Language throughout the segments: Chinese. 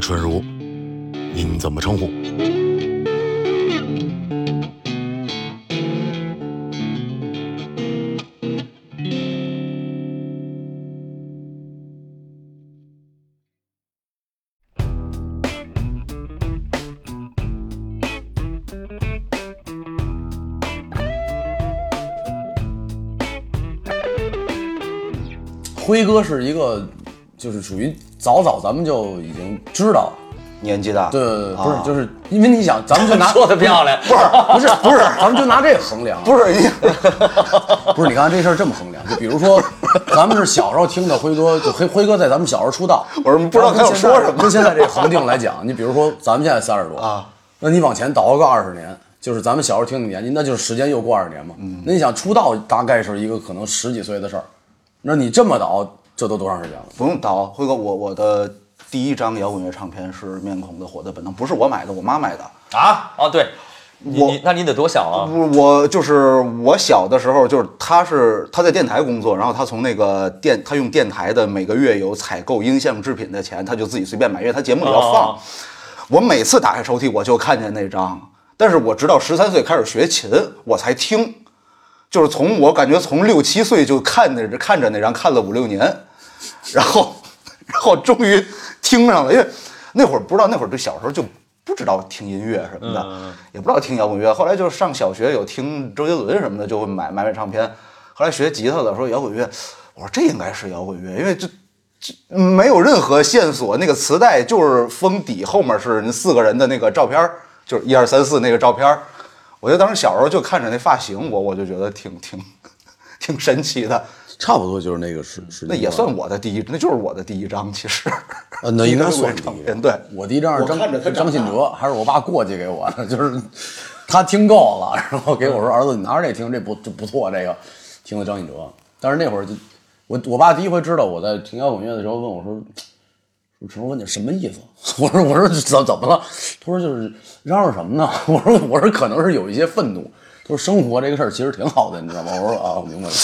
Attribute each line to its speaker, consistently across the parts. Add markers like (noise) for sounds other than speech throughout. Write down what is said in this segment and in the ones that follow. Speaker 1: 纯如，您怎么称呼？
Speaker 2: 辉哥是一个，就是属于早早咱们就已经知道了，
Speaker 3: 年纪大，
Speaker 2: 对对对，不是，
Speaker 3: 啊
Speaker 2: 就是因为你想，咱们就
Speaker 3: (laughs)
Speaker 2: 拿
Speaker 4: 说得漂亮
Speaker 2: (laughs) 不是不是不是，咱们就拿这个衡量，
Speaker 3: 不是你，
Speaker 2: 不是，你看这事儿这么衡量，就比如说，咱们是小时候听的辉哥，就辉辉哥在咱们小时候出道，
Speaker 3: 我说不知道他要说什么
Speaker 2: 跟现在这恒定来讲，你比如说咱们现在三十多
Speaker 3: 啊，
Speaker 2: 那你往前倒个二十年，就是咱们小时候听的年纪，那就是时间又过二十年嘛。
Speaker 3: 嗯
Speaker 2: 那你想出道大概是一个可能十几岁的事儿，那你这么倒，这都多长时间了？
Speaker 3: 不用倒，辉哥，我我的第一张摇滚乐唱片是《面孔的火的本能》，不是我买的，我妈买的。
Speaker 4: 啊！哦，对，你
Speaker 3: 我
Speaker 4: 你那你得多想啊！
Speaker 3: 不，我就是我小的时候，就是他是他在电台工作，然后他从那个电，他用电台的每个月有采购音像制品的钱，他就自己随便买，因为他节目里要放。
Speaker 4: 哦
Speaker 3: 我每次打开抽屉，我就看见那张，但是我直到十三岁开始学琴，我才听，就是从我感觉从六七岁就看着看着那张看了五六年，然后然后终于听上了，因为那会儿不知道，那会儿就小时候就不知道听音乐什么的，也不知道听摇滚乐。后来就是上小学有听周杰伦什么的，就会买买买唱片。后来学吉他的说摇滚乐，我说这应该是摇滚乐，因为这这嗯没有任何线索，那个磁带就是封底后面是人四个人的那个照片儿，就是一二三四那个照片儿。我觉得当时小时候就看着那发型，我我就觉得挺 (laughs) 挺挺神奇的。
Speaker 2: 差不多就是那个时时间段，
Speaker 3: 嗯那也算我的第一，那就是我的第一张，其实。
Speaker 2: (laughs) 呃，那
Speaker 3: (laughs)
Speaker 2: 应该算
Speaker 3: 第一张唱
Speaker 2: 第一
Speaker 3: 片，对。
Speaker 2: 我第一张是张
Speaker 3: 我看着他长大
Speaker 2: 张信哲，还是我爸过继给我的，就是他听够了，然后给我说：“儿子，你拿着这听，这不这不错，这个听的张信哲。”但是那会儿就我我爸第一回知道我在听摇滚乐的时候，问我说：“说陈叔，你什么意思？” (laughs) 我说：“我说怎怎么了？”他说：“就是嚷嚷什么呢？” (laughs) 我说：“我说可能是有一些愤怒。”他说：“生活这个事儿其实挺好的，你知道吗？”我说：“啊，我明白了。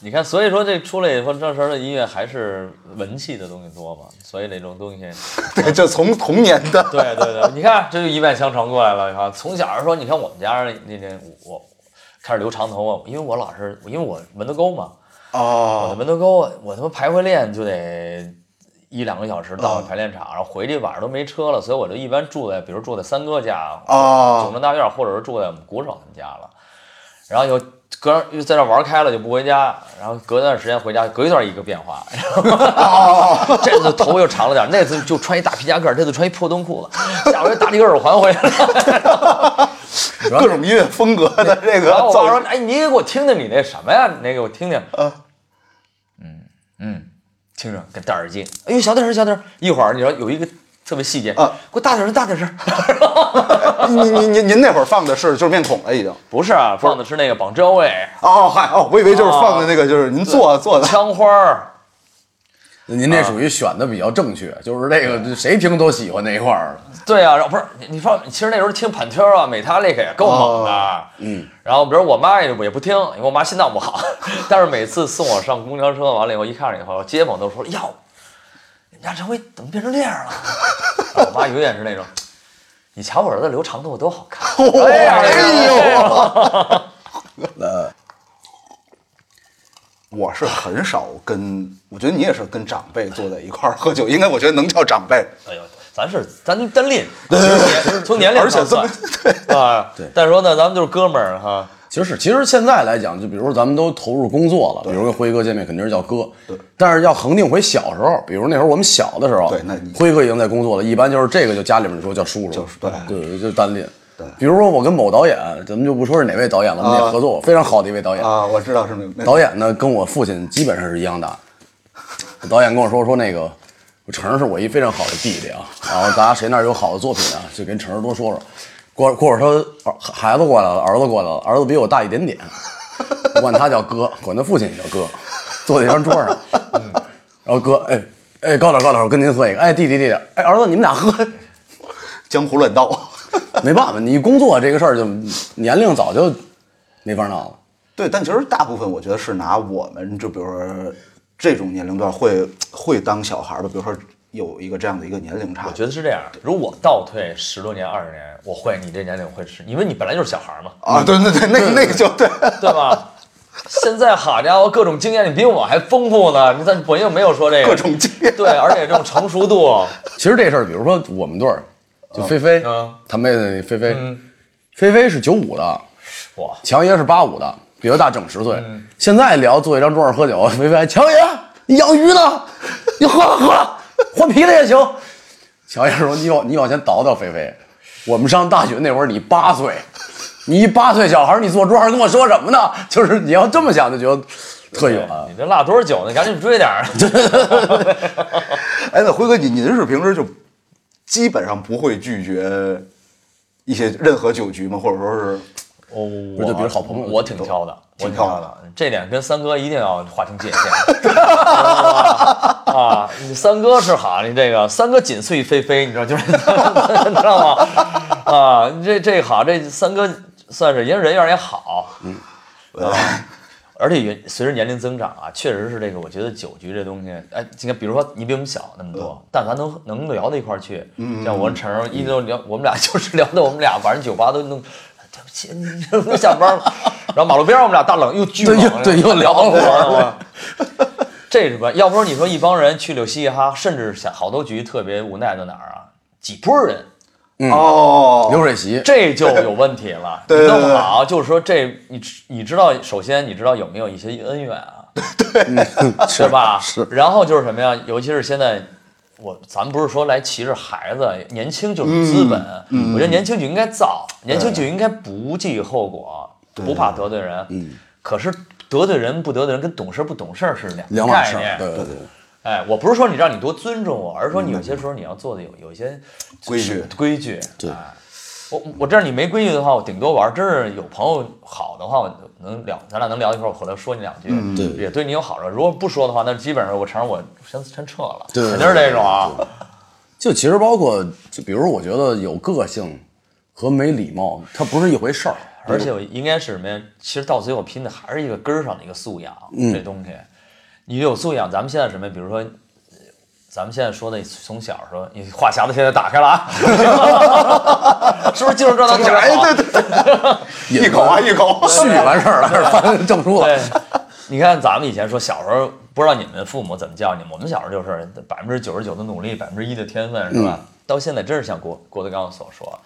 Speaker 4: 你看，所以说这出来以后，这时候的音乐还是文气的东西多嘛，所以那种东西。
Speaker 3: 对，就从童年
Speaker 2: (laughs)
Speaker 3: 的
Speaker 4: 对对对，你看这就一脉相承过来了。你看，从小说，你看我们家那那我开始留长头发，因为我老是因为我门头沟嘛，我的
Speaker 3: 哦，
Speaker 4: 门头沟，我他妈排回练就得一两个小时到排练场，然后回去晚上都没车了，所以我就一般住在，比如住在三哥家，
Speaker 3: 哦
Speaker 4: 九中大院，或者是住在我们鼓手他们家了。然后有隔又在这玩开了就不回家，然后隔段时间回家，隔一段一个变化， (laughs) 这次头又长了点，那次就穿一大皮夹克，这次穿一破洞裤子，下回打了一个耳环回来了。 (laughs)
Speaker 3: 各种音乐风格的这个
Speaker 4: 然后我
Speaker 3: 造
Speaker 4: 爸说
Speaker 3: 型，：“
Speaker 4: 哎，你给我听听你那什么呀？你那个我听听。”嗯嗯，听着，给戴耳机。哎呦，小点声，小点声。一会儿你说有一个特别细节，
Speaker 3: 啊
Speaker 4: 给我大点声，大点声。
Speaker 3: 您您您您那会儿放的是就是面孔了已经。
Speaker 4: 不是啊，放的是那个绑周位、
Speaker 3: 哦嗨哦，我以为就是放的那个就是您做做的。
Speaker 4: 枪花儿。”
Speaker 2: 您这属于选的比较正确，就是这个谁听都喜欢那一块儿。
Speaker 4: 对啊，然后不是你你说，其实那时候听 Pantera、美塔 t 克也够猛的，
Speaker 3: 哦
Speaker 4: 嗯。然后比如我妈也也不听，因为我妈心脏不好， (laughs) 但是每次送我上公交车完了以后，一看了以后，街坊都说哟，你们家陈辉怎么变成这样了？然后我妈永远是那种，你瞧我儿子留长头发多好看。哎呀，
Speaker 3: 哦哎呦，
Speaker 2: 呃，
Speaker 3: 我是很少跟，我觉得你也是跟长辈坐在一块儿喝酒，应该我觉得能叫长辈。
Speaker 4: 哎呦，咱是咱单拎，
Speaker 3: (laughs)
Speaker 4: 从年龄
Speaker 3: 而且
Speaker 4: 上
Speaker 3: 这么
Speaker 4: 算啊。
Speaker 2: 对
Speaker 4: 但是说呢，咱们就是哥们儿哈。
Speaker 2: 其实，其实现在来讲，就比如说咱们都投入工作了，比如跟辉哥见面肯定是叫哥，对。但是要恒定回小时候，比如那时候我们小的时候，
Speaker 3: 对那你
Speaker 2: 辉哥已经在工作了，一般就是这个就家里面说叫叔叔，
Speaker 3: 就是对
Speaker 2: 对，就单拎。对，比如说我跟某导演，咱们就不说是哪位导演了，我们也合作过，非常好的一位导演。
Speaker 3: 啊，我知道是那那
Speaker 2: 导演呢跟我父亲基本上是一样大。导演跟我说说那个，我成儿是我一非常好的弟弟啊，然后大家谁那儿有好的作品啊，就跟成儿多说说。过过会儿他儿孩子过来了，儿子过来了，儿子比我大一点点，我管他叫哥，管他父亲也叫哥，坐在一张桌上，然后哥哎哎高点高点，我跟您喝一个，哎弟弟弟弟，哎儿子你们俩喝， (laughs)
Speaker 3: 江湖乱刀。
Speaker 2: 没办法，你工作这个事儿就年龄早就没法闹了。
Speaker 3: (laughs) 对，但其实大部分我觉得是拿我们，就比如说这种年龄段会会当小孩儿的，比如说有一个这样的一个年龄差
Speaker 4: 我。觉得是这样，如果倒退十多年、二十年，我会你这年龄会是，因为你本来就是小孩嘛，
Speaker 3: 啊，对对 (laughs) 对，那个那个就对，
Speaker 4: 对吧？ (laughs) 现在好家伙，各种经验你比我还丰富呢，你但我又没有说这个
Speaker 3: 各种经验
Speaker 4: 对，而且这种成熟度，
Speaker 2: 其实这事儿，比如说我们队儿，就菲菲
Speaker 4: 嗯，
Speaker 2: 他妹子那菲菲，菲菲是九五的，
Speaker 3: (laughs)
Speaker 4: 哇，
Speaker 2: 强爷是八五的，比他大整十岁。
Speaker 4: 嗯
Speaker 2: 现在聊坐一张桌上喝酒，菲菲还强爷，你养鱼呢？你喝喝，换啤的也行。强爷说：“你往你往前倒倒，菲菲，我们上大学那会儿你八岁，你一八岁小孩儿，你坐桌上跟我说什么呢？就是你要这么想，就觉得特
Speaker 3: 哎
Speaker 2: 啊远。
Speaker 3: 啊
Speaker 4: 你这落多少酒呢？赶紧追点儿。 (laughs)
Speaker 3: 哎，那辉哥，你您是平时就基本上不会拒绝一些任何酒局吗？或者说是
Speaker 4: 哦，
Speaker 2: 不是就比如好朋友
Speaker 4: 我挺挑的，我
Speaker 3: 挺
Speaker 4: 挺
Speaker 3: 挑的
Speaker 4: 挑的，这点跟三哥一定要划清界限。知
Speaker 2: (laughs)
Speaker 4: 道吗啊，你三哥是好，你这个三哥仅次于菲菲，你知道就是， (laughs) 你知道吗？啊，你这这好，这三哥算是因为人缘也好，嗯，而且也随着年龄增长啊，确实是这个，我觉得酒局这东西，哎，你看，比如说你比我们小那么多，
Speaker 2: 嗯
Speaker 4: 但凡能能聊到一块儿去，像我跟成儿一直都聊，我们俩 (laughs) 就是聊的我们俩晚上酒吧都弄，哎对不起，你这都下班了， (laughs) 然后马路边儿我们俩大冷又巨
Speaker 2: 对
Speaker 4: 冷
Speaker 2: 又，对又聊了会儿。
Speaker 4: 这是吧？ (laughs) 要不说你说一帮人去柳嘻哈，甚至想好多局特别无奈的哪儿啊，几拨儿人，
Speaker 3: 哦，
Speaker 2: 流水席，
Speaker 4: 这就有问题了。
Speaker 2: (laughs)
Speaker 3: 对对对
Speaker 4: 你弄不好就是说这你知你知道，首先你知道有没有一些恩怨啊？
Speaker 2: 嗯
Speaker 4: 对， (laughs) 是
Speaker 2: (laughs)
Speaker 4: 吧？是。然后就是什么呀？尤其是现在。我咱不是说来歧视孩子，年轻就是资本。
Speaker 2: 嗯
Speaker 4: 我觉得年轻就应该造，年轻就应该不计后果，
Speaker 2: 嗯
Speaker 4: 不怕得罪人。可是得罪人不得罪人跟懂事不懂事儿是两
Speaker 2: 两
Speaker 4: 个
Speaker 2: 码
Speaker 4: 概
Speaker 2: 事儿。
Speaker 4: 念。
Speaker 2: 对对对，
Speaker 4: 哎，我不是说你让你多尊重我，而是说你有些时候你要做的有有一些
Speaker 3: 规矩
Speaker 4: 规矩。
Speaker 2: 对
Speaker 4: 哎我我这样你没规矩的话，我顶多玩儿。真是有朋友好的话，我能聊，咱俩能聊一会儿，我回来说你两句，
Speaker 2: 嗯对
Speaker 4: 也对你有好处。如果不说的话，那基本上我承认我先先撤了，
Speaker 2: 对
Speaker 4: 肯定是这种啊。
Speaker 2: 就其实包括，就比如我觉得有个性和没礼貌，它不是一回事儿。
Speaker 4: 而且我应该是什么呀？其实到最后拼的还是一个根儿上的一个素养，
Speaker 3: 嗯
Speaker 4: 这东西，你有素养，咱们现在什么呀？比如说，呃咱们现在说的，从小说，你话匣子现在打开了啊， (laughs) 是不是进入状态特别好？
Speaker 3: 哎，对对对，一口啊一
Speaker 2: (laughs)
Speaker 3: 口，
Speaker 4: (laughs)
Speaker 2: 续完事儿了，翻 (laughs) 证书
Speaker 3: (laughs)
Speaker 2: 了。
Speaker 4: 对，你看咱们以前说小时候，不知道你们父母怎么教你们，我们小时候就是百分之九十九的努力，百分之一的天分，是吧？
Speaker 3: 嗯
Speaker 4: 到现在真是像郭郭德纲所说，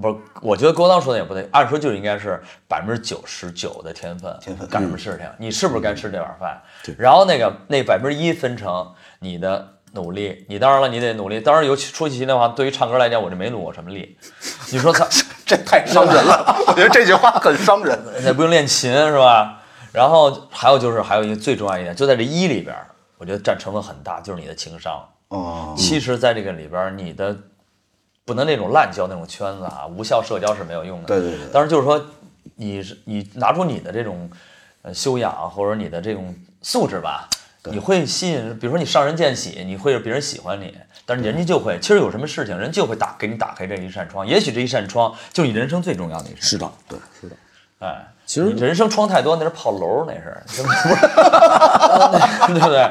Speaker 4: 不是，我觉得郭德纲说的也不对，按说就应该是百分之九十九的天分，天分干什么事
Speaker 3: 嗯
Speaker 4: 情，你是不是该吃这碗饭？然后那个那百分之一分成你的。努力，你当然了，你得努力。当然，尤其说起心里话，对于唱歌来讲，我就没努过什么力。你说他
Speaker 3: (laughs) 这太伤人了。我觉得这句话很伤人。
Speaker 4: (laughs) 那不用练琴是吧？然后还有就是还有一个最重要一点，就在这一里边儿，我觉得占成分很大，就是你的情商。
Speaker 3: 哦，
Speaker 4: 其实，在这个里边儿，你的不能那种滥交那种圈子啊，无效社交是没有用的。
Speaker 3: 对对对
Speaker 4: 当然就是说，你是你拿出你的这种呃修养或者你的这种素质吧，你会吸引，比如说你上人见喜，你会让别人喜欢你，但是人家就会，其实有什么事情，人就会打给你打开这一扇窗，也许这一扇窗就是你人生最重要的一扇窗。
Speaker 2: 是的，对，
Speaker 4: 哎，
Speaker 2: 其实
Speaker 4: 你人生窗太多，那是炮楼，那是，真不是
Speaker 2: (laughs)
Speaker 4: 对不对？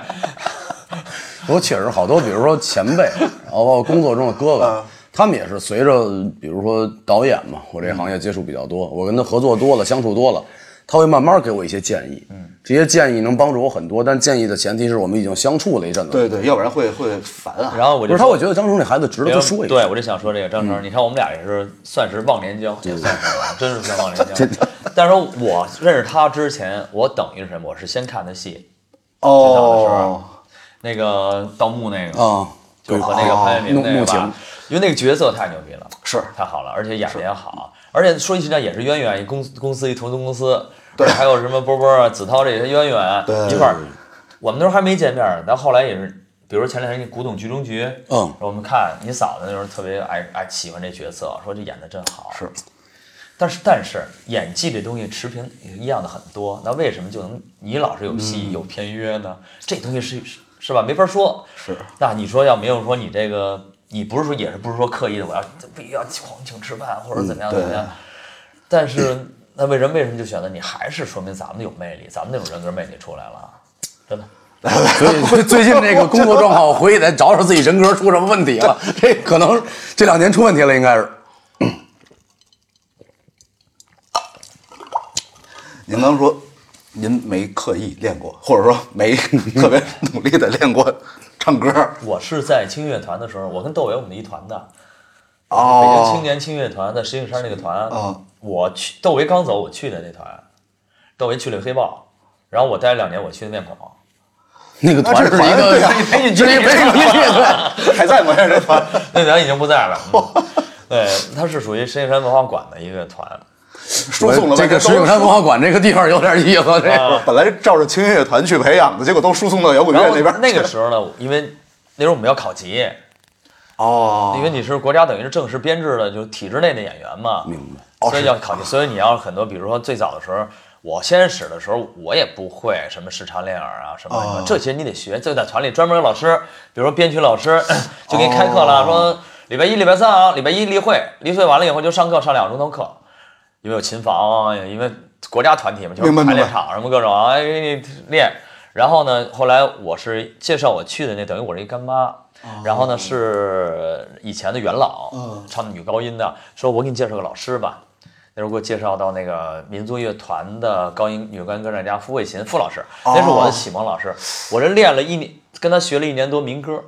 Speaker 2: 我确实好多，比如说前辈，然后包括工作中的哥
Speaker 3: 嗯
Speaker 2: 哥，他们也是随着，比如说导演嘛，我这行业接触比较多，我跟他合作多了，相处多了，他会慢慢给我一些建议。嗯，这些建议能帮助我很多，但建议的前提是我们已经相处了一阵子。，
Speaker 3: 对对，要不然会会烦啊。
Speaker 4: 然后我
Speaker 2: 不
Speaker 4: 就是
Speaker 2: 他
Speaker 4: 说
Speaker 2: 会觉得张成这孩子值得他说一下。嗯
Speaker 4: 对我就想说这个张成，你看我们俩也是算是忘年交，也算是啊，真是算忘年交。但是说我认识他之前，我等于是什么？我是先看的戏，
Speaker 3: 哦，
Speaker 4: 那个盗墓那个，
Speaker 2: 啊，
Speaker 4: 就和那个潘粤明那
Speaker 2: 怒
Speaker 4: 个
Speaker 2: 怒情
Speaker 4: 吧，因为那个角色太牛逼了，
Speaker 3: 是
Speaker 4: 太好了，而且演的也好，而且说起来也是渊源，一公公司一投资公司，对，还有什么波波啊、子韬这些渊源
Speaker 3: 对
Speaker 4: 一块儿，我们那时候还没见面儿，但后来也是。比如前两天那古董局中局，
Speaker 2: 嗯
Speaker 4: 我们看你嫂子那时候特别爱爱喜欢这角色，说这演的真好，
Speaker 3: 是，
Speaker 4: 但是但是演技这东西持平一样的很多，那为什么就能你老是有戏、有片约呢？这东西是是是吧？没法说。
Speaker 3: 是。
Speaker 4: 那你说要没有说你这个，你不是说也是不是说刻意的，我要不要狂请吃饭或者怎么样怎么样？但是那为什么为什么就选择你？还是说明咱们有魅力，咱们那种人格魅力出来了，真的。
Speaker 2: 所以 (laughs) 最最近这个工作状 (laughs) 况，我回去得找找自己人格出什么问题了。这可能这两年出问题了，应该是。
Speaker 3: 您刚说您没刻意练过，或者说没 (laughs) 特别努力的练过唱歌。
Speaker 4: 我是在轻乐团的时候，我跟窦唯我们的一团的，北京青
Speaker 3: 哦，
Speaker 4: 年轻乐团在石景山那个团，
Speaker 3: 啊
Speaker 4: 我去窦唯刚走，我去的那团，窦唯去了黑豹，然后我待了两年，我去的面孔，
Speaker 2: (laughs) 那个团
Speaker 3: 那
Speaker 2: 是
Speaker 3: 这
Speaker 2: 一
Speaker 3: 团
Speaker 2: 个
Speaker 3: 对啊
Speaker 2: 这是一个乐 (laughs)
Speaker 3: 还在吗？现在这团？
Speaker 4: 那团已经不在了。
Speaker 3: (laughs)
Speaker 4: 嗯对，它是属于石景山文化馆的一个团，
Speaker 3: 输送啊了
Speaker 2: 这个石景山文化馆这个地方有点意思，这个
Speaker 4: 啊
Speaker 3: 本来照着轻音乐团去培养的，结果都输送到摇滚
Speaker 4: 然
Speaker 3: 乐
Speaker 4: 后
Speaker 3: 那边。
Speaker 4: 那个时候呢，因为那时候我们要考级，
Speaker 3: 哦
Speaker 4: 因为你是国家等于是正式编制的，就是体制内的演员嘛，明白？哦所以要考虑，所以你要很多，比如说最早的时候，我先使的时候，我也不会什么视察练耳啊什么的、这些你得学。就在团里专门有老师，比如说编曲老师就给你开课了，说礼拜一、礼拜三啊，礼拜一例会，例会完了以后就上课上两个钟头课，因为有琴房啊，因为国家团体嘛，就是
Speaker 3: 明白
Speaker 4: 排
Speaker 3: 明
Speaker 4: 练
Speaker 3: 白
Speaker 4: 场什么各种啊，哎给你练。然后呢，后来我是介绍我去的那，等于我是一干妈。
Speaker 3: 哦
Speaker 4: 然后呢，是以前的元老，
Speaker 3: 嗯
Speaker 4: 唱女高音的，说我给你介绍个老师吧。那时候给我介绍到那个民族乐团的高音女高音歌唱家傅卫琴傅老师，
Speaker 3: 哦
Speaker 4: 那是我的启蒙老师。我这练了一年，跟他学了一年多民歌，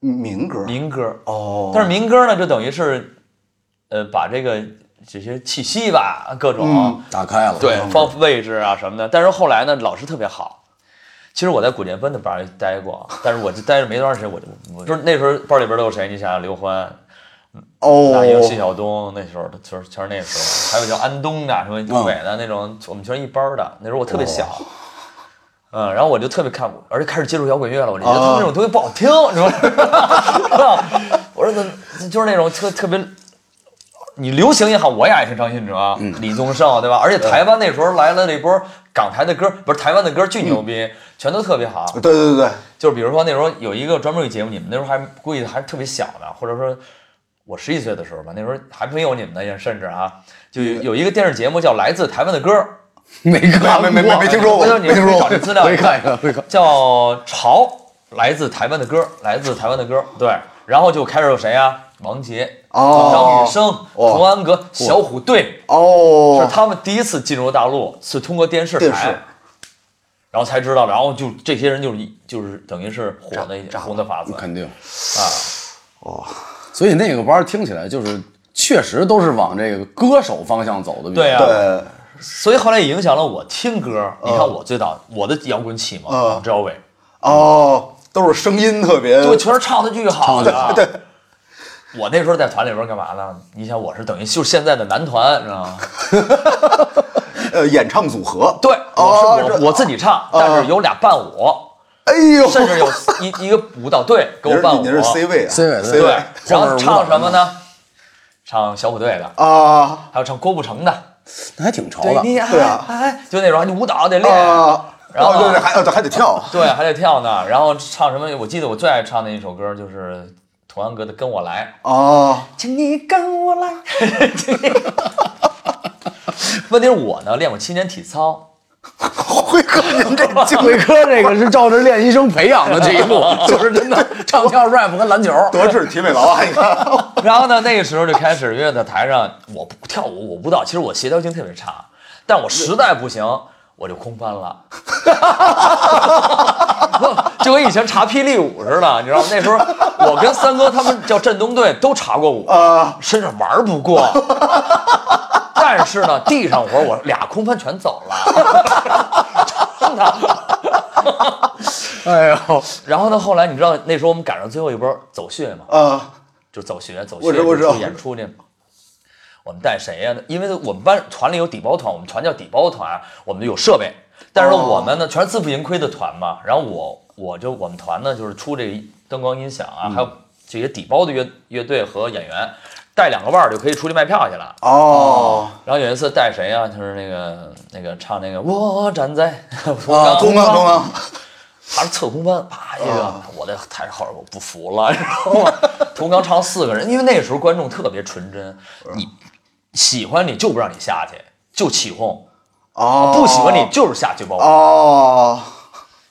Speaker 3: 民歌
Speaker 4: 民歌。
Speaker 3: 哦，
Speaker 4: 但是民歌呢，就等于是，呃，把这个这些气息吧，各种、
Speaker 3: 嗯
Speaker 2: 打开了。
Speaker 4: 对，方位置啊什么的。但是后来呢，老师特别好。其实我在古建芬的班儿待过，但是我就待着没多长时间，我就我就是那时候班里边都有谁？你想想刘欢、那英、谢
Speaker 3: 哦，
Speaker 4: 晓东，那时候就是全是那时候，还有叫安东的、什么杜伟的那种，我们全是一班儿的。那时候我特别小，嗯，然后我就特别看，而且开始接触摇滚乐了，我就觉得他们这种东西不好听，你说是吧？ (laughs) 我说那就是那种特特别。你流行也好，我也爱听张信哲、李宗盛，对吧？而且台湾那时候来了那波港台的歌，不是台湾的歌巨牛逼，全都特别好。
Speaker 3: 对对对对，
Speaker 4: 就是比如说那时候有一个专门有节目，你们那时候还估计还特别小呢，或者说我十几岁的时候吧，那时候还没有你们呢，甚至啊，就有有一个电视节目叫《来自台湾的歌》，
Speaker 2: (laughs) 没看
Speaker 3: 啊没没没没听说过
Speaker 4: 回头你
Speaker 3: 没听说过
Speaker 4: 找这资料
Speaker 2: 没看过，没看过。
Speaker 4: 叫《潮》，来自台湾的歌，来自台湾的歌，对，然后就开始有谁啊？王杰、
Speaker 3: 哦
Speaker 4: 张雨生、童安格、小虎队，是
Speaker 3: 哦，
Speaker 4: 他们第一次进入大陆，是通过电视
Speaker 3: 电
Speaker 4: 台，
Speaker 3: 视
Speaker 4: 然后才知道，然后就这些人就是一就是等于是火的一红的法子，
Speaker 2: 肯定啊。
Speaker 3: 哦，
Speaker 2: 所以那个班儿听起来就是确实都是往这个歌手方向走的。
Speaker 4: 对啊
Speaker 3: 对，
Speaker 4: 所以后来也影响了我听歌。
Speaker 3: 哦
Speaker 4: 你看我最早我的摇滚启蒙，
Speaker 3: 嗯
Speaker 4: 王志伟，
Speaker 3: 哦，都是声音特别，
Speaker 4: 就全是唱的巨好的啊。
Speaker 3: 对
Speaker 4: 我那时候在团里边干嘛呢？你想我是等于就是现在的男团，你知道
Speaker 3: (laughs)
Speaker 4: 吗？
Speaker 3: 呃，演唱组合，
Speaker 4: 对，我是
Speaker 3: 哦
Speaker 4: 我我自己唱，但是有俩伴
Speaker 3: (laughs)
Speaker 4: 舞，
Speaker 3: 哎呦，
Speaker 4: 甚至有一一个舞蹈队给我伴舞。
Speaker 3: 您是您是 C 位啊
Speaker 2: C 位
Speaker 3: C
Speaker 2: 对
Speaker 3: 位
Speaker 4: 对，然
Speaker 2: 后面
Speaker 4: 后
Speaker 2: 舞蹈嗯
Speaker 4: 唱什么呢？唱小虎队的，
Speaker 3: 啊
Speaker 4: 还有唱郭富城的。
Speaker 2: 那还挺潮
Speaker 4: 对
Speaker 2: 的。
Speaker 4: 你爱
Speaker 3: 对啊
Speaker 2: 哎
Speaker 4: 爱，就那种你舞蹈得练。
Speaker 3: 啊，
Speaker 4: 然后
Speaker 3: 哦对对，还呃还得跳，
Speaker 4: 对，还得跳呢，然后唱什么？我记得我最爱唱的一首歌就是童安格的《跟我来
Speaker 3: 哦，》， (laughs)
Speaker 4: 请你跟我来。 (laughs) 问题是我呢，练过七年
Speaker 2: (laughs)
Speaker 4: 体操，
Speaker 3: 辉哥您
Speaker 4: (laughs)
Speaker 3: 这经历
Speaker 2: 伟哥这个是照着练习生培养的这一 (laughs) 路，就是真的唱跳 rap 跟篮球。
Speaker 3: 德智体美劳啊，你看，
Speaker 4: (laughs) 然后呢，那个时候就开始，因为在台上我不跳舞，我舞蹈，其实我协调性特别差，但我实在不行，我就空翻了， (laughs) 就跟以前查霹雳舞似的，你知道吗？那时候我跟三哥他们叫震东队都查过舞，
Speaker 3: 啊，
Speaker 4: 身上玩不过。但是呢，地上活我俩空翻全走了。
Speaker 2: (laughs) 哎呦，
Speaker 4: 然后呢，后来你知道那时候我们赶上最后一波走穴嘛，
Speaker 3: 呃，
Speaker 4: 就走穴走
Speaker 3: 我
Speaker 4: 穴
Speaker 3: 知道我知道
Speaker 4: 出演出去。我们带谁呀、因为我们班团里有底包团，我们团叫底包团，我们就有设备。但
Speaker 3: 哦
Speaker 4: 是呢，我们呢全是自负盈亏的团嘛。然后我我就我们团呢就是出这灯光音响啊，还有
Speaker 3: 嗯
Speaker 4: 这些底包的乐乐队和演员，带两个腕儿就可以出去卖票去了。
Speaker 3: 哦，
Speaker 4: 然后有一次带谁啊？就是那个那个唱那个我站在同
Speaker 3: 啊，
Speaker 4: 岗
Speaker 3: 通啊通啊，
Speaker 4: 他是侧空翻，啪一个，我在台上后边我不服了，你知道吗？同岗唱四个人，因为那时候观众特别纯真，你喜欢你就不让你下去，就起哄；
Speaker 3: 哦，
Speaker 4: 不喜欢你就是下去包。
Speaker 3: 哦，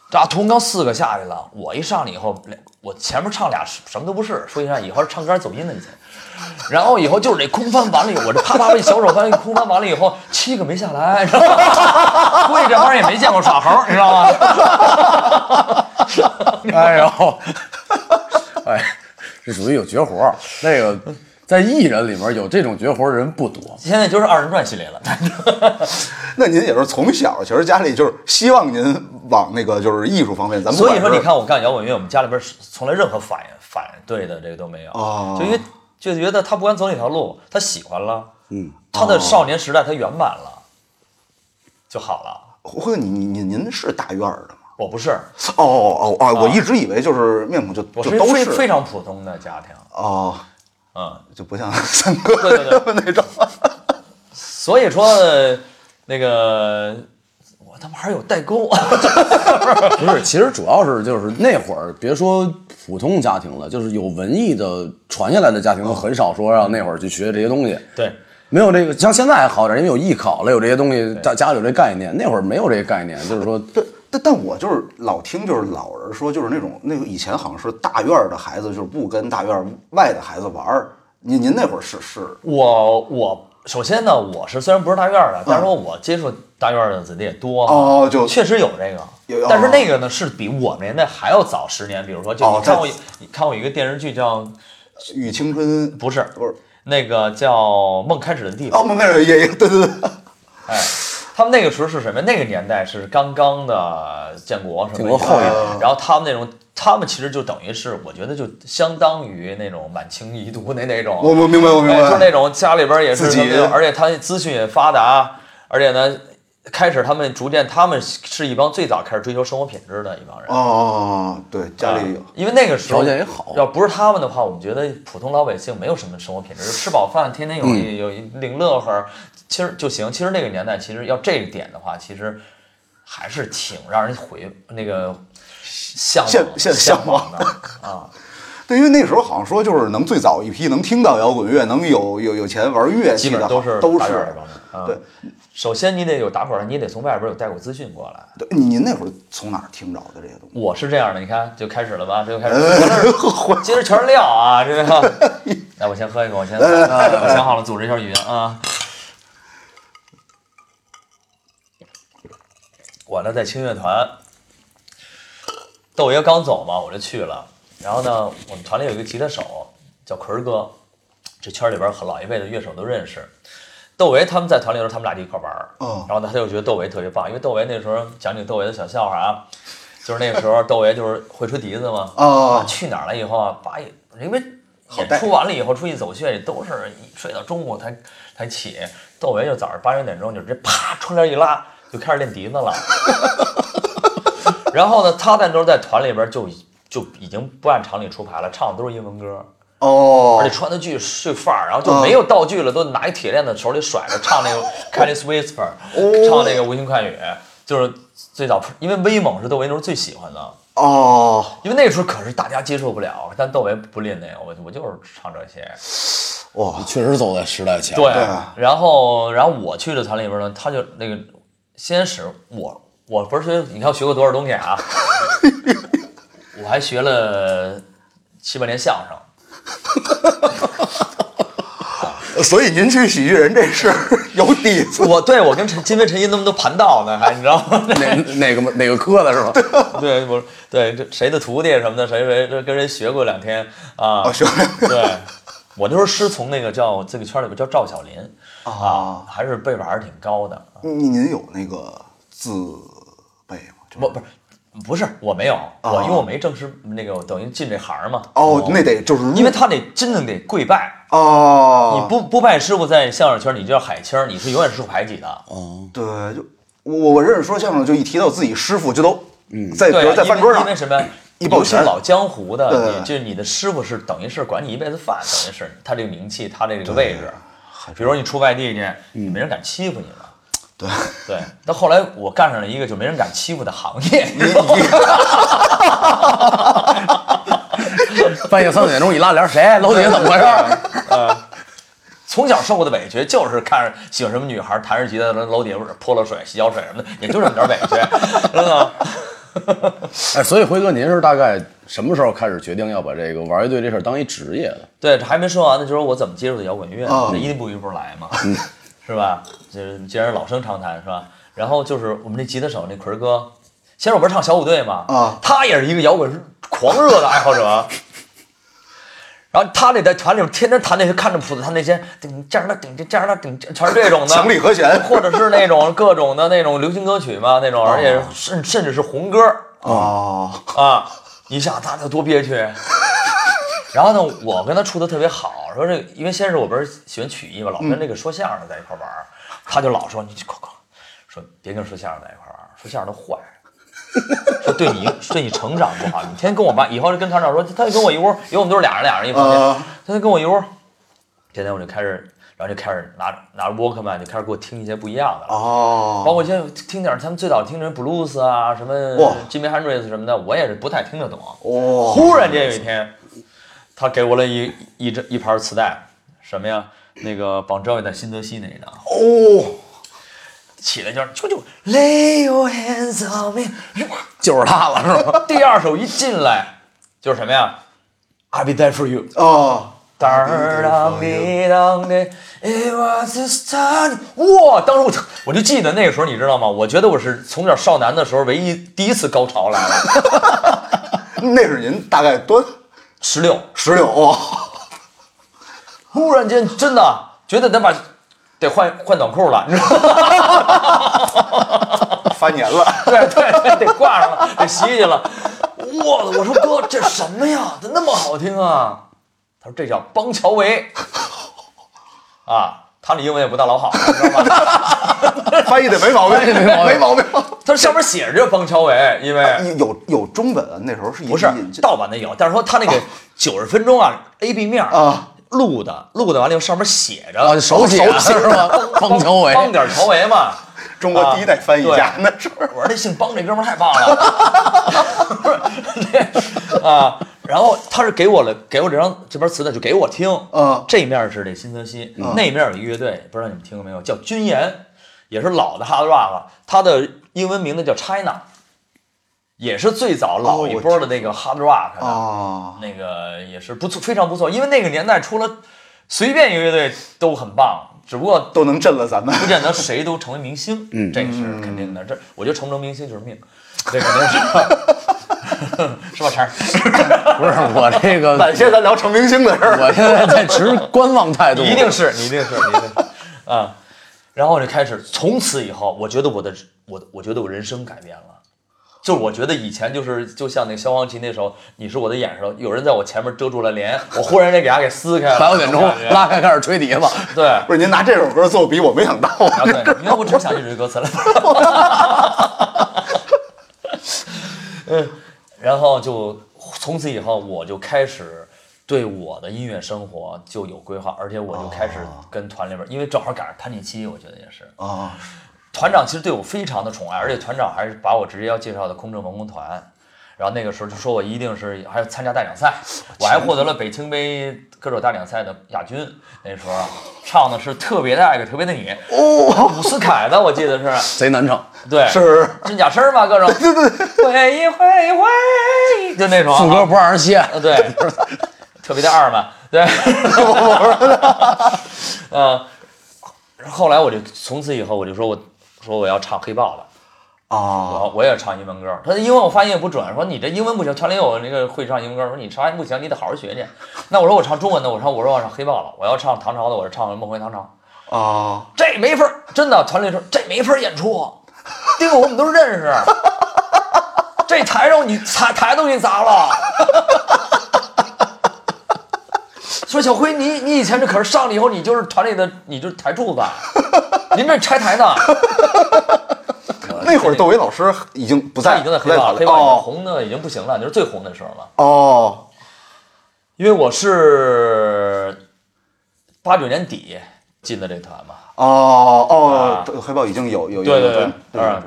Speaker 4: 这屠洪刚啊四个下去了，我一上去以后，两我前面唱俩什什么都不是，说一下以后是唱歌走音的以前，然后以后就是这空翻完了以后，我这啪啪这小手翻空翻完了以后，七个没下来，你知道吗？ (laughs) 估计这帮人也没见过耍猴，你知道吗？
Speaker 2: 哎呦， (laughs) 哎，这属于有绝活儿。那个在艺人里面有这种绝活儿的人不多，
Speaker 4: 现在就是二人转系列了，
Speaker 3: 那您也是从小其实家里就是希望您往那个就是艺术方面，咱们
Speaker 4: 所以说你看我干摇滚乐，我们家里边是从来任何反反对的这个都没有，
Speaker 3: 哦
Speaker 4: 就因为就觉得他不管走哪条路，他喜欢了，嗯，他
Speaker 3: 哦
Speaker 4: 的少年时代他圆满了，就好了。
Speaker 3: 或者你你你您是大院儿的吗？
Speaker 4: 我不是，
Speaker 3: 哦哦哦，我一直以为就是面孔就
Speaker 4: 啊我
Speaker 3: 就是都
Speaker 4: 非
Speaker 3: 是
Speaker 4: 非常普通的家庭，
Speaker 3: 哦，
Speaker 4: 嗯，
Speaker 3: 就不像三哥
Speaker 4: 对对对 (laughs)
Speaker 3: 他 (laughs) 们那种。
Speaker 4: 所以说呃那个我他妈还是有代沟， (laughs)
Speaker 2: 不是，其实主要是就是那会儿，别说普通家庭了，就是有文艺的传下来的家庭，都很少说让那会儿去学这些东西。
Speaker 4: 对，
Speaker 2: 没有这个，像现在还好点，因为有艺考了，有这些东西，家家里有这概念。那会儿没有这个概念，就是说，
Speaker 3: 但但但我就是老听就是老人说，就是那种那个以前好像是大院儿的孩子就是不跟大院儿外的孩子玩儿。您您那会儿是是
Speaker 4: 我我首先呢，我是虽然不是大院儿的，但是说我接触大院儿的子弟也多哈
Speaker 3: 嗯哦就
Speaker 4: 确实有这个
Speaker 3: 有。
Speaker 4: 但是那个呢，是比我们年代还要早十年。比如说，就
Speaker 3: 哦
Speaker 4: 你看
Speaker 3: 在
Speaker 4: 过一、你看过一个电视剧叫
Speaker 3: 《与青春》
Speaker 4: 不是
Speaker 3: 不是哦
Speaker 4: 那个叫《梦开始的地方
Speaker 3: 澳》门那儿也也对对对，
Speaker 4: 哎，他们那个时候是什么？那个年代是刚刚的建国什么的，
Speaker 2: 建国后一点
Speaker 3: 哦
Speaker 4: 然后他们那种，他们其实就等于是，我觉得就相当于那种满清遗毒那那种。
Speaker 3: 我我明白我明
Speaker 4: 哎，就是那
Speaker 3: 白。
Speaker 4: 种家里边也是
Speaker 3: 自己
Speaker 4: 他们就而且他资讯也发达，而且呢，开始他们逐渐，他们是一帮最早开始追求生活品质的一帮人。
Speaker 3: 哦哦，对，家里有
Speaker 4: 啊。因为那个时候
Speaker 2: 条件也好
Speaker 4: 要不是他们的话，我们觉得普通老百姓没有什么生活品质，就吃饱饭，天
Speaker 3: 嗯
Speaker 4: 天有一有一领乐呵，其实就行。其实那个年代，其实要这一点的话，其实还是挺让人回那个向往
Speaker 3: 向向
Speaker 4: 向的啊。
Speaker 3: 对，因为那时候好像说就是能最早一批能听到摇滚乐，能有有有钱玩乐器
Speaker 4: 基本
Speaker 3: 的，
Speaker 4: 上都是
Speaker 3: 都
Speaker 4: 打
Speaker 3: 是
Speaker 4: 小这帮人。啊
Speaker 3: 对，
Speaker 4: 首先你得有打火，你得从外边有带过资讯过来。
Speaker 3: 对您那会儿从哪儿听着的这些东西？
Speaker 4: 我是这样的，你看就开始了吧，这就开始。我这今儿全是料啊，这个。 (laughs) 来，我先喝一口，我先我想好了组织一下语言啊。我呢在轻乐团，豆爷刚走嘛，我就去了。然后呢，我们团里有一个吉他手叫奎儿哥，这圈里边很老一辈的乐手都认识。窦唯他们在团里的时候，他们俩就一块玩儿。
Speaker 3: 哦
Speaker 4: 然后呢，他就觉得窦唯特别棒，因为窦唯那时候讲起窦唯的小笑话啊，就是那个时候窦唯就是会吹笛子嘛。
Speaker 3: 哦
Speaker 4: 去哪儿了以后啊，把一因为
Speaker 3: 带
Speaker 4: 演出完了以后出去走穴也都是一睡到中午才才起，窦唯就早上八九点钟就直接啪窗帘一拉就开始练笛子
Speaker 3: (laughs)
Speaker 4: 了。然后呢，他那时候在团里边就已就已经不按常理出牌了，唱的都是英文歌，
Speaker 3: 哦
Speaker 4: 而且穿的巨是范儿，然后就没有道具了，都拿一铁链子手里甩着
Speaker 3: (laughs)
Speaker 4: 唱那个 Chinese Whisper，、唱
Speaker 3: 哦
Speaker 4: 那个无心快语，就是最早因为威猛是窦唯那时候最喜欢的，
Speaker 3: 哦
Speaker 4: 因为那个时候可是大家接受不了，但窦唯不吝那个，我我就是唱这些，
Speaker 3: 哦哇，
Speaker 2: 确实走在时代前。
Speaker 4: 对，
Speaker 3: 啊
Speaker 4: 然后然后我去的团里边呢，他就那个先是我我不是学你看我学过多少东西啊， (laughs) 我还学了七八年相声。
Speaker 3: 所以您去喜剧人这事儿有底子。
Speaker 4: 我对我跟陈金飞、陈鑫他们都盘道呢，还你知道吗？ (laughs)
Speaker 2: 哪哪个哪个科的是吧？
Speaker 4: 对，我对这谁的徒弟什么的，谁谁这跟谁学过两天啊？
Speaker 3: 哦，行，
Speaker 4: 对，我那时候师从那个叫这个圈里边叫赵小林
Speaker 3: 啊
Speaker 4: (laughs) 啊，还是辈分还是挺高的。
Speaker 3: 您您有那个自卑吗？就是
Speaker 4: 我不是不是我没有，我因为我没正式那个等于进这行嘛，
Speaker 3: 哦，那得就是
Speaker 4: 因为他得真正得跪拜，
Speaker 3: 哦
Speaker 4: 你，不不拜师傅在相声圈你就叫海清儿，你是永远是受排挤的。
Speaker 3: 对，就我我我认识说相声，就一提到自己师傅就都嗯，在比如在
Speaker 4: 啊因为
Speaker 3: 饭桌上
Speaker 4: 因为什么呀？
Speaker 3: 一抱
Speaker 4: 尤其
Speaker 3: 拳
Speaker 4: 老江湖的，
Speaker 3: 对
Speaker 4: 你就是你的师傅是等于是管你一辈子饭，等于是他这个名气，他这个位置。比如说你出外地去，你
Speaker 3: 嗯
Speaker 4: 没人敢欺负你了。
Speaker 3: 对，
Speaker 4: 对，到后来我干上了一个就没人敢欺负的行业，你知道吗
Speaker 2: 半夜三四点钟一拉帘，谁楼底下怎么回事？
Speaker 4: 从小受过的委屈就是看着喜欢什么女孩，弹着吉他，楼底下泼了水、洗脚水什么的，也就这么点委屈，真的。 (laughs)
Speaker 2: 哎，所以辉哥，您是大概什么时候开始决定要把这个玩乐队这事儿当一职业的？
Speaker 4: 对，这还没说完呢，就是我怎么接触的摇滚乐，
Speaker 3: 哦
Speaker 4: 这一步一步来嘛，
Speaker 3: 嗯
Speaker 4: (laughs) 是吧？就是既然老生常谈，是吧？然后就是我们那吉他手那奎儿哥，先我不是唱小虎队嘛，
Speaker 3: 啊
Speaker 4: 他也是一个摇滚狂热的爱好者。然后他那在团里边天天弹那些看着谱子弹那些顶这样的顶这样的顶，全是这种的
Speaker 3: 强力和弦
Speaker 4: 或者是那种各种的那种流行歌曲嘛，那种而且甚甚至是红歌，
Speaker 3: 哦，
Speaker 4: 啊，你想他得多憋屈。啊然后呢，我跟他处的特别好，说这个因为先是我不是喜欢曲艺嘛，老跟这个说相声的在一块玩儿，他就老说你快快，说别跟说相声在一块玩儿，说相声都坏，说对你对你成长不好。你天天跟我妈，以后就跟团长说，他就跟我一屋，因为我们都是俩人俩人一房间，
Speaker 3: 啊
Speaker 4: 他就跟我一屋。天天我就开始，然后就开始拿拿着 Walkman 就开始给我听一些不一样的了。包
Speaker 3: 哦，
Speaker 4: 括现在听点儿他们最早听的 blues 啊，什么
Speaker 3: 哇
Speaker 4: Jimmy Hendrix 什么的，我也是不太听得懂。
Speaker 3: 哦，
Speaker 4: 忽然间有一天，他给我了一一张一盘磁带，什么呀？那个绑 j o 在新泽西那一张，
Speaker 3: 哦，
Speaker 4: 起来就是就就 Lay your hands on me， (laughs)
Speaker 2: 就是他了，是吧？
Speaker 4: 第二首一进来就是什么呀？I'll be there for you。
Speaker 3: 哦，
Speaker 4: 当当滴当滴，It was this time。哇！当时我就我就记得那个时候，你知道吗？我觉得我是从小少男的时候唯一第一次高潮来了，
Speaker 3: 那是您大概多
Speaker 4: 十六，
Speaker 3: 十六哦，
Speaker 4: 忽然间真的觉得得把得换换短裤了，你知道吗？ (laughs)
Speaker 3: 翻年了，
Speaker 4: 对对对，得挂上了，得洗洗了。哇！我说哥，这什么呀？怎么那么好听啊？他说这叫邦乔维啊，他的英文也不大老好，你知道吧？
Speaker 3: 翻译的没毛病，没毛病。
Speaker 4: (laughs) 他说上面写着邦乔维，因为。
Speaker 3: 有有中文，那时候是
Speaker 4: 不是
Speaker 3: 啊引进
Speaker 4: 盗版的有，但是说他那个九十分钟啊，A B 面儿
Speaker 3: 啊
Speaker 4: 录的，录的完了以后上面写着
Speaker 2: 啊，手写的是吧？邦乔维，
Speaker 4: 帮点儿乔维嘛。
Speaker 3: 中国第一代翻译家
Speaker 4: 啊，
Speaker 3: 那时候
Speaker 4: 我说这姓邦这哥们儿太棒了， (laughs) 不是这啊。然后他是给我了，给我这张这边磁带就给我听，
Speaker 3: 嗯
Speaker 4: 这面是这新泽西，那面有一乐队，不知道你们听过没有，叫军岩，也是老的 hard rock，了它的英文名字叫 China，也是最早老一波的那个 hard rock 的，
Speaker 3: 啊，
Speaker 4: 那个也是不错，非常不错，因为那个年代除了随便一个乐队都很棒，只不过
Speaker 3: 都能震了咱们。
Speaker 4: 不见得谁都成为明星，嗯，这是肯定的。这我觉得成不成明星就是命，这肯定是，是 (laughs) 吧？陈儿，
Speaker 2: 不是我这
Speaker 4: 呃 (laughs)
Speaker 2: 个，
Speaker 3: 感谢咱聊成明星的事儿。
Speaker 2: 我现在在持观望态度，
Speaker 4: 你一定是，你一定是，你一定是啊。然后我就开始，从此以后，我觉得我的我我觉得我人生改变了。就是我觉得以前就是就像那萧煌奇那首《你是我的眼》时候，有人在我前面遮住了帘，我忽然间给他给撕开了。
Speaker 2: 八九点钟
Speaker 4: 那种
Speaker 2: (laughs)
Speaker 4: 感觉
Speaker 2: 拉开开始吹笛子，
Speaker 4: 对，
Speaker 3: 不是您拿这首歌做比，我没想到啊
Speaker 4: 啊，对，因为我只想起这句歌词来。 (laughs) 嗯，然后就从此以后，我就开始对我的音乐生活就有规划，而且我就开始跟团里边，因为正好赶上叛逆期，我觉得也是。 (laughs)
Speaker 3: 啊
Speaker 4: 团长其实对我非常的宠爱，而且团长还是把我直接要介绍的空政文工团。然后那个时候就说我一定是还要参加大奖赛，我还获得了北京杯歌手大奖赛的亚军。那时候啊唱的是特别的爱，特别的你，哦，伍思凯的我记得是，
Speaker 2: 贼难唱，
Speaker 4: 对，
Speaker 3: 是
Speaker 4: 真假声儿嘛，各种， (laughs) 对对对，回忆回忆回忆，就那种啊
Speaker 2: 副歌不让人歇，
Speaker 4: 啊，对，特别的二嘛，对， (laughs) 嗯，后来我就从此以后我就说我说我要唱黑豹了，
Speaker 3: 啊，
Speaker 4: 我我也唱英文歌，他的英文我发音也不准，说你这英文不行，团里有那个会唱英文歌，说你唱不行，你得好好学去。那我说我唱中文的，我唱我说我唱黑豹了，我要唱唐朝的，我是唱梦回唐朝，
Speaker 3: 啊，
Speaker 4: 这没法儿，真的，团里说这没法儿演出，丁我们都认识， (laughs) 这台上你台台都给你砸了。说小辉，你你以前这可是上来以后，你就是团里的，你就是台柱子，您这拆台呢？
Speaker 3: 那会儿窦唯老师已经不
Speaker 4: 他
Speaker 3: 在，
Speaker 4: 已经在
Speaker 3: 不
Speaker 4: 黑豹，
Speaker 3: 团里
Speaker 4: 黑豹已经
Speaker 3: 哦
Speaker 4: 红的已经不行了，就是最红的时候了。
Speaker 3: 哦，
Speaker 4: 因为我是八九年底进的这团嘛，
Speaker 3: 哦哦，对黑豹已经有有
Speaker 4: 啊对对
Speaker 3: 有
Speaker 4: 对
Speaker 3: 有，
Speaker 4: 当然，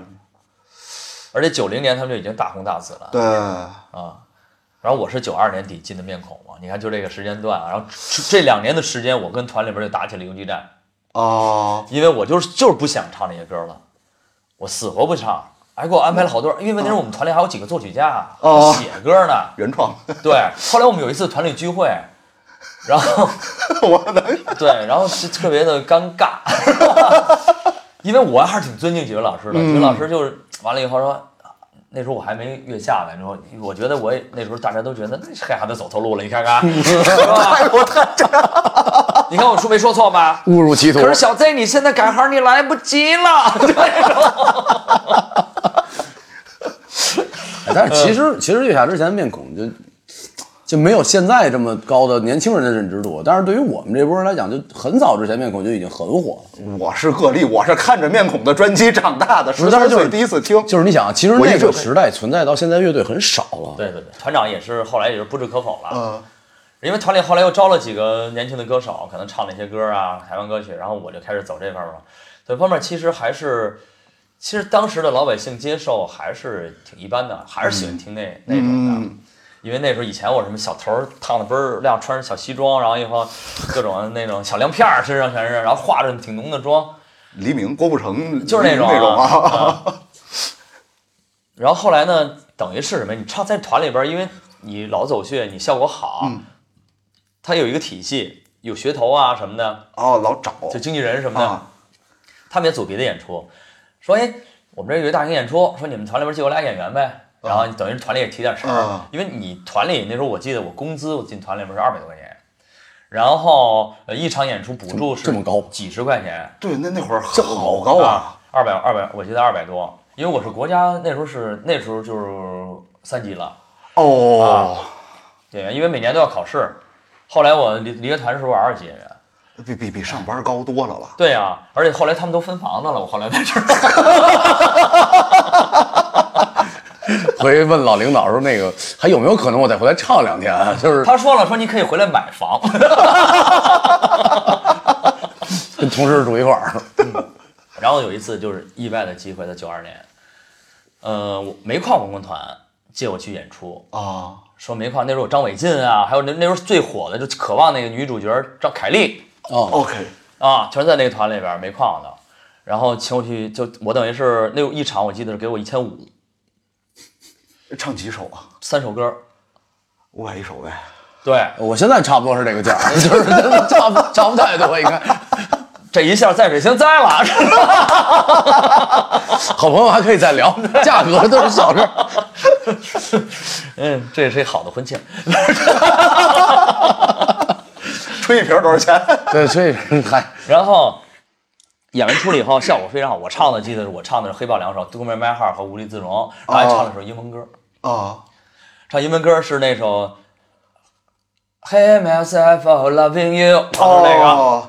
Speaker 4: 而且九零年他们就已经大红大紫了。
Speaker 3: 对，
Speaker 4: 啊。然后我是九二年底进的面孔嘛，你看就这个时间段啊，然后这这两年的时间，我跟团里边就打起了游击战，
Speaker 3: 哦
Speaker 4: 因为我就是就是不想唱这些歌了，我死活不唱。还给我安排了好多人，因为问题是我们团里还有几个作曲家，啊
Speaker 3: 哦
Speaker 4: 写歌呢。
Speaker 3: 原创， (laughs)
Speaker 4: (laughs) 对，后来我们有一次团里聚会，然后
Speaker 3: (laughs) 我能
Speaker 4: 对，然后是特别的尴尬， (laughs) 因为我还是挺尊敬几位老师的，几位
Speaker 3: 嗯
Speaker 4: 老师就是完了以后说。那时候我还没月下来，你说，我觉得我也那时候大家都觉得那这孩子走错路了，你看看，
Speaker 3: (laughs)
Speaker 4: 是吧？
Speaker 3: 我太这
Speaker 4: 你看我说没说错吧？
Speaker 2: 误入歧途
Speaker 4: 可。是小 Z 你现在改行你来不及了， (laughs) 对，
Speaker 2: 哎但是其实其实月下之前面孔就就没有现在这么高的年轻人的认知度，但是对于我们这波人来讲，就很早之前面孔就已经很火了。
Speaker 3: 我是个例，我是看着面孔的专辑长大的，
Speaker 2: 不
Speaker 3: 十
Speaker 2: 是，但
Speaker 3: 三
Speaker 2: 是就是
Speaker 3: 岁第一次听，
Speaker 2: 就是你想，啊其实
Speaker 3: 我一
Speaker 2: 那
Speaker 3: 直
Speaker 2: 个时代存在到现在乐队很少了。
Speaker 4: 对对对，团长也是后来也是不置可否了，
Speaker 3: 嗯，
Speaker 4: 因为团里后来又招了几个年轻的歌手，可能唱那些歌啊，台湾歌曲，然后我就开始走这方面了。这方面其实还是，其实当时的老百姓接受还是挺一般的，还是喜欢听那、那种的。因为那时候以前我什么小头儿烫的倍儿亮，穿着小西装，然后以后各种那种小亮片儿身上全是，然后化着挺浓的妆，
Speaker 3: 黎明、郭富城
Speaker 4: 就是那种
Speaker 3: 那种啊，
Speaker 4: 嗯然后后来呢，等于是什么？你唱在团里边儿，因为你老走穴，你效果好，它有一个体系，有噱头啊什么的。
Speaker 3: (laughs) 哦，老找
Speaker 4: 就经纪人什么的，
Speaker 3: 啊，
Speaker 4: 他们也组别的演出，说哎，我们这有一大型演出，说你们团里边借我俩演员呗，然后等于团里也提点成儿
Speaker 3: 啊，
Speaker 4: 因为你团里那时候我记得我工资我进团里边是二百多块钱，然后呃一场演出补助是
Speaker 2: 这么高
Speaker 4: 几十块钱，
Speaker 3: 对，那那会儿好高啊，，
Speaker 4: 二百二百，我记得二百多，因为我是国家那时候是那时候就是三级了。
Speaker 3: 哦，
Speaker 4: 啊演员，因为每年都要考试。后来我离离开团的时候，我二级演员。
Speaker 3: 比比比上班高多了吧？
Speaker 4: 对呀、而且后来他们都分房子了，我后来才知道。 (laughs)
Speaker 2: (laughs) 回去问老领导说那个还有没有可能我再回来唱两天？啊就是
Speaker 4: 他说了，说你可以回来买房。 (laughs)
Speaker 2: 跟同事住一块儿，
Speaker 4: 然后有一次就是意外的机会，在九二年，呃，我煤矿文工团借我去演出，
Speaker 3: 啊，
Speaker 4: 说煤矿那时候有张伟进啊，还有那那时候最火的就渴望那个女主角张凯丽
Speaker 3: OK，
Speaker 4: 啊，全在那个团里边煤矿的，然后请我去，就我等于是那有一场我记得是给我一千五，
Speaker 3: 唱几首啊？
Speaker 4: 三首歌，
Speaker 3: 五百一首呗。
Speaker 4: 对，
Speaker 2: 我现在差不多是这个价儿，就是差不差不太多，应该。
Speaker 4: 这一下在水星栽了， (laughs)
Speaker 2: 好朋友还可以再聊，价格都是小事儿。
Speaker 4: 嗯，这也是一好的婚庆。
Speaker 3: 吹一瓶多少钱？ (laughs)
Speaker 2: 对，所以还
Speaker 4: 然后演完出了以后，效果非常好。我唱的记得是我唱的是《黑豹两首》《东面麦哈》和《无地自容》，然后还唱了首英文歌。
Speaker 3: 啊，
Speaker 4: 唱英文歌是那首《Hate Myself for Loving You》，就是那个。啊
Speaker 3: 哦，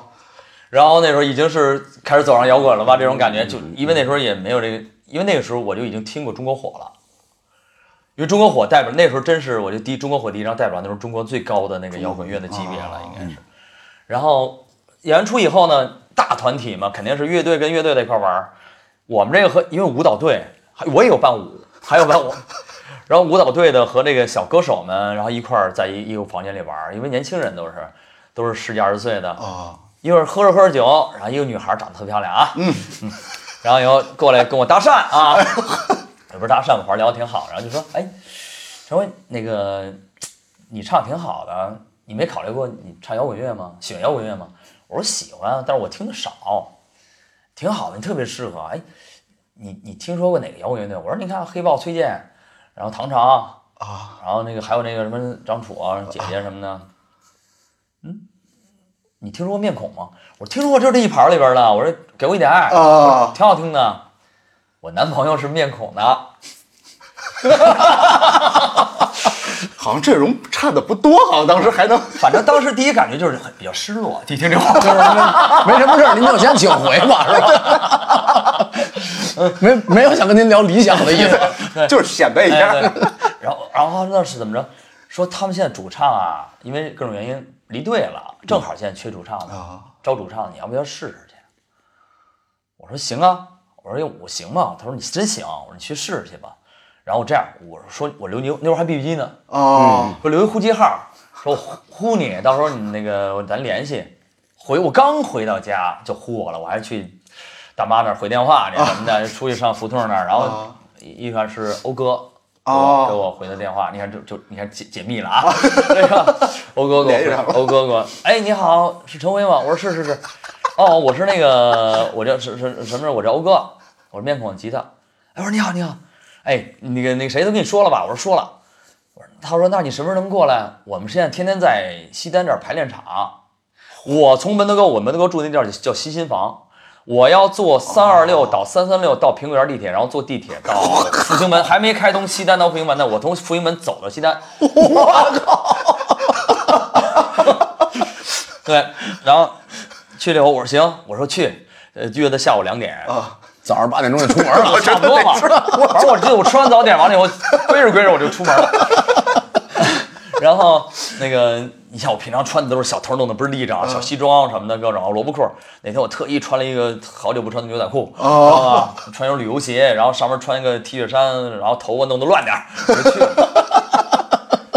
Speaker 4: 然后那时候已经是开始走上摇滚了吧，这种感觉就因为那时候也没有这个，因为那个时候我就已经听过中国火了。因为中国火代表那时候真是，我就第一中国火第一张代表那时候中国最高的那个摇滚乐的级别了，应该是。然后演完出以后呢，大团体嘛，肯定是乐队跟乐队在一块玩儿。我们这个和因为舞蹈队，还我也有伴舞，还有伴舞，然后舞蹈队的和这个小歌手们，然后一块儿在一一个房间里玩儿，因为年轻人都是都是十几二十岁的
Speaker 3: 啊，
Speaker 4: 一会儿喝着喝着酒，然后一个女孩长得特漂亮啊，嗯然后以后过来跟我搭讪啊， (laughs) 也不是搭讪，我玩聊得挺好，然后就说，哎，陈辉，那个你唱挺好的，你没考虑过你唱摇滚乐吗？喜欢摇滚乐吗？我说喜欢，啊但是我听的少，挺好的，你特别适合。哎，你你听说过哪个摇滚乐队？我说你看黑豹、崔健，然后唐朝
Speaker 3: 啊，
Speaker 4: 然后那个还有那个什么张楚啊、姐姐什么的。嗯，你听说过面孔吗？我说听说过，就是这一盘里边的。我说给我一点爱，
Speaker 3: 啊
Speaker 4: 挺好听的。我男朋友是面孔的，
Speaker 3: 好像阵容差的不多，好像当时还能
Speaker 4: 反正当时第一感觉就是很比较失落。一听这哎话，
Speaker 2: 没什么事儿，您有钱请回吧，是吧？没没有想跟您聊理想的意思。
Speaker 3: 就是显摆一
Speaker 4: 哎
Speaker 3: 下。啊
Speaker 4: 对，然后然后那是怎么着？说他们现在主唱啊，因为各种原因离队了，正好现在缺主唱呢
Speaker 3: 啊，
Speaker 4: 招主唱，你要不要试试去？我说行啊，我说哟我行吗？他说你真行，我说你去试试去吧。然后我这样，我说我留你那会儿还 BB 机呢，
Speaker 3: 哦，
Speaker 4: 我留一呼机号，说我呼呼你，到时候你那个咱联系。回我刚回到家就呼我了，我还去大妈那儿回电话去什么的，出去上胡同那儿，然后
Speaker 3: 啊
Speaker 4: 一传十欧哥。
Speaker 3: 哦
Speaker 4: 给我回的电话，你看就就你看解解密了啊，那个 (laughs) 欧哥给我
Speaker 3: 联系上
Speaker 4: 回
Speaker 3: 了
Speaker 4: 欧哥给我，哎你好是陈辉吗？我说是是是，哦我是那个我叫是是什么事？我叫欧哥，我是面孔吉他，哎我说你好你好，哎那个那个谁都跟你说了吧？我说说了，他说：“那你什么时候能过来？我们现在天天在西单这儿排练场。我从门头沟，我门头沟住那地儿叫西新房。我要坐三二六到三三六到苹果园地铁，然后坐地铁到复兴门，还没开通西单到复兴门呢。我从复兴门走到西单。我靠！ (laughs) 对，然后去了以后，我说行，我说去，呃，约的下午两点
Speaker 2: 早上八点钟就出门
Speaker 3: (laughs)
Speaker 2: 了，
Speaker 4: 差不多吧。反正我记得我吃完早点完了以后，归着归着我就出门了。然后那个，你像我平常穿的都是小偷弄的，不是立着啊，小西装什么的各种啊萝卜裤。哪天我特意穿了一个好久不穿的牛仔裤，啊，穿一双旅游鞋，然后上面穿一个 T 恤衫，然后头发弄得乱点儿，我就去了。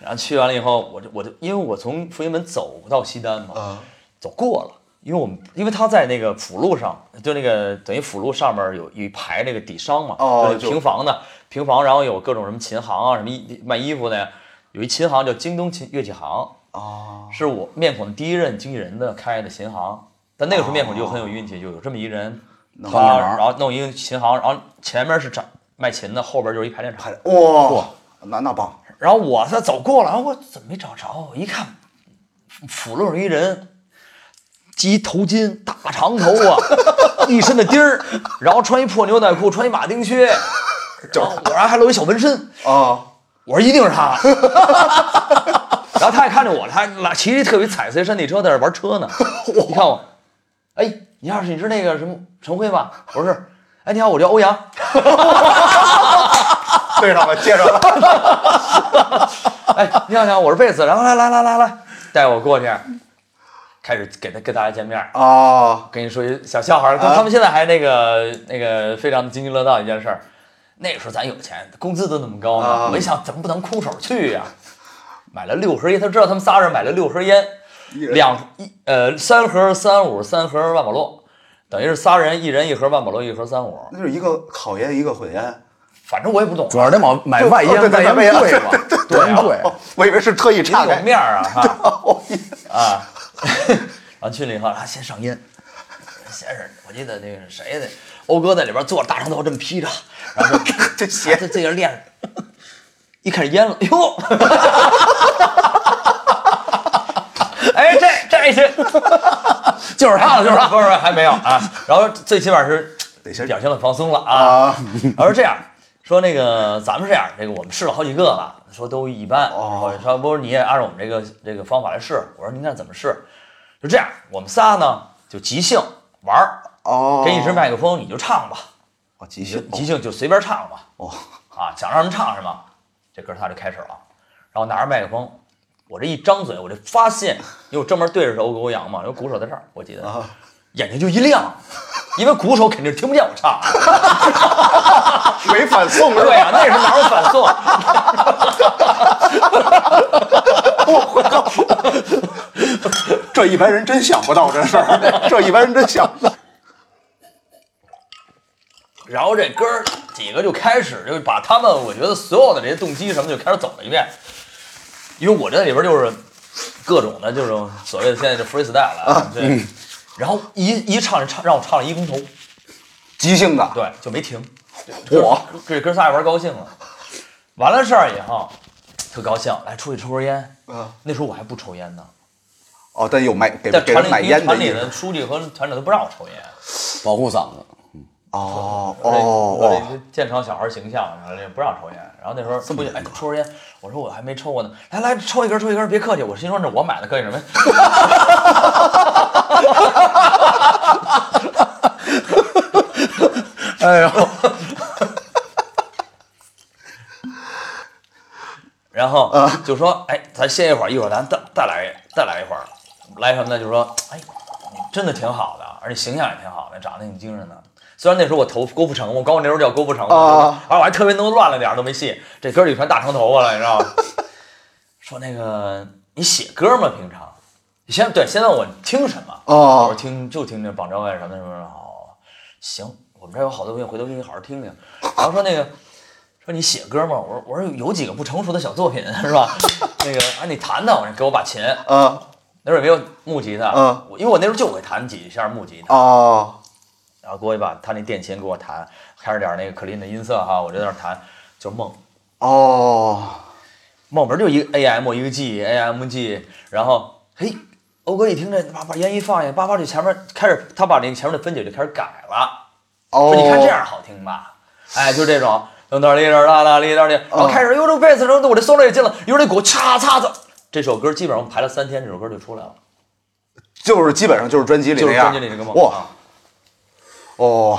Speaker 4: 然后去完了以后，我就我就因为我从复兴门走到西单嘛，
Speaker 3: 啊
Speaker 4: 走过了，因为我们因为他在那个辅路上，就那个等于辅路上面有有一排那个底商嘛，
Speaker 3: 哦
Speaker 4: 就是
Speaker 3: 就
Speaker 4: 平房的平房，然后有各种什么琴行啊，什么衣卖衣服的呀，有一琴行叫京东琴乐器行，
Speaker 3: 哦，
Speaker 4: 是我面孔第一任经纪人的开的琴行，但那个时候面孔就很有运气，就有这么一
Speaker 3: 哦
Speaker 4: 人，
Speaker 2: 帮
Speaker 4: 他
Speaker 2: 个忙
Speaker 4: 然后弄一个琴行，然后前面是展卖琴的，后边就是一排练场
Speaker 3: 还。哇，那那棒，
Speaker 4: 然后我他走过了，然后我怎么没找着？我一看，辅路上一人，系一头巾，大长头啊， (laughs) 一身的钉儿，然后穿一破牛仔裤，穿一马丁靴，然后我然后还露一小纹身，
Speaker 3: 啊，
Speaker 4: 我说一定是他。 (laughs) 然后他也看见我了，他拉骑着特别彩色的山地车在那玩车呢。你看我，哎，你好，你是那个什么陈辉吧？我说是。哎，你好，我叫欧阳。
Speaker 3: 对上了，接上了， (laughs)
Speaker 4: (laughs) 哎，你好，你好，我是贝斯。然后来来来来来，带我过去，开始给他跟大家见面。
Speaker 3: 啊，
Speaker 4: 跟你说一小笑话儿，他们现在还那个那个非常津津乐道一件事儿。那个时候咱有钱，工资都那么高呢
Speaker 3: 啊，
Speaker 4: 我一想怎么不能空手去呀、买了六盒烟，他知道他们仨人买了六盒烟，
Speaker 3: 人
Speaker 4: 两一呃三盒三五，三盒万宝路，等于是仨人一人一盒万宝路，一盒三五，
Speaker 3: 那就是一个烤烟，一个混烟，
Speaker 4: 反正我也不懂啊
Speaker 2: 主，要是得买买外
Speaker 3: 哦对
Speaker 2: 烟，
Speaker 3: 对
Speaker 2: 烟
Speaker 3: 外烟
Speaker 2: 贵嘛，啊外烟贵。
Speaker 3: 哦，我以为是特意
Speaker 4: 也得
Speaker 3: 岔
Speaker 4: 有
Speaker 3: 开，
Speaker 4: 面 (laughs) 儿啊哈啊， (laughs) 然后去了以后，啊先上烟，先是我记得那个谁的欧哥在里边坐着大长头这么披着，然后 (laughs) 就
Speaker 3: 这鞋
Speaker 4: 这这人练着，一开始淹了，哟， (laughs) 哎，这这是
Speaker 2: 就是他了，就是
Speaker 4: (laughs)
Speaker 2: 他。
Speaker 4: 不是不是还没有啊，然后最起码是
Speaker 3: 得先
Speaker 4: 表现了放松了啊，
Speaker 3: 啊，
Speaker 4: (laughs) 然后是这样。说那个，咱们这样，这个我们试了好几个了，说都一般。
Speaker 3: 哦
Speaker 4: 我说不是，你也按照我们这个这个方法来试。我说您看怎么试？就这样，我们仨呢就即兴玩儿，
Speaker 3: 哦，
Speaker 4: 给你支麦克风你就唱吧，
Speaker 3: 哦，即
Speaker 4: 你就
Speaker 3: 兴，
Speaker 4: 即兴就随便唱吧。
Speaker 3: 哦，
Speaker 4: 啊，想让他们唱什么，这歌他就开始了，然后拿着麦克风，我这一张嘴，我就发现，因为我专门对着是欧欧阳嘛，有鼓手在这儿，我记得，
Speaker 3: 啊
Speaker 4: 眼睛就一亮，因为鼓手肯定听不见我唱， (laughs)
Speaker 3: 没反送是
Speaker 4: 对
Speaker 3: 吧？
Speaker 4: 啊，那是哪有反送？
Speaker 3: 这一般人真想不到这事儿，这一般人真想不到。
Speaker 4: 然后这哥儿几个就开始就把他们我觉得所有的这些动机什么就开始走了一遍，因为我这里边就是各种的这种所谓的现在就 freestyle 了，
Speaker 3: 啊
Speaker 4: 对，
Speaker 3: 嗯
Speaker 4: 然后一一唱唱让我唱了一公头，
Speaker 3: 即兴的，
Speaker 4: 对，就没停。
Speaker 3: 嚯，
Speaker 4: 这哥仨也玩高兴了，完了事儿以后，特高兴，来出去抽根烟。
Speaker 3: 啊，
Speaker 4: 那时候我还不抽烟呢，
Speaker 3: 哦，但有买给
Speaker 4: 但
Speaker 3: 给
Speaker 4: 团
Speaker 3: 人买
Speaker 4: 里
Speaker 3: 烟
Speaker 4: 团
Speaker 3: 的
Speaker 4: 里
Speaker 3: 意思
Speaker 4: 的书记和团长都不让我抽烟。
Speaker 2: 保护嗓子，
Speaker 3: 哦
Speaker 4: 我这
Speaker 3: 哦
Speaker 4: 我这健康小孩形象，然后这不让抽烟。然后那时候不行，哎，抽根烟。我说我还没抽过呢，来来，抽一根，抽一根，别客气。我心说这我买的，客气什么呀？
Speaker 2: 哎呦，
Speaker 4: 然后
Speaker 3: 啊
Speaker 4: 就说，哎，咱歇一会儿，一会儿咱再再来再来一会儿，来什么呢？就说，哎，你真的挺好的，而且形象也挺好的，长得挺精神的。虽然那时候我头郭富城，我高中那时候叫郭富城，
Speaker 3: 啊
Speaker 4: 而我还特别弄乱了点儿都没戏。这哥里穿大长头发了，你知道吗？说那个你写歌吗？平常？你先对，先问我听什么？
Speaker 3: 哦
Speaker 4: 我说听就听那榜朝外什么什么什么。哦，行，我们这儿有好多东西，回头给你好好听听。然后说那个，说你写歌吗？我说我说有几个不成熟的小作品是吧？ (laughs) 那个啊，你弹弹，我说给我把琴。
Speaker 3: 啊
Speaker 4: 那时候也没有木吉他，
Speaker 3: 嗯
Speaker 4: 我因为我那时候就会弹几下木吉他，
Speaker 3: 啊
Speaker 4: 然后给我一把他那电琴给我弹，开着点那个可林的音色哈，我就在那儿弹，就梦
Speaker 3: 哦，
Speaker 4: 梦不是就一个 AM 一个 G，AM G，然后嘿，欧哥一听这，把把烟一放下，叭叭就前面开始，他把那个前面的分解就开始改了，
Speaker 3: 哦
Speaker 4: 说你看这样好听吧，哎，就这种。噔噔哩噔啦啦哩噔哩，然
Speaker 3: 哦
Speaker 4: 后开始，哟这贝斯，这我这 solo 也进了，哟这鼓嚓嚓嚓，这首歌基本上排了三天，这首歌就出来了，
Speaker 3: 就是基本上就是专辑里
Speaker 4: 就
Speaker 3: 那
Speaker 4: 是
Speaker 3: 样。
Speaker 4: 专辑里这个梦。
Speaker 3: 哇
Speaker 4: 啊
Speaker 3: 哦，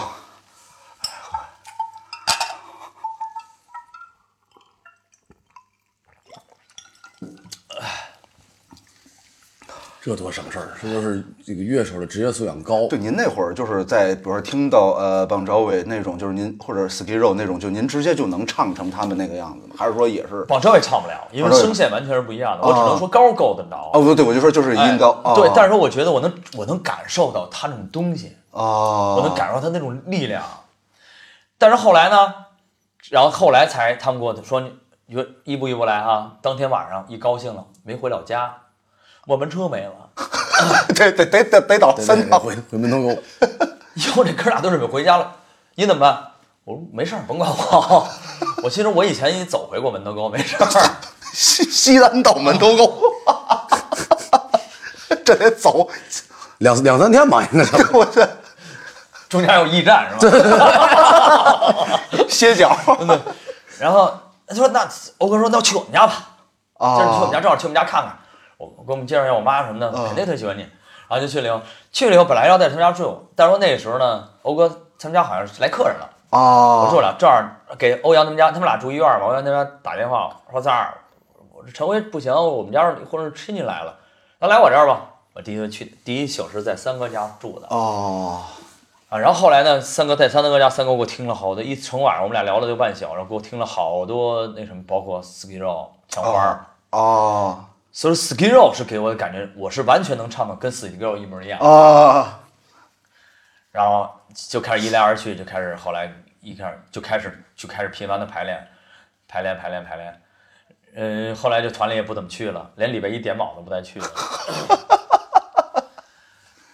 Speaker 2: 这多省事儿，这就是这个乐手的职业素养高。
Speaker 3: 对，您那会儿就是在，比如说听到呃邦乔维那种，就是您或者 Skid Row 那种，就您直接就能唱成他们那个样子吗？还是说也是？
Speaker 4: 广州也唱不了，因为
Speaker 3: 广州也
Speaker 4: 声线完全是不一样的。我只能说高够得着，
Speaker 3: 哦，不对，我就说就是
Speaker 4: 哎
Speaker 3: 音高。啊
Speaker 4: 对，但是说我觉得我能，我能感受到他那种东西，
Speaker 3: 哦，
Speaker 4: 我能感受到他那种力量。但是后来呢，然后后来才他们跟我说，你一一步一步来啊。当天晚上一高兴了，没回老家，我们车没了， (laughs)
Speaker 3: 得得得得
Speaker 2: (laughs)
Speaker 3: 得倒
Speaker 2: 对
Speaker 3: 三
Speaker 2: 对
Speaker 3: 趟。
Speaker 2: 回回门头沟，
Speaker 4: 以后这哥俩都准备回家了，你怎么办？我说没事儿，甭管我。 (laughs) 我心说，我以前也走回过门头沟，没事儿。
Speaker 3: 西西单到门头沟，这得走。
Speaker 2: 两两三天吧，应该差不多。
Speaker 3: 我这
Speaker 4: 中间有驿站是吧？
Speaker 3: 歇脚
Speaker 4: 然后他说：“那欧哥说，那我去我们家吧。”今儿去我们
Speaker 3: 啊
Speaker 4: 家，正好去我们家看看。我我给我们介绍一下我妈什么的，肯定特喜欢你。然后就去了以后，去了以后本来要在他们家住，但是说那时候呢，欧哥他们家好像是来客人了，我
Speaker 3: 啊
Speaker 4: 住了，正好给欧阳他们家，他们俩住一院嘛，欧阳他们家打电话说三儿，我这陈辉不行，我们家或者亲戚来了，那来我这儿吧。我第一个去，第一宿是在三哥家住的
Speaker 3: 哦
Speaker 4: 啊。然后后来呢，三哥在三哥家，三哥给我听了好多，一整晚上我们俩聊了就半宿，然后给我听了好多那什么，包括 Ski Row 墙花儿。
Speaker 3: 哦
Speaker 4: 所以 Skid Row 是给我的感觉，我是完全能唱的跟 Skid Row 一模一样。
Speaker 3: 啊
Speaker 4: 然后就开始一来二去，就开始后来一开始就开始就开始频繁的排练，排练排练排练。嗯，后来就团里也不怎么去了，连礼拜一点卯都不带去了。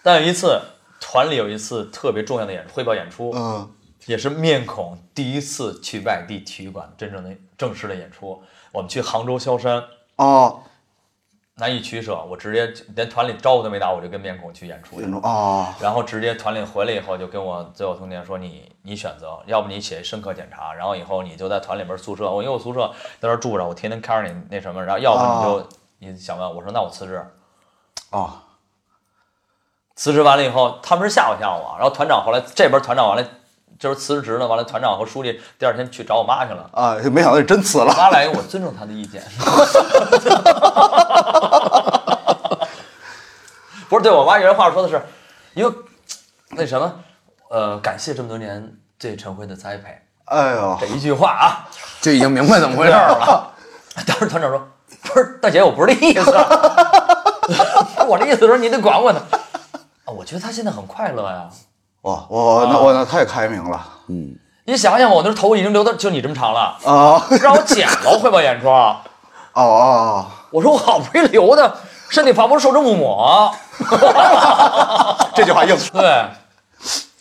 Speaker 4: 但有一次，团里有一次特别重要的演汇报演出，
Speaker 3: 嗯
Speaker 4: 也是面孔第一次去外地体育馆真正的正式的演出。我们去杭州萧山，
Speaker 3: 哦，
Speaker 4: 难以取舍，我直接连团里招呼都没打，我就跟面孔去演出去
Speaker 3: 那，种哦
Speaker 4: 然后直接团里回来以后就跟我最后通牒说你你选择，要不你写深刻检查，然后以后你就在团里边宿舍，我因为我宿舍在那儿住着，我天天看着你那什么，然后要不你就、你想问，我说那我辞职，
Speaker 3: 哦
Speaker 4: 辞职完了以后他们是吓唬吓唬我，然后团长后来这边团长完了就是辞职了，完了团长和书记第二天去找我妈去了，
Speaker 3: 啊，没想到你真辞了。
Speaker 4: 妈来我尊重他的意见， (laughs) 不是对我妈原话说的是，因为那什么，呃，感谢这么多年对陈辉的栽培，
Speaker 3: 哎呦
Speaker 4: 这一句话啊，
Speaker 2: 就已经 (laughs) 明白怎么回事儿了。
Speaker 4: 当时团长说：“不是大姐，我不是这意思啊，我的意思是说你得管管他。”啊，我觉得他现在很快乐呀。
Speaker 3: 哇我哦那我那太开明了
Speaker 4: 你想想吧，我那头发已经留到就你这么长了，
Speaker 3: 啊
Speaker 4: 让我剪了汇报演出。啊
Speaker 3: 哦哦，
Speaker 4: 我说我好不容易留的，身体发肤受之父母。
Speaker 3: 这句话硬
Speaker 4: 对，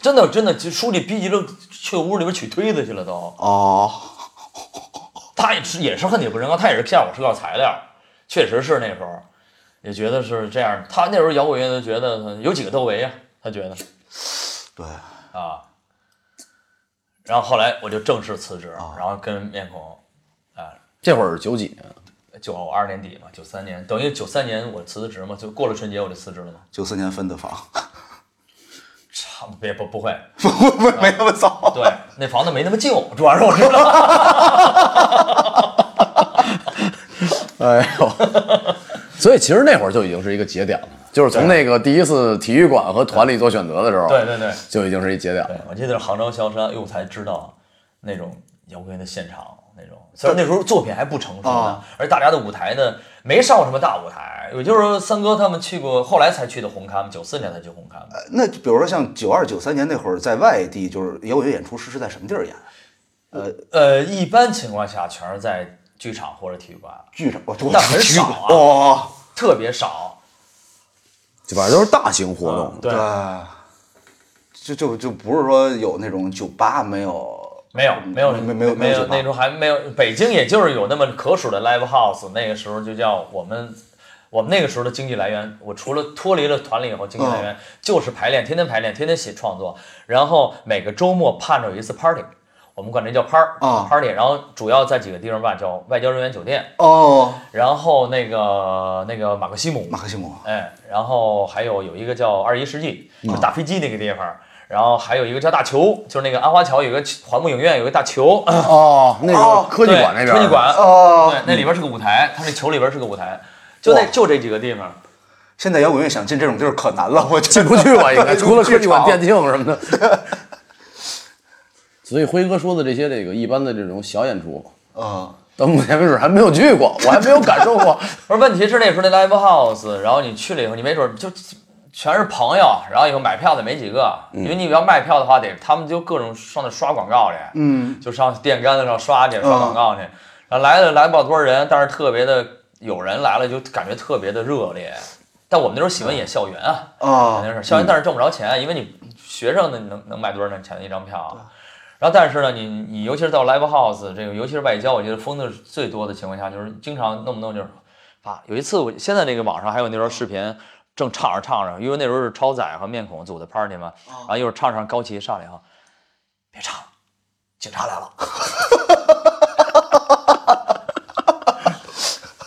Speaker 4: 真的真的，就书记逼急了，去屋里边取推子去了都。
Speaker 3: 哦
Speaker 4: 他也是也是恨铁不成钢，啊他也是骗我是要材料，确实是那时候也觉得是这样。他那时候摇滚乐就觉得有几个窦唯啊，他觉得
Speaker 3: 对
Speaker 4: 啊。然后后来我就正式辞职，然后跟面孔
Speaker 2: (laughs) 这会儿是九几年，
Speaker 4: 九二年底嘛，九三年，等于九三年我辞的职嘛，就过了春节我就辞职了嘛。
Speaker 3: 九四年分的房，
Speaker 4: 差不别不不会，
Speaker 3: 不不没那么早。
Speaker 4: 对，那房子没那么旧，主要是我知道。
Speaker 2: 哎呦，所以其实那会儿就已经是一个节点了，就是从那个第一次体育馆和团里做选择的时候，
Speaker 4: (laughs) 对对对
Speaker 2: (laughs) 就已经是一节点
Speaker 4: 对
Speaker 2: 了。，
Speaker 4: 我记得是杭州萧山，哎呦，我才知道那种摇滚乐的现场那种。虽然那时候作品还不成熟呢
Speaker 3: 啊，
Speaker 4: 而大家的舞台呢没上过什么大舞台，也就是说三哥他们去过，后来才去的红磡，九四年才去红磡。
Speaker 3: 那比如说像九二九三年那会儿，在外地就是摇滚乐演出是是在什么地儿演？
Speaker 4: 呃，一般情况下全是在剧场或者体育馆，
Speaker 3: 剧场，我都
Speaker 4: 那很少啊
Speaker 3: 哇、哦，
Speaker 4: 特别少。
Speaker 2: 就反正都是大型活动。
Speaker 4: 对，
Speaker 3: 就就就不是说有那种酒吧没有，嗯
Speaker 4: 没有没有
Speaker 3: 没没有
Speaker 4: 没
Speaker 3: 没有酒
Speaker 4: 有
Speaker 3: 吧
Speaker 4: 那时候还没有，北京也就是有那么可数的 live house，那个时候就叫我们。我们那个时候的经济来源，我除了脱离了团里以后，经济来
Speaker 3: 嗯
Speaker 4: 源就是排练，天天排练，天天写创作，然后每个周末盼着有一次 party，我们管这叫 par
Speaker 3: 啊
Speaker 4: party，然后主要在几个地方办，叫外交人员酒店，
Speaker 3: 哦，
Speaker 4: 然后那个那个马克西姆，
Speaker 3: 马克西姆
Speaker 4: 哎，然后还有有一个叫二十一世纪，
Speaker 2: 嗯
Speaker 4: 就是打飞机那个地方，然后还有一个叫大球，就是那个安华桥有个环幕影院有个大球，
Speaker 2: 哦，那
Speaker 3: 哦
Speaker 2: 个科技馆那边儿，嗯
Speaker 4: 科技馆，
Speaker 3: 哦
Speaker 4: 对，那里边是个舞台，它那球里边是个舞台，就那
Speaker 3: 哇
Speaker 4: 就这几个地方，
Speaker 3: 现在摇滚乐想进这种地儿可难了，我
Speaker 2: 进
Speaker 3: (laughs) 进
Speaker 2: 不去吧？应该除 (laughs) 了科技 (laughs) 馆、电
Speaker 3: 店。
Speaker 2: 竞什么的。 (laughs) 所以辉哥说的这些这个一般的这种小演出，
Speaker 3: 啊、
Speaker 2: 到目前为止还没有去过，我还没有感受过。
Speaker 4: 不是问题是那时候那 live house，然后你去了以后，你没准儿就全是朋友，然后以后买票的没几个，因为你要卖票的话，得他们就各种上那刷广告去，嗯，就上电杆子上刷去，刷广告去，然后来了来不了多少人，但是特别的有人来了，就感觉特别的热烈。但我们那时候喜欢演校园啊，肯
Speaker 3: 啊，
Speaker 4: 定是校园，但是挣不着钱，因为你学生呢，你能能卖多少钱一张票啊？然后但是呢，你你尤其是到 live house 这个，尤其是外交，我觉得疯的最多的情况下，就是经常弄不弄就是，啊，有一次我现在那个网上还有那段视频，正唱着唱着，因为那时候是超载和面孔组的 party 嘛，然后一会儿唱着唱高旗上来以后，别唱，警察来了。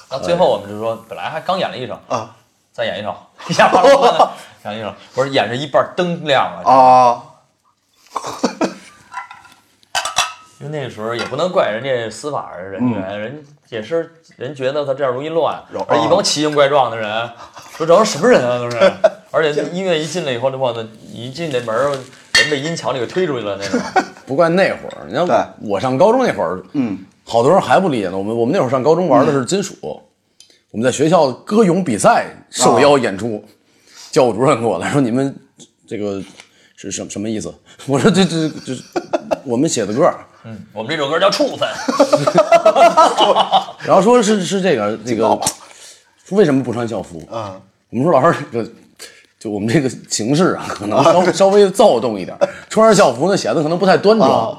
Speaker 4: 然后最后我们就说，本来还刚演了一首
Speaker 3: 啊，
Speaker 4: 再演一首，一下把我 (laughs) 呢，演一首，不是演着一半灯亮了，
Speaker 3: 啊，
Speaker 4: 因为那时候也不能怪人家司法人员，人也是人觉得他这样容易乱
Speaker 3: 容，
Speaker 4: 而一帮奇形怪状的人，说这都是什么人啊都 (laughs) 是，而且音乐一进来以后，这帮子一进那门儿，人被音墙里给推出去了那种，
Speaker 2: 不怪那会儿，你
Speaker 3: 对
Speaker 2: 看我上高中那会儿，嗯，好多人还不理解呢。我们我们那会儿上高中玩的是金属，我们在学校歌咏比赛受邀演出，教务主任给我来说你们这个是什什么意思？ (laughs) 我说这这这这我们写的歌儿，
Speaker 4: 嗯，我们这首歌叫《处分》，
Speaker 2: 然后说是是这个这个，说为什么不穿校服？啊，我们说老师这个，就我们这个形式啊，可能稍稍微躁动一点，穿上校服呢显得可能不太端庄。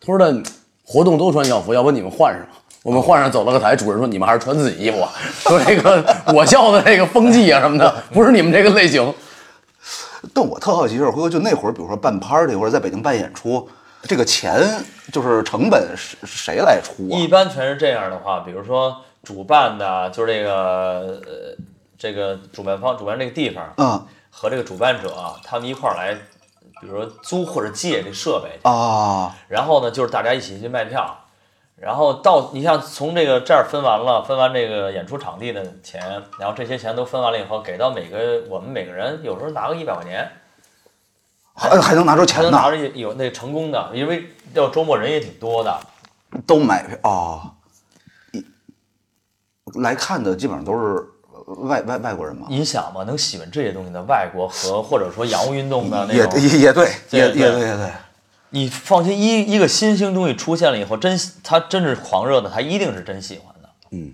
Speaker 2: 他说的活动都穿校服，要不你们换上。我们换上走了个台，主任说你们还是穿自己衣服吧。啊说这个 (laughs) 我校的这个风气啊什么的，不是你们这个类型。
Speaker 3: 但我特好奇就是，辉哥就那会儿，比如说办 party 或者在北京办演出，这个钱就是成本是是谁来出啊
Speaker 4: 一？般全是这样的话，比如说主办的，就是这个呃这个主办方主办这个地方，
Speaker 3: 嗯
Speaker 4: 和这个主办者啊他们一块儿来，比如说租或者借这设备，
Speaker 3: 啊，
Speaker 4: 然后呢就是大家一起去卖票，然后到你像从这个这儿分完了，分完这个演出场地的钱，然后这些钱都分完了以后，给到每个我们每个人有时候拿个一百块钱，
Speaker 3: 还还能拿出
Speaker 4: 还
Speaker 3: 钱
Speaker 4: 能
Speaker 3: 呢
Speaker 4: 拿，着有有那成功的，因为要周末人也挺多的，
Speaker 3: 都买票啊。一来看的基本上都是外外外国人嘛，
Speaker 4: 你想嘛，能喜欢这些东西的外国和 (laughs) 或者说洋务运动的那
Speaker 3: 也
Speaker 4: 种，
Speaker 3: 也也对，
Speaker 4: 对
Speaker 3: 也
Speaker 4: 对
Speaker 3: 也对也对。
Speaker 4: 你放心，一一个新兴东西出现了以后，真他真是狂热的，他一定是真喜欢的。嗯，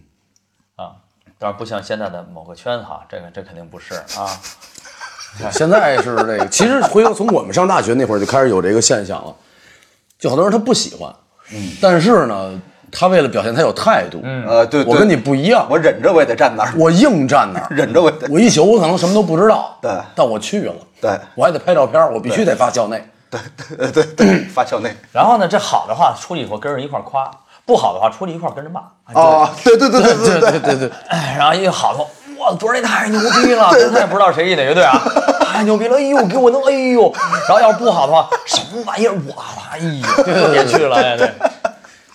Speaker 4: 啊，当然不像现在的某个圈哈，这个这肯定不是啊。
Speaker 2: (laughs) 现在是这个，其实回头从我们上大学那会儿就开始有这个现象了，就好多人他不喜欢，嗯，但是呢，他为了表现他有态度，嗯
Speaker 3: 呃，对，
Speaker 2: 我
Speaker 3: 对
Speaker 2: 跟你不一样，
Speaker 3: 我忍着我也得站那儿，
Speaker 2: 我硬站
Speaker 3: (laughs)
Speaker 2: 那儿，
Speaker 3: 忍着我也得
Speaker 2: 我一宿我可能什么都不知道，
Speaker 3: 对
Speaker 2: 但我去了，
Speaker 3: 对
Speaker 2: 我还得拍照片，我必须得发校内。
Speaker 3: 对对对，发校内
Speaker 4: 然后呢，这好的话出去以后跟人一块儿夸，不好的话出去一块儿跟人骂。
Speaker 3: 啊，对对对对对
Speaker 2: 对对对，
Speaker 4: 哎，然后一好的话，哇，昨儿那太牛
Speaker 3: (laughs)
Speaker 4: 逼了，昨天也不知道谁哪个队啊，太牛逼了，哎呦，给我弄，哎呦。然后要是不好的话，什么玩意儿，我哎呦，别去了，哎对。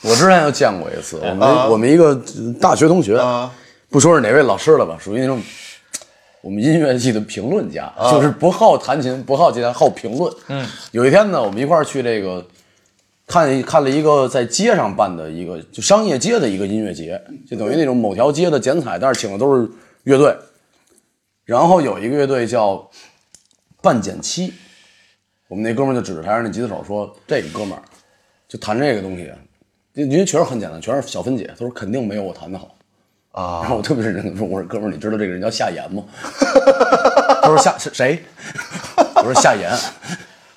Speaker 2: 我之前就见过一次，我们我们一个大学同学，不说是哪位老师了吧，属于那种我们音乐系的评论家，就是不好弹琴，不好吉他，好评论。嗯，有一天呢，我们一块儿去这个看看了一个在街上办的一个就商业街的一个音乐节，就等于那种某条街的剪彩，但是请的都是乐队。然后有一个乐队叫半减七，我们那哥们儿就指着台上那吉他手说：“这个哥们儿就弹这个东西，因为确实很简单，全是小分解。”他说：“肯定没有我弹的好。”然
Speaker 3: 啊，
Speaker 2: 后我特别认真的说：“我说哥们儿，你知道这个人叫夏言吗？” (laughs) 他说：“夏是谁？” (laughs) 我说：“夏言。”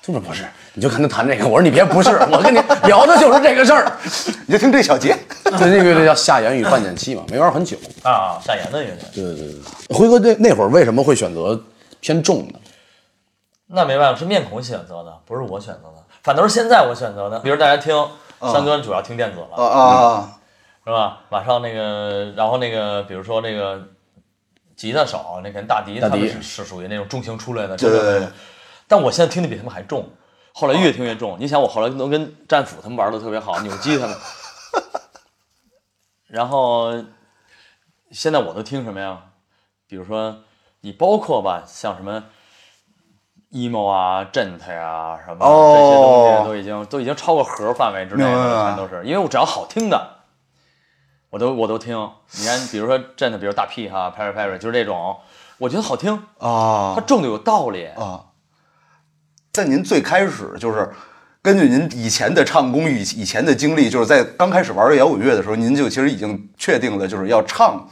Speaker 2: 他说：“不是，你就跟他谈这个。”我说：“你别不是，我跟你聊的就是这个事儿。
Speaker 3: 你就听这小节，
Speaker 2: 对，那个乐队叫夏言与半减七嘛，没玩很久。
Speaker 4: 啊，夏言的乐队，
Speaker 2: 对对对对。辉哥那那会儿为什么会选择偏重呢？
Speaker 4: 那没办法，是面孔选择的，不是我选择的，反倒是现在我选择的。比如大家听三哥主要听电子了，
Speaker 3: 啊啊，
Speaker 4: 是吧？马上那个，然后那个，比如说那个吉他手，那个大迪，
Speaker 2: 大
Speaker 4: 他
Speaker 2: 迪
Speaker 4: 们是是属于那种重型出来的，
Speaker 3: 对对对
Speaker 4: 真的。但我现在听的比他们还重，后来越听越重。你想，我后来能跟战斧他们玩的特别 (laughs) 好，扭机他们，然后现在我都听什么呀？比如说，你包括吧，像什么 emo 啊、gent 啊什么、这些东
Speaker 3: 哦
Speaker 4: 西，都已经都已经超过核范围之内
Speaker 3: 明白
Speaker 4: 了，
Speaker 3: 了
Speaker 4: 全都是。因为我只要好听的，我都我都听。你看，比如说 gent，比如大 P 哈、Perry Perry，就是这种，我觉得好听，
Speaker 3: 啊
Speaker 4: 它重的有道理。
Speaker 3: 啊，在您最开始就是根据您以前的唱功与以前的经历，就是在刚开始玩摇滚乐的时候，您就其实已经确定了，就是要唱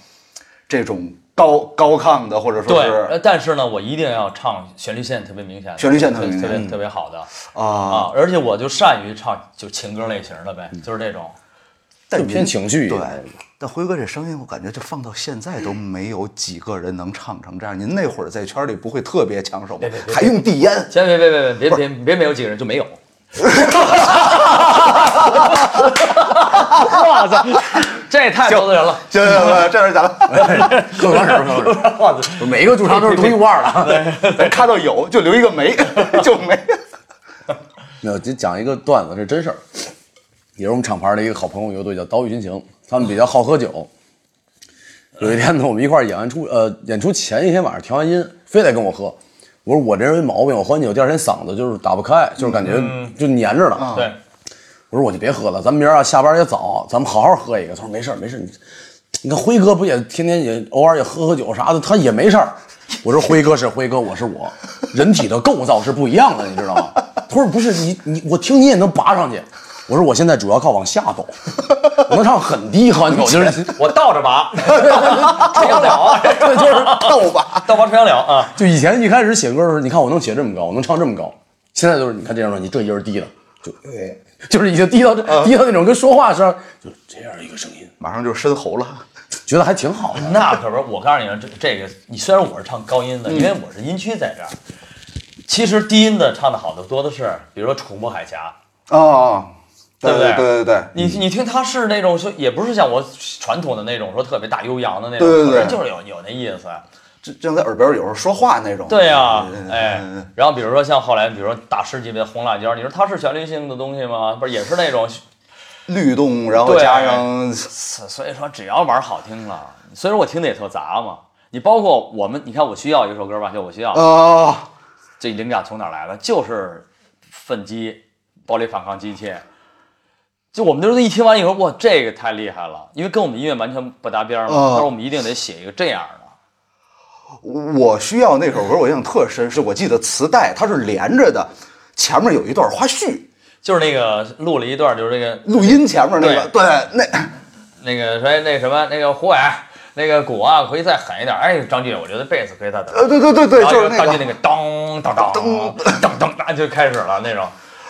Speaker 3: 这种高高亢的，或者说
Speaker 4: 对，呃
Speaker 3: 是
Speaker 4: 但是呢，我一定要唱旋律线特别明显的，
Speaker 3: 旋律线特别明
Speaker 4: 特
Speaker 3: 显
Speaker 4: 别特别好的
Speaker 3: 啊，
Speaker 4: 啊！而且我就善于唱就情歌类型的呗，就是这
Speaker 3: 啊
Speaker 4: 种。
Speaker 3: 但
Speaker 2: 就
Speaker 3: 您
Speaker 2: 偏情绪一
Speaker 3: 对
Speaker 2: 点。
Speaker 3: 但辉哥这声音，我感觉就放到现在都没有几个人能唱成这样。您那会儿在圈里不会特别抢手吗？还用递烟？
Speaker 4: 先别别别别别别别没有几个人就
Speaker 3: (laughs)
Speaker 4: 没有。哇塞，这也太得罪人了！
Speaker 3: 行行行，这是咱们
Speaker 2: 更玩什么？
Speaker 4: 哇
Speaker 2: (laughs)
Speaker 4: 塞，
Speaker 2: 每一个驻唱都是独一无二 (laughs) 的。
Speaker 3: 咱哎看到有就留一个没， (laughs) 就没。
Speaker 2: 没有，就讲一个段子，这真事儿，也是我们厂牌的一个好朋友乐队叫岛屿心情，他们比较好喝酒。有一天呢，我们一块儿演完出，呃，演出前一天晚上调完音，非得跟我喝。我说我这人有毛病，我喝完酒第二天嗓子就是打不开，就是感觉就粘着了。
Speaker 3: 啊
Speaker 4: 对，
Speaker 2: 我说我就别喝了，咱们明儿啊下班也早，咱们好好喝一个。他说没事儿没事儿，你你看辉哥不也天天也偶尔也喝喝酒啥的，他也没事儿。我说辉哥是辉哥，我是我，人体的构造是不一样的，你知道吗？他说不是你你我听你也能拔上去。我说我现在主要靠往下走，我能唱很低很久，就是 (laughs)
Speaker 4: 我倒着拔， (laughs) 垂杨柳
Speaker 3: (laughs)
Speaker 4: 啊，
Speaker 2: 对，就是
Speaker 3: 逗吧，
Speaker 4: (laughs) 倒拔垂杨柳啊，
Speaker 2: 就以前一开始写歌的时候，你看我能写这么高，我能唱这么高，现在就是你看这张专辑，这音儿低了，就 (laughs) 就是已经低到这低到那种跟说话似的，嗯就这样一个声音，
Speaker 3: 马上就深喉了。
Speaker 2: 觉得还挺好的。
Speaker 4: 那可不是。我告诉你啊，这这个，你虽然我是唱高音
Speaker 3: 嗯
Speaker 4: 的，因为我是音区在这儿，其实低音的唱的好的多的是，比如说《楚墓海峡》，
Speaker 3: 哦，
Speaker 4: 对不
Speaker 3: 对
Speaker 4: 对
Speaker 3: 对对对，
Speaker 4: 你你听他是那种说，也不是像我传统的那种说特别大悠扬的那种，
Speaker 3: 对对对
Speaker 4: 可是就是有有那意思。
Speaker 3: 就就在耳边有时候说话那种。
Speaker 4: 对呀
Speaker 3: 嗯，
Speaker 4: 哎，然后比如说像后来，比如说大师级别的红辣椒，你说它是旋律性的东西吗？不是，也是那种，
Speaker 3: 律动，然后
Speaker 4: 对
Speaker 3: 加上
Speaker 4: 所所以说只要玩好听了，所以说我听的也特杂嘛。你包括我们，你看我需要一首歌吧，就我需要，
Speaker 3: 啊，
Speaker 4: 这灵感从哪儿来的？就是奋击、暴力反抗机械。就我们就是一听完以后，哇，这个太厉害了，因为跟我们音乐完全不搭边儿嘛。
Speaker 3: 啊
Speaker 4: 他说我们一定得写一个这样的，
Speaker 3: 我需要那首歌，我印象特深，是我记得磁带它是连着的，前面有一段花絮，
Speaker 4: 就是那个录了一段，就是这个
Speaker 3: 录音前面那个，对，那
Speaker 4: 那个谁那什么那个胡伟，那个鼓啊可以再狠一点。哎，张炬，我觉得贝斯可以再等。
Speaker 3: 呃，对对对对，
Speaker 4: 然后
Speaker 3: 就是那
Speaker 4: 张炬那
Speaker 3: 个，
Speaker 4: 个当当当当当当就开始了那种，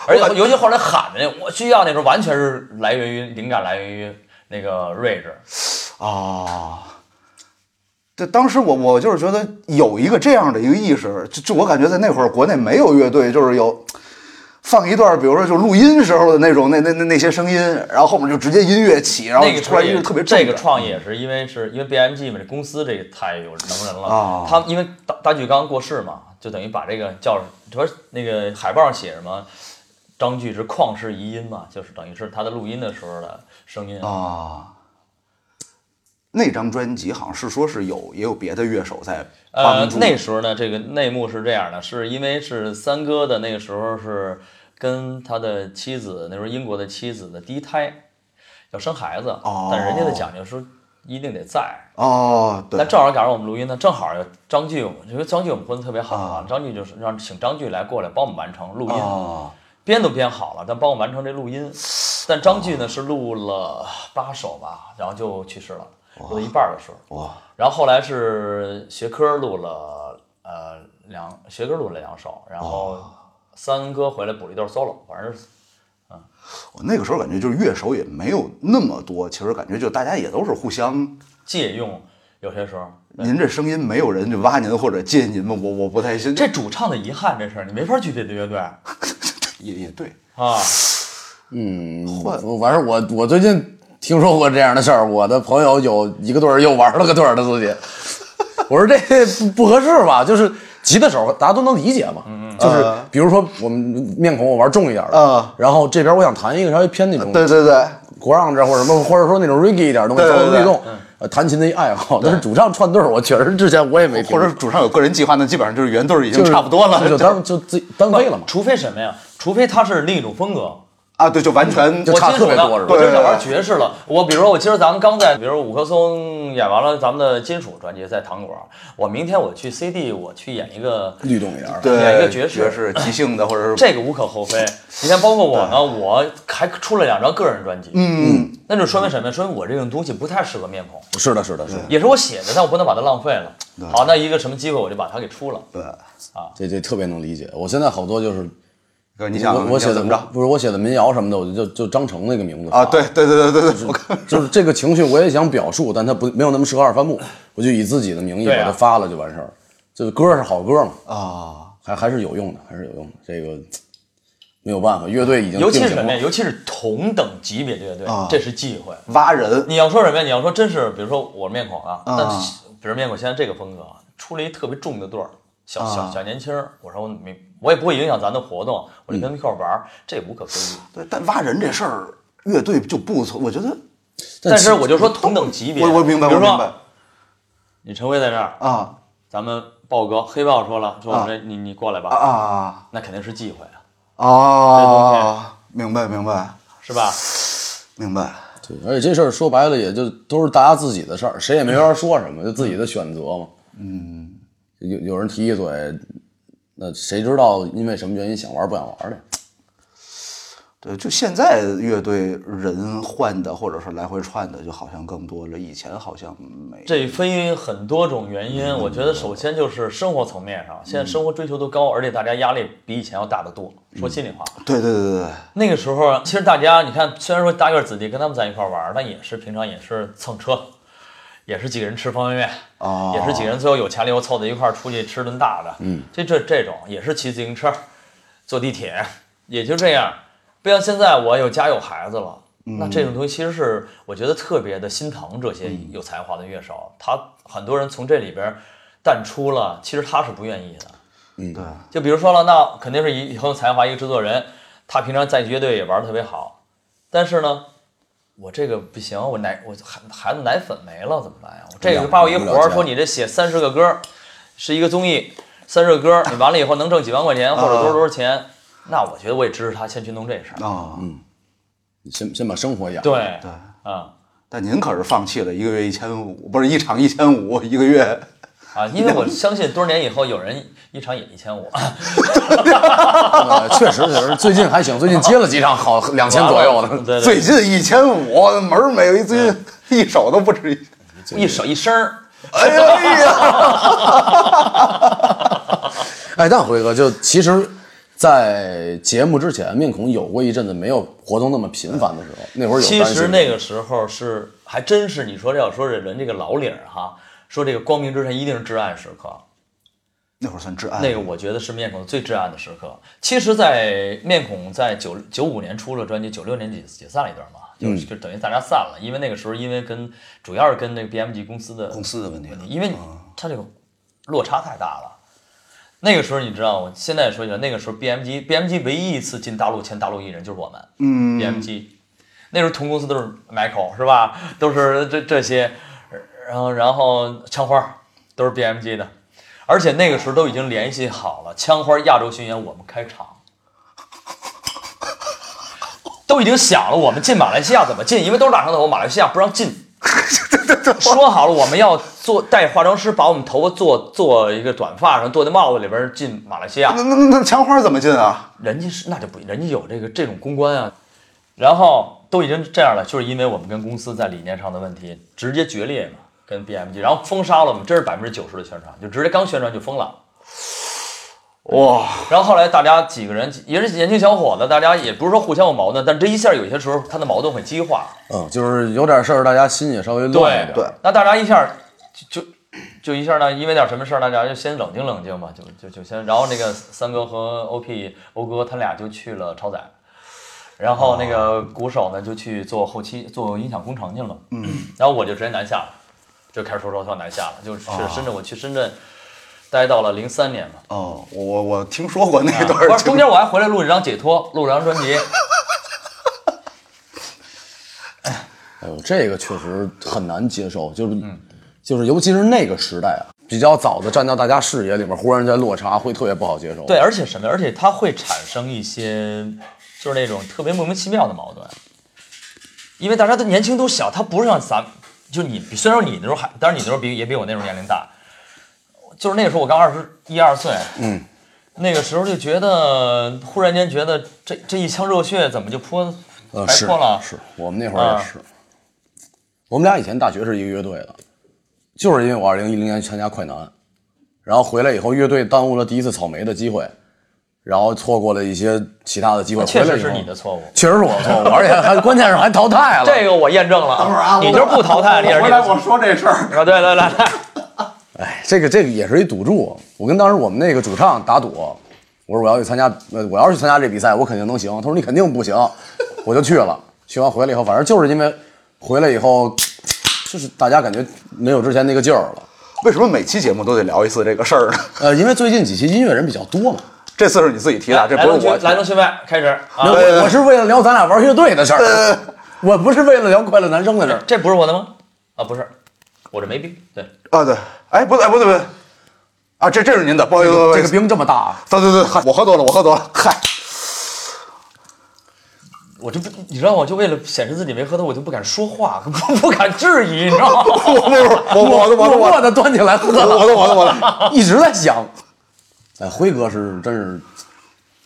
Speaker 4: 而且尤其后来喊的那，我需要那时候完全是来源于灵感来源于那个睿智。
Speaker 3: 啊。对，当时我我就是觉得有一个这样的一个意识，就就我感觉在那会儿国内没有乐队，就是有放一段，比如说就录音时候的那种那那那那些声音，然后后面就直接音乐起，然后
Speaker 4: 那个
Speaker 3: 突然
Speaker 4: 创
Speaker 3: 音
Speaker 4: 业
Speaker 3: 乐特别
Speaker 4: 这个
Speaker 3: 正着
Speaker 4: 创业是因为是因为 BMG 嘛，这公司这个太有能人了。
Speaker 3: 啊
Speaker 4: 他们因为大大巨刚过世嘛，就等于把这个叫不是那个海报上写什么张炬之旷世遗音嘛，就是等于是他的录音的时候的声音。
Speaker 3: 啊，那张专辑好像是说是有也有别的乐手在
Speaker 4: 呃
Speaker 3: 帮助，
Speaker 4: 那时候呢，这个内幕是这样的，是因为是三哥的那个时候是跟他的妻子，那时候英国的妻子的第一胎要生孩子，
Speaker 3: 哦
Speaker 4: 但人家的讲究是一定得在。
Speaker 3: 哦，对
Speaker 4: 那，正好赶上我们录音呢，正好有张炬，因为张炬我们混的特别好啊，张炬就是让请张炬来过来帮我们完成录音，
Speaker 3: 哦
Speaker 4: 编都编好了，但帮我完成这录音。但张炬呢是录了八首吧，然后就去世了，录到一半儿的时候。
Speaker 3: 哇，
Speaker 4: 然后后来是学科录了呃两学科录了两首，然后
Speaker 2: 哦
Speaker 4: 三哥回来补了一段 solo，反正是
Speaker 3: 我那个时候感觉就是乐手也没有那么多，其实感觉就大家也都是互相，
Speaker 4: 借用有些时候。
Speaker 3: 您这声音没有人就挖您或者借您吗？我我不太信，
Speaker 4: 这主唱的遗憾这事儿，你没法去别的乐队啊。
Speaker 2: (laughs)
Speaker 3: 也也对，
Speaker 2: 嗯，
Speaker 3: 换
Speaker 2: 我反正我我最近听说过这样的事儿，我的朋友有一个队儿又玩了个队儿的自己，我说这不不合适吧？就是吉他手大家都能理解嘛，
Speaker 3: 嗯
Speaker 2: 就是比如说我们面孔我玩重一点的，
Speaker 3: 啊
Speaker 2: 然后这边我想弹一个稍微偏那种
Speaker 3: 对对对，
Speaker 2: 国让这或者什么，或者说那种 reggae 一点的东西，
Speaker 3: 对
Speaker 2: 稍
Speaker 3: 对
Speaker 2: 微律
Speaker 3: 对嗯
Speaker 2: 动，呃弹琴的一爱好，但是主唱串对儿，我确实之前我也没听
Speaker 3: 或
Speaker 2: 过，
Speaker 3: 者主唱有个人计划，那基本上就是原队儿已
Speaker 2: 就
Speaker 3: 经
Speaker 2: 是
Speaker 3: 差不多了，
Speaker 2: 就当就自己单飞了嘛，
Speaker 4: 除非什么呀？除非他是另一种风格，
Speaker 3: 啊，对，就完全
Speaker 2: 就
Speaker 4: 我
Speaker 2: 差
Speaker 4: 清楚
Speaker 2: 特别
Speaker 4: 的
Speaker 2: 多是吧
Speaker 4: 我就是
Speaker 3: 对对
Speaker 4: 玩
Speaker 3: 对
Speaker 4: 爵士了。我比如说，我今儿咱们刚在，比如五棵松演完了咱们的金属专辑，在糖果。我明天我去 CD，我去演一个，
Speaker 2: 律动一点儿。
Speaker 3: 对
Speaker 4: 演一个爵士
Speaker 3: 士即兴的，或者是
Speaker 4: 这个无可厚非。你看，包括我呢，我还出了两张个人专辑，
Speaker 3: 嗯，
Speaker 4: 那就说明什么呀？说明我这种东西不太适合面孔，
Speaker 2: 是的，是的，是的，
Speaker 4: 也是我写的，但我不能把它浪费了。好，那一个什么机会我就把它给出了。
Speaker 3: 对，
Speaker 2: 这这特别能理解。我现在好多就是
Speaker 3: 你想
Speaker 2: 我我写的
Speaker 3: 你想怎么着
Speaker 2: 不是我写的民谣什么的，我就就就张成那个名字
Speaker 3: 啊？对，对对对对对，我看
Speaker 2: (laughs) 就是这个情绪我也想表述，但它不没有那么适合二番木，我就以自己的名义
Speaker 4: 对
Speaker 2: 把
Speaker 4: 啊
Speaker 2: 它发了就完事儿了。就是歌是好歌嘛，
Speaker 3: 啊，
Speaker 2: 还还是有用的，还是有用的。这个没有办法，乐队已经
Speaker 4: 尤其
Speaker 2: 定
Speaker 4: 是
Speaker 2: 型
Speaker 4: 什么呀？
Speaker 2: 了。
Speaker 4: 尤其是同等级别的乐队，
Speaker 3: 啊
Speaker 4: 这是忌讳。
Speaker 3: 挖人
Speaker 4: 你要说什么呀？你要说真是，比如说我是面孔啊，但是比如面孔现在这个风格，啊，出了一特别重的队儿，小
Speaker 3: 啊
Speaker 4: 小小年轻儿，我说我没，我也不会影响咱的活动，我
Speaker 3: 嗯
Speaker 4: 就跟他们一块儿玩儿，这也无可非议。
Speaker 3: 对，但挖人这事儿，乐队就不存，我觉得
Speaker 4: 但是我就说同等级别，
Speaker 3: 我我明白，
Speaker 4: 比
Speaker 3: 我
Speaker 4: 如
Speaker 3: 明
Speaker 4: 说
Speaker 3: 白
Speaker 4: 你陈辉在这儿，
Speaker 3: 啊
Speaker 4: 咱们豹哥黑豹说了，说我们这你你过来吧，
Speaker 3: 啊
Speaker 4: 那肯定是忌讳啊，
Speaker 3: 啊，明白明白
Speaker 4: 是吧？
Speaker 3: 明白，
Speaker 2: 对，而且这事儿说白了，也就都是大家自己的事儿，谁也没法说什么，就自己的选择嘛。嗯，有有人提一嘴，那谁知道因为什么原因想玩不想玩的？
Speaker 3: 对，就现在乐队人换的或者是来回串的，就好像更多了，以前好像没
Speaker 4: 这分很多种原因，我觉得首先就是生活层面上，现在生活追求都高，而且大家压力比以前要大得多。说心里话，
Speaker 3: 对对对对对，
Speaker 4: 那个时候啊，其实大家你看，虽然说大院子弟跟他们在一块儿玩儿，但也是平常也是蹭车，也是几个人吃方便面，
Speaker 3: 哦
Speaker 4: 也是几个人最后有钱了以后凑在一块儿出去吃顿大的，嗯，这这这种也是骑自行车，坐地铁， (laughs) 也就这样。不像现在我有家有孩子了，那这种东西其实是我觉得特别的心疼这些有才华的乐手，他很多人从这里边儿淡出了，其实他是不愿意的。
Speaker 3: 对，
Speaker 4: 就比如说了，那肯定是一很有才华一个制作人，他平常在乐队也玩的特别好，但是呢，我这个不行，我奶我孩孩子奶粉没了怎么办呀？我这个把我一活儿，说你这写三十个歌儿，是一个综艺，三十个歌儿，你完了以后能挣几万块钱或者多少多少钱，那我觉得我也支持他先去弄这事儿。
Speaker 3: 啊，嗯，
Speaker 2: 先先把生活养。
Speaker 4: 对
Speaker 3: 对，
Speaker 4: 啊
Speaker 3: 但您可是放弃了一个月一千五，不是一场一千五，一个月
Speaker 4: 啊，因为我相信多少年以后有人一场也一千五，
Speaker 2: 呃，确实确实，最近还行，最近接了几场好两千左右的。
Speaker 4: (laughs) 对对嗯
Speaker 3: 最近一千五，门儿没有，一最近 (laughs) 一手都不止一。
Speaker 4: 对，一手一声儿，
Speaker 3: 哎呀哎呀，
Speaker 2: 哎，但辉哥就其实，在节目之前，面孔有过一阵子没有活动那么频繁的时候，那会儿有
Speaker 4: 其
Speaker 2: 担心。
Speaker 4: 实那个时候是还真是你说这要说这人这个老理儿哈，说这个光明之神一定是至暗时刻，
Speaker 3: (laughs) 那会儿算至
Speaker 2: 哎
Speaker 3: 暗，
Speaker 4: 那个我觉得是面孔最至暗的时刻。其实，在面孔在九九五年出了专辑，九六年解解散了一段嘛，
Speaker 2: 嗯
Speaker 4: 就是就等于大家散了，因为那个时候因为跟主要是跟那个 BMG 公司的
Speaker 3: 公司的问题啊
Speaker 4: 问题，因为它这个落差太大了。那个时候你知道，我现在说起来，那个时候 BMG BMG 唯一一次进大陆签大陆艺人就是我们，嗯，BMG 那时候同公司都是 Michael 是吧？都是这这些，然后然后枪花都是 BMG 的，而且那个时候都已经联系好了，枪花亚洲巡演我们开场，都已经想了我们进马来西亚怎么进，因为都是大长头发，马来西亚不让进。说好了，我们要做带化妆师把我们头发做做一个短发，然后做在帽子里边进马来西亚。
Speaker 3: 那那那那墙花怎么进啊？
Speaker 4: 人家是那就不，人家有这个这种公关啊，然后都已经这样了，就是因为我们跟公司在理念上的问题直接决裂嘛，跟 BMG，然后封杀了我们，真是百分之九十的宣传，就直接刚宣传就封了。
Speaker 3: 哇，
Speaker 4: 然后后来大家几个人也是年轻小伙子，大家也不是说互相有矛盾，但这一下有些时候他的矛盾会激化。
Speaker 2: 嗯，就是有点事儿，大家心也稍微乱一
Speaker 4: 对
Speaker 2: 点。，
Speaker 4: 那大家一下就就就一下呢，因为点什么事儿，大家就先冷静冷静吧，就就就先，然后那个三哥和 OP 欧哥他俩就去了超载，然后那个鼓手呢就去做后期做音响工程去了，嗯，然后我就直接南下了，就开始说说说南下了，就去了深圳，我去深圳待到了零三年嘛，
Speaker 3: 哦，我我我听说过那
Speaker 4: 啊
Speaker 3: 段儿，
Speaker 4: 不是中间我还回来录了一张解脱，录了张专辑，
Speaker 2: 哎呦，这个确实很难接受，就是，就是尤其是那个时代啊，比较早的站到大家视野里面，忽然间落差会特别不好接受。
Speaker 4: 对，，而且什么呀？而且它会产生一些，就是那种特别莫名其妙的矛盾，因为大家都年轻都小，他不是像咱们，就你虽然说你那时候还，当然你那时候比也比我那时候年龄大，就是那个时候我刚二十一二岁，嗯，那个时候就觉得忽然间觉得这这一腔热血怎么就泼
Speaker 2: 呃，
Speaker 4: 白
Speaker 2: 是
Speaker 4: 泼了？啊
Speaker 2: 是我们那会儿也是，我们俩以前大学是一个乐队的，就是因为我二零一零年参加快男，然后回来以后乐队耽误了第一次草莓的机会，然后错过了一些其他的机会。
Speaker 4: 哦确
Speaker 2: 回
Speaker 4: 实
Speaker 2: 来以后
Speaker 4: 是你的，错误。
Speaker 2: 确实是我的错误，而且还关键是还淘汰了。
Speaker 4: 这个我验证了，等
Speaker 3: 会儿啊
Speaker 4: 你
Speaker 3: 我
Speaker 4: 这不淘汰，你也是你的错误。
Speaker 3: 说这事儿， (laughs)
Speaker 4: 啊，对对对对，
Speaker 2: 哎，这个这个也是一赌注。我跟当时我们那个主唱打赌，我说我要去参加，呃，我要是去参加这比赛，我肯定能行。他说你肯定不行，我就去了。去完回来以后，反正就是因为回来以后，就是大家感觉没有之前那个劲儿了。
Speaker 3: 为什么每期节目都得聊一次这个事儿呢？
Speaker 2: 呃，因为最近几期音乐人比较多嘛，
Speaker 3: 这次是你自己提的，这
Speaker 4: 来
Speaker 3: 不
Speaker 4: 龙
Speaker 3: 是
Speaker 4: 去
Speaker 3: 我
Speaker 4: 来龙去脉开始啊，
Speaker 2: 我我是为了聊咱俩玩乐队的事儿，我不是为了聊快乐男生的事儿。
Speaker 4: 这不是我的吗？啊，不是，我这没病。对，
Speaker 3: 啊，对，哎，不对，哎不对，不对，啊，这这是您的，不好意思，不好
Speaker 2: 这
Speaker 3: 意
Speaker 2: 个
Speaker 3: 思，
Speaker 2: 冰这么大，
Speaker 3: 对对对，嗨我喝多了，我喝多了，嗨，
Speaker 4: 我就不，你知道，我就为了显示自己没喝多，我就不敢说话， (laughs) 不不敢质疑，你知道吗？ (laughs)
Speaker 3: 我我我我的我
Speaker 2: 默
Speaker 3: 的我
Speaker 2: 默
Speaker 3: 的
Speaker 2: 的端起来喝了。
Speaker 3: 我的我的我的，
Speaker 2: (laughs) 一直在想。哎，辉哥是真是，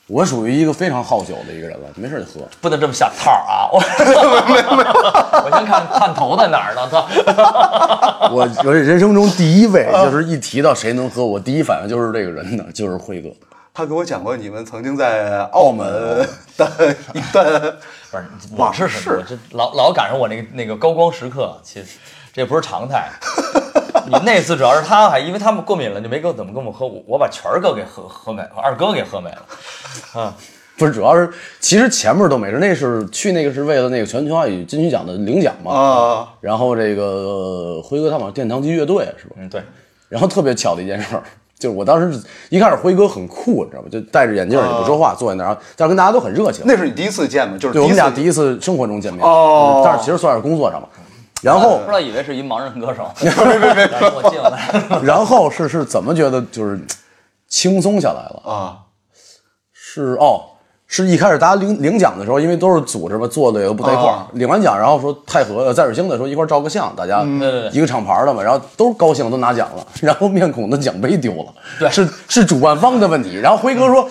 Speaker 2: 我属于一个非常好酒的一个人了，没事就喝。
Speaker 4: 不能这么下套啊！我 (laughs) 我先看探头在哪儿呢？他
Speaker 2: (laughs) 我我这人生中第一位，就是一提到谁能喝，我第一反应就是这个人呢，就是辉哥。
Speaker 3: 他给我讲过你们曾经在澳门的一段，
Speaker 4: (laughs) 不是
Speaker 3: 哇
Speaker 4: 我是
Speaker 3: 是
Speaker 4: 我这老老赶上我那个那个高光时刻，其实这不是常态。你那次主要是他还因为他们过敏了，就没跟我怎么跟我们喝，我我把全儿哥给喝喝没了，二哥给喝没了。
Speaker 2: 不是，主要是其实前面都没事，那是去那个是为了那个全球话语金曲奖的领奖嘛。
Speaker 3: 啊
Speaker 2: 然后这个辉哥他们殿堂级乐队是吧？
Speaker 4: 嗯，对，
Speaker 2: 然后特别巧的一件事儿，就是我当时一开始辉哥很酷，你知道吗？就戴着眼镜儿也不说话，坐在那儿，但是跟大家都很热情。
Speaker 3: 那是你第一次见吗？就是
Speaker 2: 对，我们俩
Speaker 3: 第
Speaker 2: 第
Speaker 3: 一次
Speaker 2: 一次生活中见面，
Speaker 3: 哦
Speaker 2: 嗯但是其实算是工作上吧。然后
Speaker 4: 不，知道以为是一盲人歌手， (laughs) 别别别，我进来。
Speaker 2: 然后是是怎么觉得就是轻松下来了？
Speaker 3: 啊，
Speaker 2: 是哦，是一开始大家领领奖的时候，因为都是组织嘛，坐的也都不在一块儿
Speaker 3: 哦。
Speaker 2: 领完奖，然后说太和呃在水星的时候一块儿照个相，大家
Speaker 4: 对对对
Speaker 2: 一个厂牌的嘛，然后都高兴都拿奖了，然后面孔的奖杯丢了，
Speaker 4: (laughs) 对
Speaker 2: 是是主办方的问题。然后辉哥说。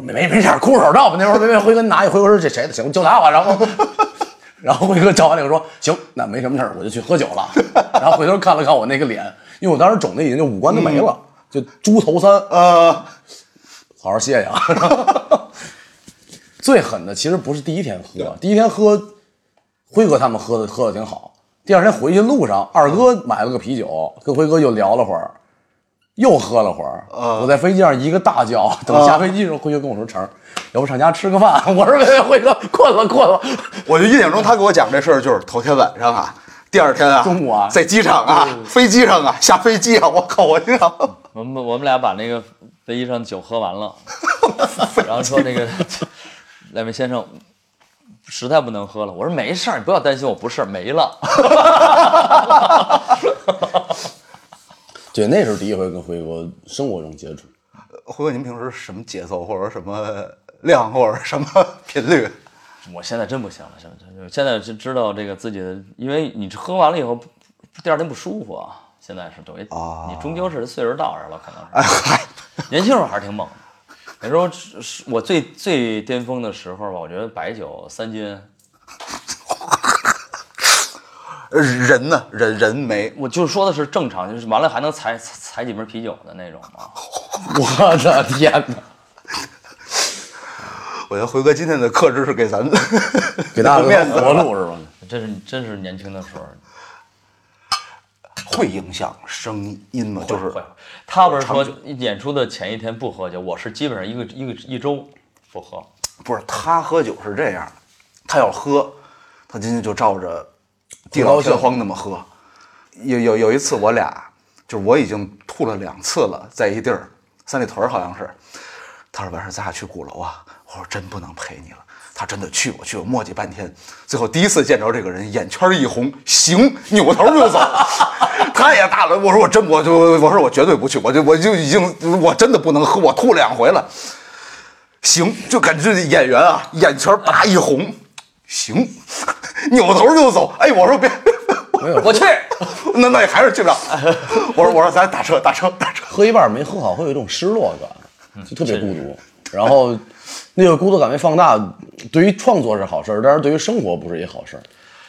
Speaker 2: 没没没事儿，空手照吧。那会儿没没辉哥拿一，辉哥说这谁的行，就他吧。然后然后辉哥照完那个说：“行，那没什么事儿，我就去喝酒了。”然后回头看了看我那个脸，因为我当时肿的已经就五官都没了，就猪头三。
Speaker 3: 呃，
Speaker 2: 好好歇歇啊。 (laughs) 最狠的其实不是第一天喝，第一天喝，辉哥他们喝的喝的挺好。第二天回去路上，二哥买了个啤酒，跟辉哥又聊了会儿，又喝了会儿。我在飞机上一个大叫，等下飞机的时候，辉哥跟我说：“成儿，要不上家吃个饭？” (laughs) 我说：“哎辉哥，困了困了。
Speaker 3: 我就印象中他给我讲这事儿，就是头天晚上啊，第二天啊，
Speaker 2: 中午啊
Speaker 3: 在机场啊，飞机上啊，下飞机啊，我靠，我经常
Speaker 5: 我们我们俩把那个飞机上的酒喝完了，然后说那个那位先生实在不能喝了，我说没事儿，你不要担心，我不是没了。
Speaker 2: (laughs) 对，那是第一回跟辉哥生活中接触。
Speaker 3: 辉哥，您平时什么节奏，或者什么量，或者什么频率？
Speaker 4: 我现在真不行了，现在现在就知道这个自己的，因为你喝完了以后，不第二天不舒服啊。现在是等于你终究是岁数到这了，可能是。年轻时候还是挺猛的。那时候是是我最最巅峰的时候吧，我觉得白酒三斤，
Speaker 3: 呃人呢？人人没
Speaker 4: 我就说的是正常，就是完了还能采采采几瓶啤酒的那种嘛。
Speaker 2: 我的天哪！
Speaker 3: 我觉得辉哥今天的克制是给咱
Speaker 2: 给 (laughs) 大家
Speaker 3: 面子
Speaker 2: 活路是吧？
Speaker 4: 这是真是年轻
Speaker 3: (laughs)
Speaker 4: 的时候，
Speaker 3: (laughs) 会影响声音吗？就是
Speaker 4: 会他不是说演出的前一天不喝酒，我是基本上一
Speaker 3: 嗯
Speaker 4: 个一个一周不喝。
Speaker 3: 不是他喝酒是这样的，他要喝，他今天就照着地
Speaker 2: 不
Speaker 3: 老
Speaker 2: 高兴
Speaker 3: 天荒那么喝。有有有一次我俩就是我已经吐了两次了，在一地儿三里屯儿好像是，他说完事儿咱俩去鼓楼啊，我说真不能陪你了。他真的去，我去，我磨叽半天，最后第一次见着这个人，眼圈一红，行，扭头就走。 (laughs) 他也大了，我说我真我就我说我绝对不去，我就我就已经我真的不能喝，我吐两回了。行，就感觉这演员啊，眼圈叭一红，行，扭头就走。哎，我说别，
Speaker 6: 我去，
Speaker 3: 那那也还是去不了。我说我说咱打车打车打车。
Speaker 2: 喝一半没喝好，会有一种失落
Speaker 4: 嗯
Speaker 2: 感，就特别孤独。然后那个孤独感被放大，对于创作是好事儿，但是对于生活不是一好事儿。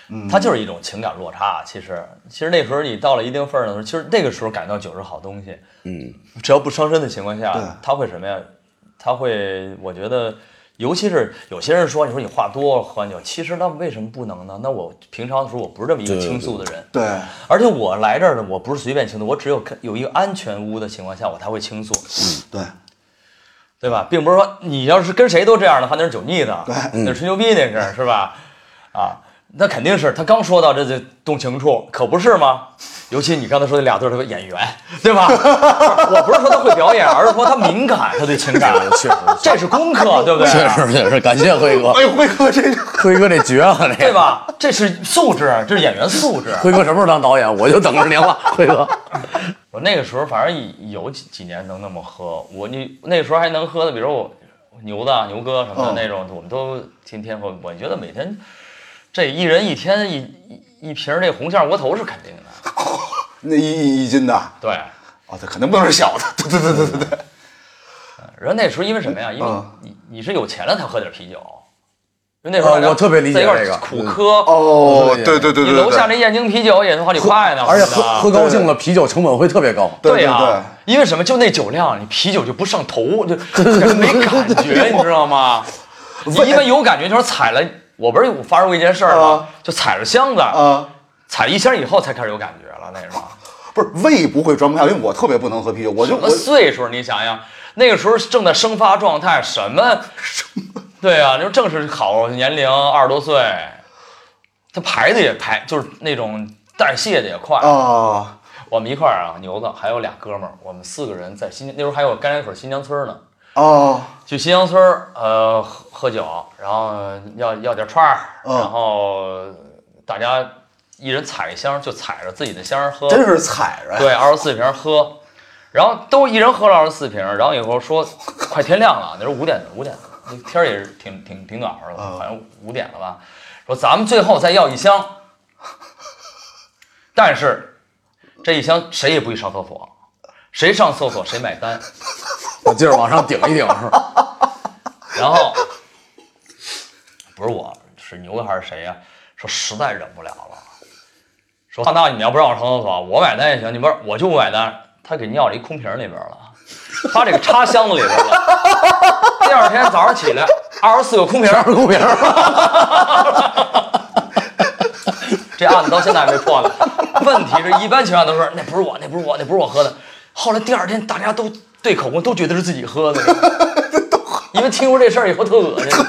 Speaker 3: 嗯
Speaker 4: 它就是一种情感落差。其实，其实那时候你到了一定份儿上的时候，其实那个时候感到酒是好东西。嗯，只要不伤身的情况下，它会什么呀？它会，我觉得，尤其是有些人说，你说你话多喝完酒，其实那为什么不能呢？那我平常的时候我不是这么一个
Speaker 2: 对
Speaker 4: 倾诉的人，
Speaker 3: 对，
Speaker 4: 而且我来这儿呢，我不是随便倾诉，我只有有一个安全屋的情况下，我才会倾诉。
Speaker 3: 对，
Speaker 4: 对吧？并不是说你要是跟谁都这样的话，那是酒腻子，那是吹牛逼，那是是吧？啊，那肯定是他刚说到这这动情处，可不是吗？尤其你刚才说那俩字儿，他个演员，对吧？ (laughs) 我不是说他会表演，而是说他敏感，他对情感，这是功课，对不啊对？
Speaker 2: 确实，确实，感谢辉
Speaker 4: (laughs)
Speaker 2: 哥，
Speaker 3: 哎呦，辉哥这个
Speaker 2: 辉哥这绝了，这
Speaker 4: 对
Speaker 2: 个。
Speaker 4: 吧？这是素质，这是演员素质。
Speaker 2: 辉哥什么时候当导演，我就等着您
Speaker 4: (laughs)
Speaker 2: 了，辉哥。
Speaker 4: 我那个时候反正有几几年能那么喝，我你那时候还能喝的，比如说我牛的啊牛哥什么的
Speaker 3: 嗯
Speaker 4: 那种，我们都天天喝。我觉得每天这一人一天一一一瓶儿这红线窝头是肯定的，
Speaker 3: 那一一一斤的，
Speaker 4: 对。
Speaker 3: 哦，他肯定不能是小的。对对对对对对，
Speaker 4: 然后那时候因为什么呀？因为
Speaker 3: 嗯
Speaker 4: 你你是有钱了才喝点啤酒，因为那时候
Speaker 2: 哦我特别理解
Speaker 4: 在一块儿
Speaker 2: 这个嗯
Speaker 4: 苦喝，
Speaker 3: 哦，对对对
Speaker 4: 你
Speaker 3: 对
Speaker 4: 楼下
Speaker 3: 对
Speaker 4: 那燕京啤酒也能好几块呢，
Speaker 2: 而且
Speaker 4: 我觉
Speaker 2: 喝
Speaker 4: 得
Speaker 2: 喝高兴了，啤酒成本会特别高。
Speaker 3: 对
Speaker 4: 对
Speaker 3: 对对
Speaker 4: 啊，因为什么？就那酒量，你啤酒就不上头，
Speaker 3: (laughs)
Speaker 4: 就就没感觉，你知道吗？你一般有感觉就是踩了，我不是有发生过一件事儿吗
Speaker 3: 哎啊？
Speaker 4: 就踩了箱子，
Speaker 3: 啊。
Speaker 4: 踩一箱以后才开始有感觉了，那时候。
Speaker 3: 不是胃不会装不下，因为我特别不能喝啤酒，我就
Speaker 4: 什么
Speaker 3: 我
Speaker 4: 岁数？你想想，那个时候正在生发状态，什
Speaker 3: (laughs)
Speaker 4: 么？对啊，就正是好年龄，二十多岁，他排的也排，就是那种代谢的也快。
Speaker 3: 啊，
Speaker 4: 我们一块儿啊，牛子还有俩哥们儿，我们四个人在新那时候还有甘家口新疆村呢。
Speaker 3: 哦，
Speaker 4: 去新阳村儿，呃，喝喝酒，然后呃要要点串儿，
Speaker 3: 嗯
Speaker 4: 然后呃大家一人踩一箱，就踩着自己的箱儿喝，
Speaker 3: 真是踩着，
Speaker 4: 对，二十四瓶儿喝，然后都一人喝了二十四瓶儿，然后以后说快天亮了，那时候五点五点，那天儿也是挺挺挺暖和的，
Speaker 3: 嗯
Speaker 4: 好像五点了吧，说咱们最后再要一箱，但是这一箱谁也不许上厕所，谁上厕所谁买单。
Speaker 2: 我劲儿往上顶一顶，是
Speaker 4: (laughs)
Speaker 2: 吧？
Speaker 4: 然后不是我是牛的还是谁呀、说实在忍不了了，说那你们要不让我上厕所，我买单也行，你们我就不买单。他给尿了一空瓶里边了，他这个插箱子里边了。第二天早上起来，二十四个空瓶，
Speaker 2: 二公园儿
Speaker 4: 这案子到现在还没破呢。问题是一般情况下都说那不是我，那不是我，那不是我喝的。后来第二天大家都对口供，都觉得是自己喝的，因为听说这事儿以后特恶心。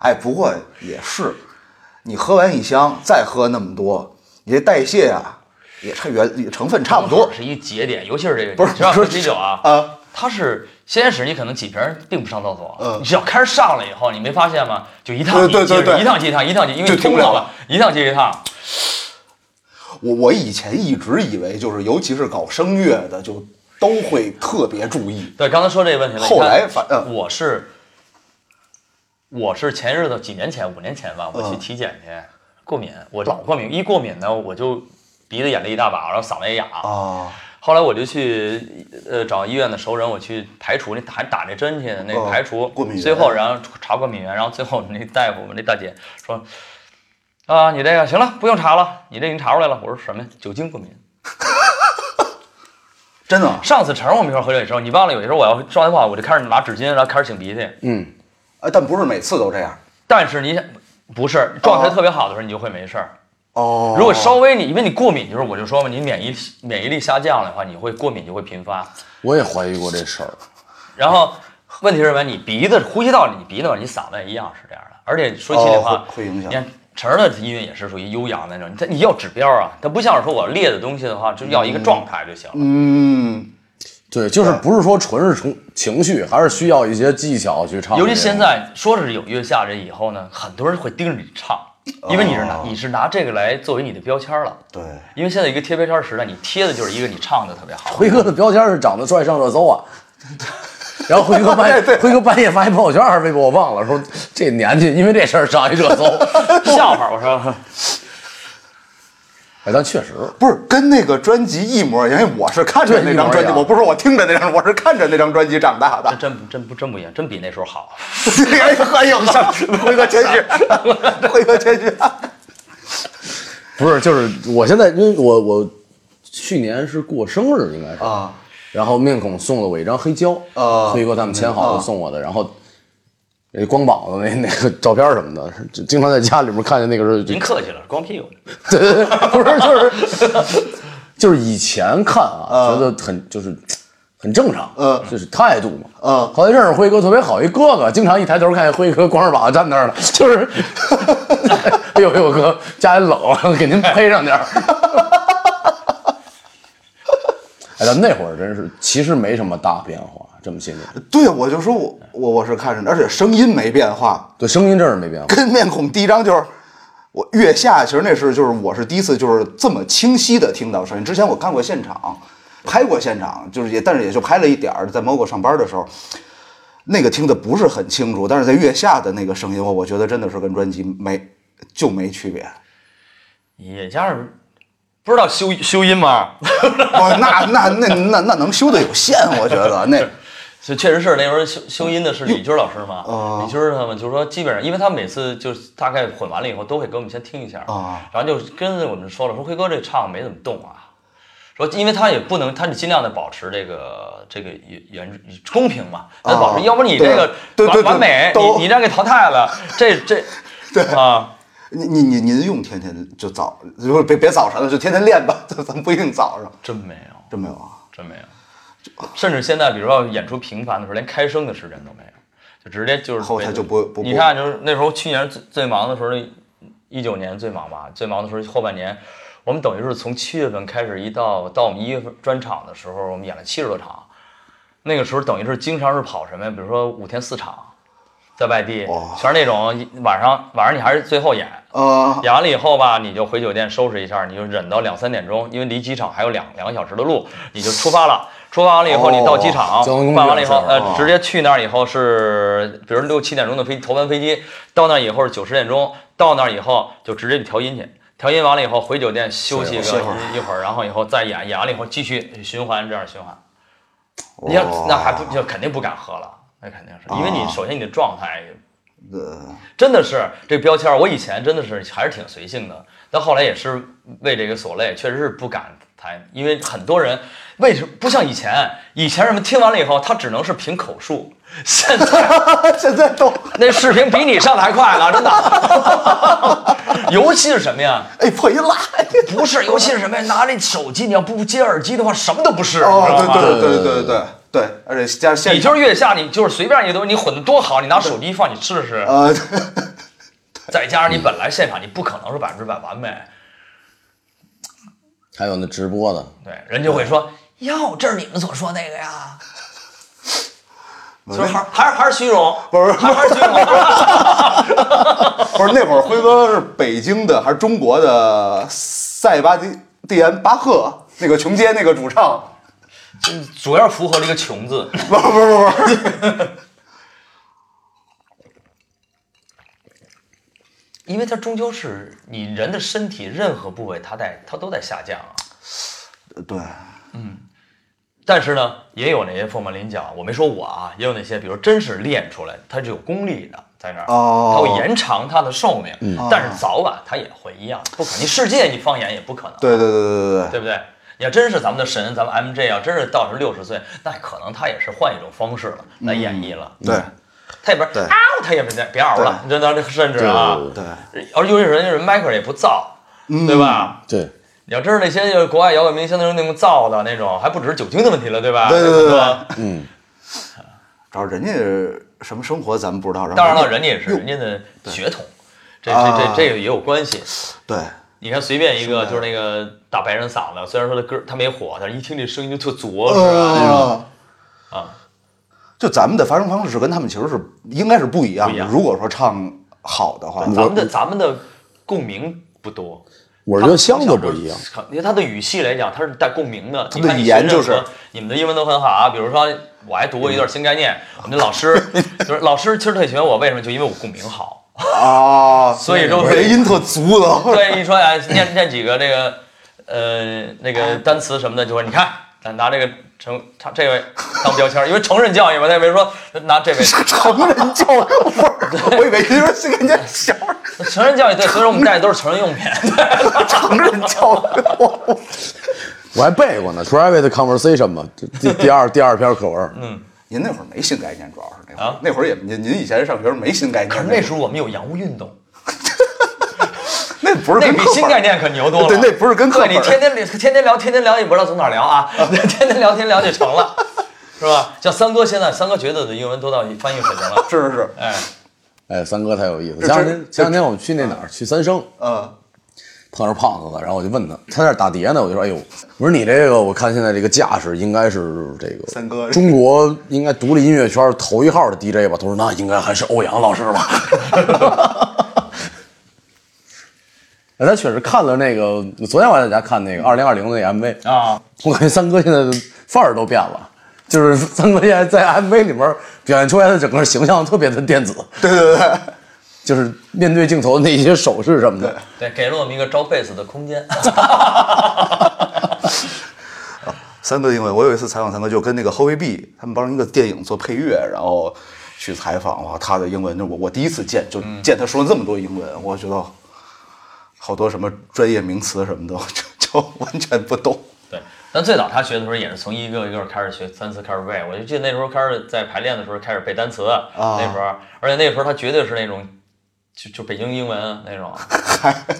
Speaker 3: 哎，不过也是，你喝完一箱再喝那么多，你这代谢啊也差原也成分差不多
Speaker 4: 是一节点，尤其是这个
Speaker 3: 不是
Speaker 4: 你知道
Speaker 3: 不
Speaker 4: 喝
Speaker 3: 是
Speaker 4: 啤酒啊，
Speaker 2: 嗯
Speaker 3: 啊。
Speaker 4: 它是先开始你可能几瓶儿并不上厕所，
Speaker 3: 嗯
Speaker 4: 你只要开始上了以后，你没发现吗？就一趟
Speaker 3: 对对
Speaker 4: 接着
Speaker 3: 对对
Speaker 4: 一趟接一趟，一趟接，因为
Speaker 3: 就
Speaker 4: 你
Speaker 3: 停
Speaker 4: 通
Speaker 3: 不了
Speaker 4: 上
Speaker 3: 了
Speaker 4: 了，一趟接一趟，
Speaker 3: 我我以前一直以为就是，尤其是搞声乐的，就都会特别注意。
Speaker 4: 对，刚才说这个问题了。你
Speaker 3: 后
Speaker 4: 看
Speaker 3: 来反嗯
Speaker 4: 我是我是前日子几年前五年前吧，我去
Speaker 3: 嗯
Speaker 4: 体检去，过敏，我老过敏，一过敏呢我就鼻子眼泪一大把，然后嗓子也哑。
Speaker 3: 啊，
Speaker 4: 后来我就去呃找医院的熟人，我去排除那打打那针去，那
Speaker 3: 哦
Speaker 4: 排除、
Speaker 3: 过敏源
Speaker 4: 最后然后查过敏源，然后最后那大夫我们那大姐说啊你这个行了，不用查了，你这已经查出来了。我说什么呀？酒精过敏。
Speaker 3: 真的啊
Speaker 4: 上次晨儿我们一块儿喝酒的时候，你忘了有一时候我要说完话，我就开始拿纸巾，然后开始擤鼻涕。
Speaker 2: 嗯，
Speaker 3: 哎，但不是每次都这样
Speaker 4: 但是你想不是状态特别好的时候，你就会没事儿。
Speaker 3: 哦。
Speaker 4: 如果稍微你因为你过敏，就是我就说嘛，你免疫免疫力下降了的话，你会过敏就会频发。
Speaker 2: 我也怀疑过这事儿。
Speaker 4: 然后问题是什么？你鼻子呼吸道，你鼻子你嗓子也一样是这样的。而且说心里话
Speaker 3: 哦，会会影响
Speaker 4: 你看晨儿的音乐也是属于悠扬的那种，他你要指标啊，他不像是说我列的东西的话，就要一个状态就行了。
Speaker 3: 嗯，
Speaker 2: 对，就是不是说纯是从情绪，还是需要一些技巧去唱这个。
Speaker 4: 尤其现在说是有月下人以后呢，很多人会盯着你唱，
Speaker 3: 哦
Speaker 4: 因为你是拿、你是拿这个来作为你的标签了。
Speaker 3: 对，
Speaker 4: 因为现在一个贴标签时代，你贴的就是一个你唱的特
Speaker 3: (laughs)
Speaker 4: 别好。
Speaker 2: 辉哥的标签是长得帅上热搜 (laughs) 啊。然后辉哥半夜，辉哥半夜发一朋友圈还是微博，我忘了，说这年纪因为这事儿上一热 (laughs) 搜。
Speaker 4: 笑话，我说
Speaker 2: 哎，但确实，
Speaker 3: 不是跟那个专辑一模一样，因为我是看着
Speaker 2: 对
Speaker 3: 那张专辑，
Speaker 2: 一模一样哎
Speaker 3: 我不是说我听着那张，我是看着那张专辑长
Speaker 2: (laughs)
Speaker 3: 大的
Speaker 4: 这。真不真不真不一样，真比那时候好。
Speaker 3: 哎呦， (laughs)
Speaker 2: (laughs)
Speaker 3: 哎呦，辉哥谦虚，辉哥谦 (laughs) 虚。
Speaker 2: 不是，就是我现在，因为我我去年是过生日，应该是
Speaker 3: 啊，
Speaker 2: 然后面孔送了我一张黑胶，
Speaker 3: 啊
Speaker 2: 辉哥他们签好
Speaker 3: 啊
Speaker 2: 的送我的，然后。呃光膀子那那个照片什么的，是经常在家里面看见那个时候就
Speaker 4: 您客气了，光屁股。
Speaker 2: 对对，对， (laughs) 不是就是就是以前看啊，觉得很就是很正常，
Speaker 3: 嗯
Speaker 2: 就是态度嘛，
Speaker 3: 嗯
Speaker 2: 后来认识辉哥特别好，一哥哥，经常一抬头看见辉哥光着膀子站那儿了， (laughs) 就是，哎呦哎呦哥，家里冷， (laughs) 给您披上点儿。哎，咱们那会儿真是，其实没什么大变化，这么些年，
Speaker 3: 对，我就说我我我是看着，而且声音没变化，
Speaker 2: 对声音真是没变化。
Speaker 3: 跟面孔第一张就是我月下，其实那是就是我是第一次就是这么清晰的听到声音。之前我看过现场，拍过现场，就是也但是也就拍了一点儿，在 MOGO 上班的时候。那个听的不是很清楚，但是在月下的那个声音，我我觉得真的是跟专辑没就没区别。
Speaker 4: 也加上不知道修修音吗？
Speaker 3: 哦，那那那那那能修的有限，我觉得那
Speaker 4: 这确实是那时候修修音的是李军老师嘛，
Speaker 3: 啊
Speaker 4: 李军他们就说基本上，因为他每次就是大概混完了以后，都会给我们先听一下，
Speaker 3: 啊
Speaker 4: 然后就跟着我们说了，说辉哥这唱没怎么动啊，说因为他也不能，他得尽量的保持这个这个原原公平嘛，那保持，要不你这个
Speaker 3: 啊对对对
Speaker 4: 完完美，
Speaker 3: 都
Speaker 4: 你你让给淘汰了，这
Speaker 3: (laughs)
Speaker 4: 这对啊。
Speaker 3: 您您您您用天天就早，不是别别早上了，就天天练吧，咱不一定早上，
Speaker 4: 真没有，
Speaker 3: 真没有啊。
Speaker 4: 真没有。甚至现在，比如说演出频繁的时候，连开声的时间都没有，就直接就是
Speaker 3: 后台就不不
Speaker 4: 你看，就是那时候去年最最忙的时候，一九年最忙吧，最忙的时候后半年，我们等于是从七月份开始，一到到我们一月份专场的时候，我们演了七十多场。那个时候等于是经常是跑什么呀？比如说五天四场，在外地，
Speaker 3: 哇
Speaker 4: 全是那种晚上晚上你还是最后演，
Speaker 2: 啊
Speaker 3: 呃，
Speaker 4: 演完了以后吧，你就回酒店收拾一下，你就忍到两三点钟，因为离机场还有两两个小时的路，你就出发了。出发完了以后，
Speaker 3: 哦
Speaker 4: 你到机场
Speaker 2: 交通工具
Speaker 4: 办完了以后，
Speaker 2: 的事儿啊
Speaker 4: 呃，直接去那儿以后是，比如六七点钟的飞头班飞机，到那儿以后是九十点钟，到那儿以后就直接去调音去。调音完了以后回酒店休息个
Speaker 3: 歇会儿
Speaker 4: 一一会儿，然后以后再演，演完了以后继续循环，这样循环。你要那还不就肯定不敢喝了，那肯定是因为
Speaker 2: 啊
Speaker 4: 你首先你的状态
Speaker 3: 呃，
Speaker 4: 真的是这标签儿，我以前真的是还是挺随性的，但后来也是为这个所累，确实是不敢谈，因为很多人为什么不像以前？以前什么听完了以后，他只能是凭口述，现在
Speaker 3: 现在都
Speaker 4: 那视频比你上的还快了，真的。 (laughs) 尤其是什么呀？
Speaker 3: 哎破音啦，
Speaker 4: 不是，尤其是什么呀？拿那手机，你要不接耳机的话，什么都不是，
Speaker 3: 哦，
Speaker 4: 你知道吗？
Speaker 3: 对对对对对对对，而且加上现
Speaker 4: 你就是月下，你就是随便一个东西，你混的多好，你拿手机一放，你试试。
Speaker 3: 呃，
Speaker 4: 再加上你本来现场你不可能是百分之百完美，
Speaker 2: 还有那直播的，
Speaker 4: 对，人就会说：“哟，这是你们所说那个呀。”就是还是还是还是虚荣，
Speaker 3: 不是
Speaker 4: 还是还是
Speaker 3: (laughs)
Speaker 4: 虚荣。啊
Speaker 3: 不是那会儿辉哥是北京的还是中国的塞巴蒂蒂安巴赫那个琼街那个主唱，
Speaker 4: 主要符合了一个“穷”字。
Speaker 3: 不不不不不，
Speaker 4: (laughs) 因为它终究是你人的身体任何部位，它在它都在下降啊。
Speaker 3: 对，
Speaker 4: 但是呢，也有那些凤毛麟角，我没说我啊，也有那些，比如真是练出来，它是有功力的，在那儿，
Speaker 3: 哦嗯
Speaker 4: 它会延长它的寿命，但是早晚它也会一样，不可能。你世界你放眼也不可能，
Speaker 3: 对对对对对对，
Speaker 4: 对不对？你要真是咱们的神，咱们 MJ 要真是到是六十岁，那可能他也是换一种方式了来演绎了，
Speaker 3: 对
Speaker 4: 他也不是
Speaker 3: 嗯对
Speaker 4: 嗷，他也不是别嗷了，你知道这甚至啊，
Speaker 3: 对，
Speaker 4: 而尤其是人家是 Michael 也不造，对吧？
Speaker 2: 对，
Speaker 4: 你要知道那些就是国外摇滚明星那种那种造的那种，还不止酒精的问题了，对吧？
Speaker 3: 嗯对对对对
Speaker 4: 吧
Speaker 3: 然后人家什么生活咱们不知道，
Speaker 4: 当然了，人家也是人家的血统，这这
Speaker 3: 啊
Speaker 4: 这这个也有关系。
Speaker 3: 对
Speaker 4: 你看，随便一个就是那个大白人嗓子，虽然说他歌他没火，但是一听这声音就特浊，
Speaker 3: 呃
Speaker 4: 是吧？那种
Speaker 3: 啊
Speaker 4: 啊，
Speaker 3: 就咱们的发声方式跟他们其实是应该是不一样
Speaker 4: 不一
Speaker 3: 的。
Speaker 4: 样
Speaker 3: 如果说唱好的话，
Speaker 4: 咱们的咱们的共鸣不多。
Speaker 2: 我是觉得箱子不一样。
Speaker 4: 因为它的语系来讲，它是带共鸣的。
Speaker 3: 的
Speaker 4: 你看你
Speaker 3: 语言
Speaker 4: 学任
Speaker 3: 就是
Speaker 4: 何你们的英文都很好啊。比如说，我还读过一段新概
Speaker 2: (laughs)
Speaker 4: 念，我们的老师就是老师，其实特喜欢我，为什么？就因为我共鸣好，
Speaker 3: 啊，
Speaker 4: (laughs) 所以说
Speaker 3: 我这音特足
Speaker 4: (laughs)
Speaker 3: 的，
Speaker 4: 对，一说哎，念念几个这个呃那个单词什么的，就说你看，咱拿这个成他这位当标签儿，因为成人教育嘛，他也没说拿
Speaker 2: (laughs)
Speaker 4: 这位
Speaker 3: 成人教育味儿，我以为你说是人家小孩儿
Speaker 4: 成人教育对，所以说我们带的都是成
Speaker 2: (laughs)
Speaker 4: 人用品。
Speaker 3: 成人教育味
Speaker 4: (laughs)
Speaker 3: 儿。
Speaker 2: 我还背过呢，Private Conversation 嘛，这
Speaker 3: (laughs)
Speaker 2: 第第二第二篇课文。嗯，
Speaker 3: 您那会儿没新概念，主要是那会儿、
Speaker 4: 啊
Speaker 3: 那会儿也您您以前上学没新概念，
Speaker 4: 可是那时候我们有洋务运动，
Speaker 3: 那不是
Speaker 4: 那
Speaker 3: 跟
Speaker 4: 比
Speaker 3: 课本
Speaker 4: 新概念可牛多了。
Speaker 3: 对，那不是跟课
Speaker 4: 对
Speaker 3: 本
Speaker 4: 你天天聊天天聊，天天聊，也不知道从哪儿
Speaker 3: (laughs)
Speaker 4: 聊啊，天天聊，天天聊就成了，是吧？像三哥现在，三哥绝对的英文都到翻译水平了。
Speaker 3: 是是是，
Speaker 4: 哎，
Speaker 2: 哎，三哥太有意思。
Speaker 3: 这
Speaker 2: 前两天前两天我们去那哪儿去三生，
Speaker 3: 嗯，
Speaker 2: 碰上胖子了，然后我就问他，他在那儿打碟呢，我就说，哎呦，我说你这个，我看现在这个架势应该是这个
Speaker 3: 三哥
Speaker 2: 中国应该独立音乐圈头一号的 DJ 吧？他说那应该还是欧阳老师
Speaker 3: (laughs)
Speaker 2: 吧。 (laughs) 哎他确实看了那个，昨天我还在家看那个二零二零那个 MV
Speaker 4: 啊，
Speaker 2: (laughs) 我感觉三哥现在的范儿都变了，就是三哥现在在 MV 里面表现出来的整个形象特别的电子，
Speaker 3: 对对对，
Speaker 2: 就是面对镜头的那些手势什么的。
Speaker 4: 对，给了我们一个招贝斯的空间。 (laughs)
Speaker 3: 三哥因为我有一次采访三哥，就跟那个 Howie B 他们帮一个电影做配乐，然后去采访哇，他的英文，那我我第一次见，就见他说了这么多英
Speaker 4: 嗯
Speaker 3: 文，我觉得好多什么专业名词什么的，我 (laughs) 就就完全不懂。
Speaker 4: 对，但最早他学的时候也是从一个一个开始学，单词开始背。我就记得那时候开始在排练的时候开始背单词，
Speaker 3: 啊
Speaker 4: 那时候，而且那时候他绝对是那种。就就北京英文啊那种，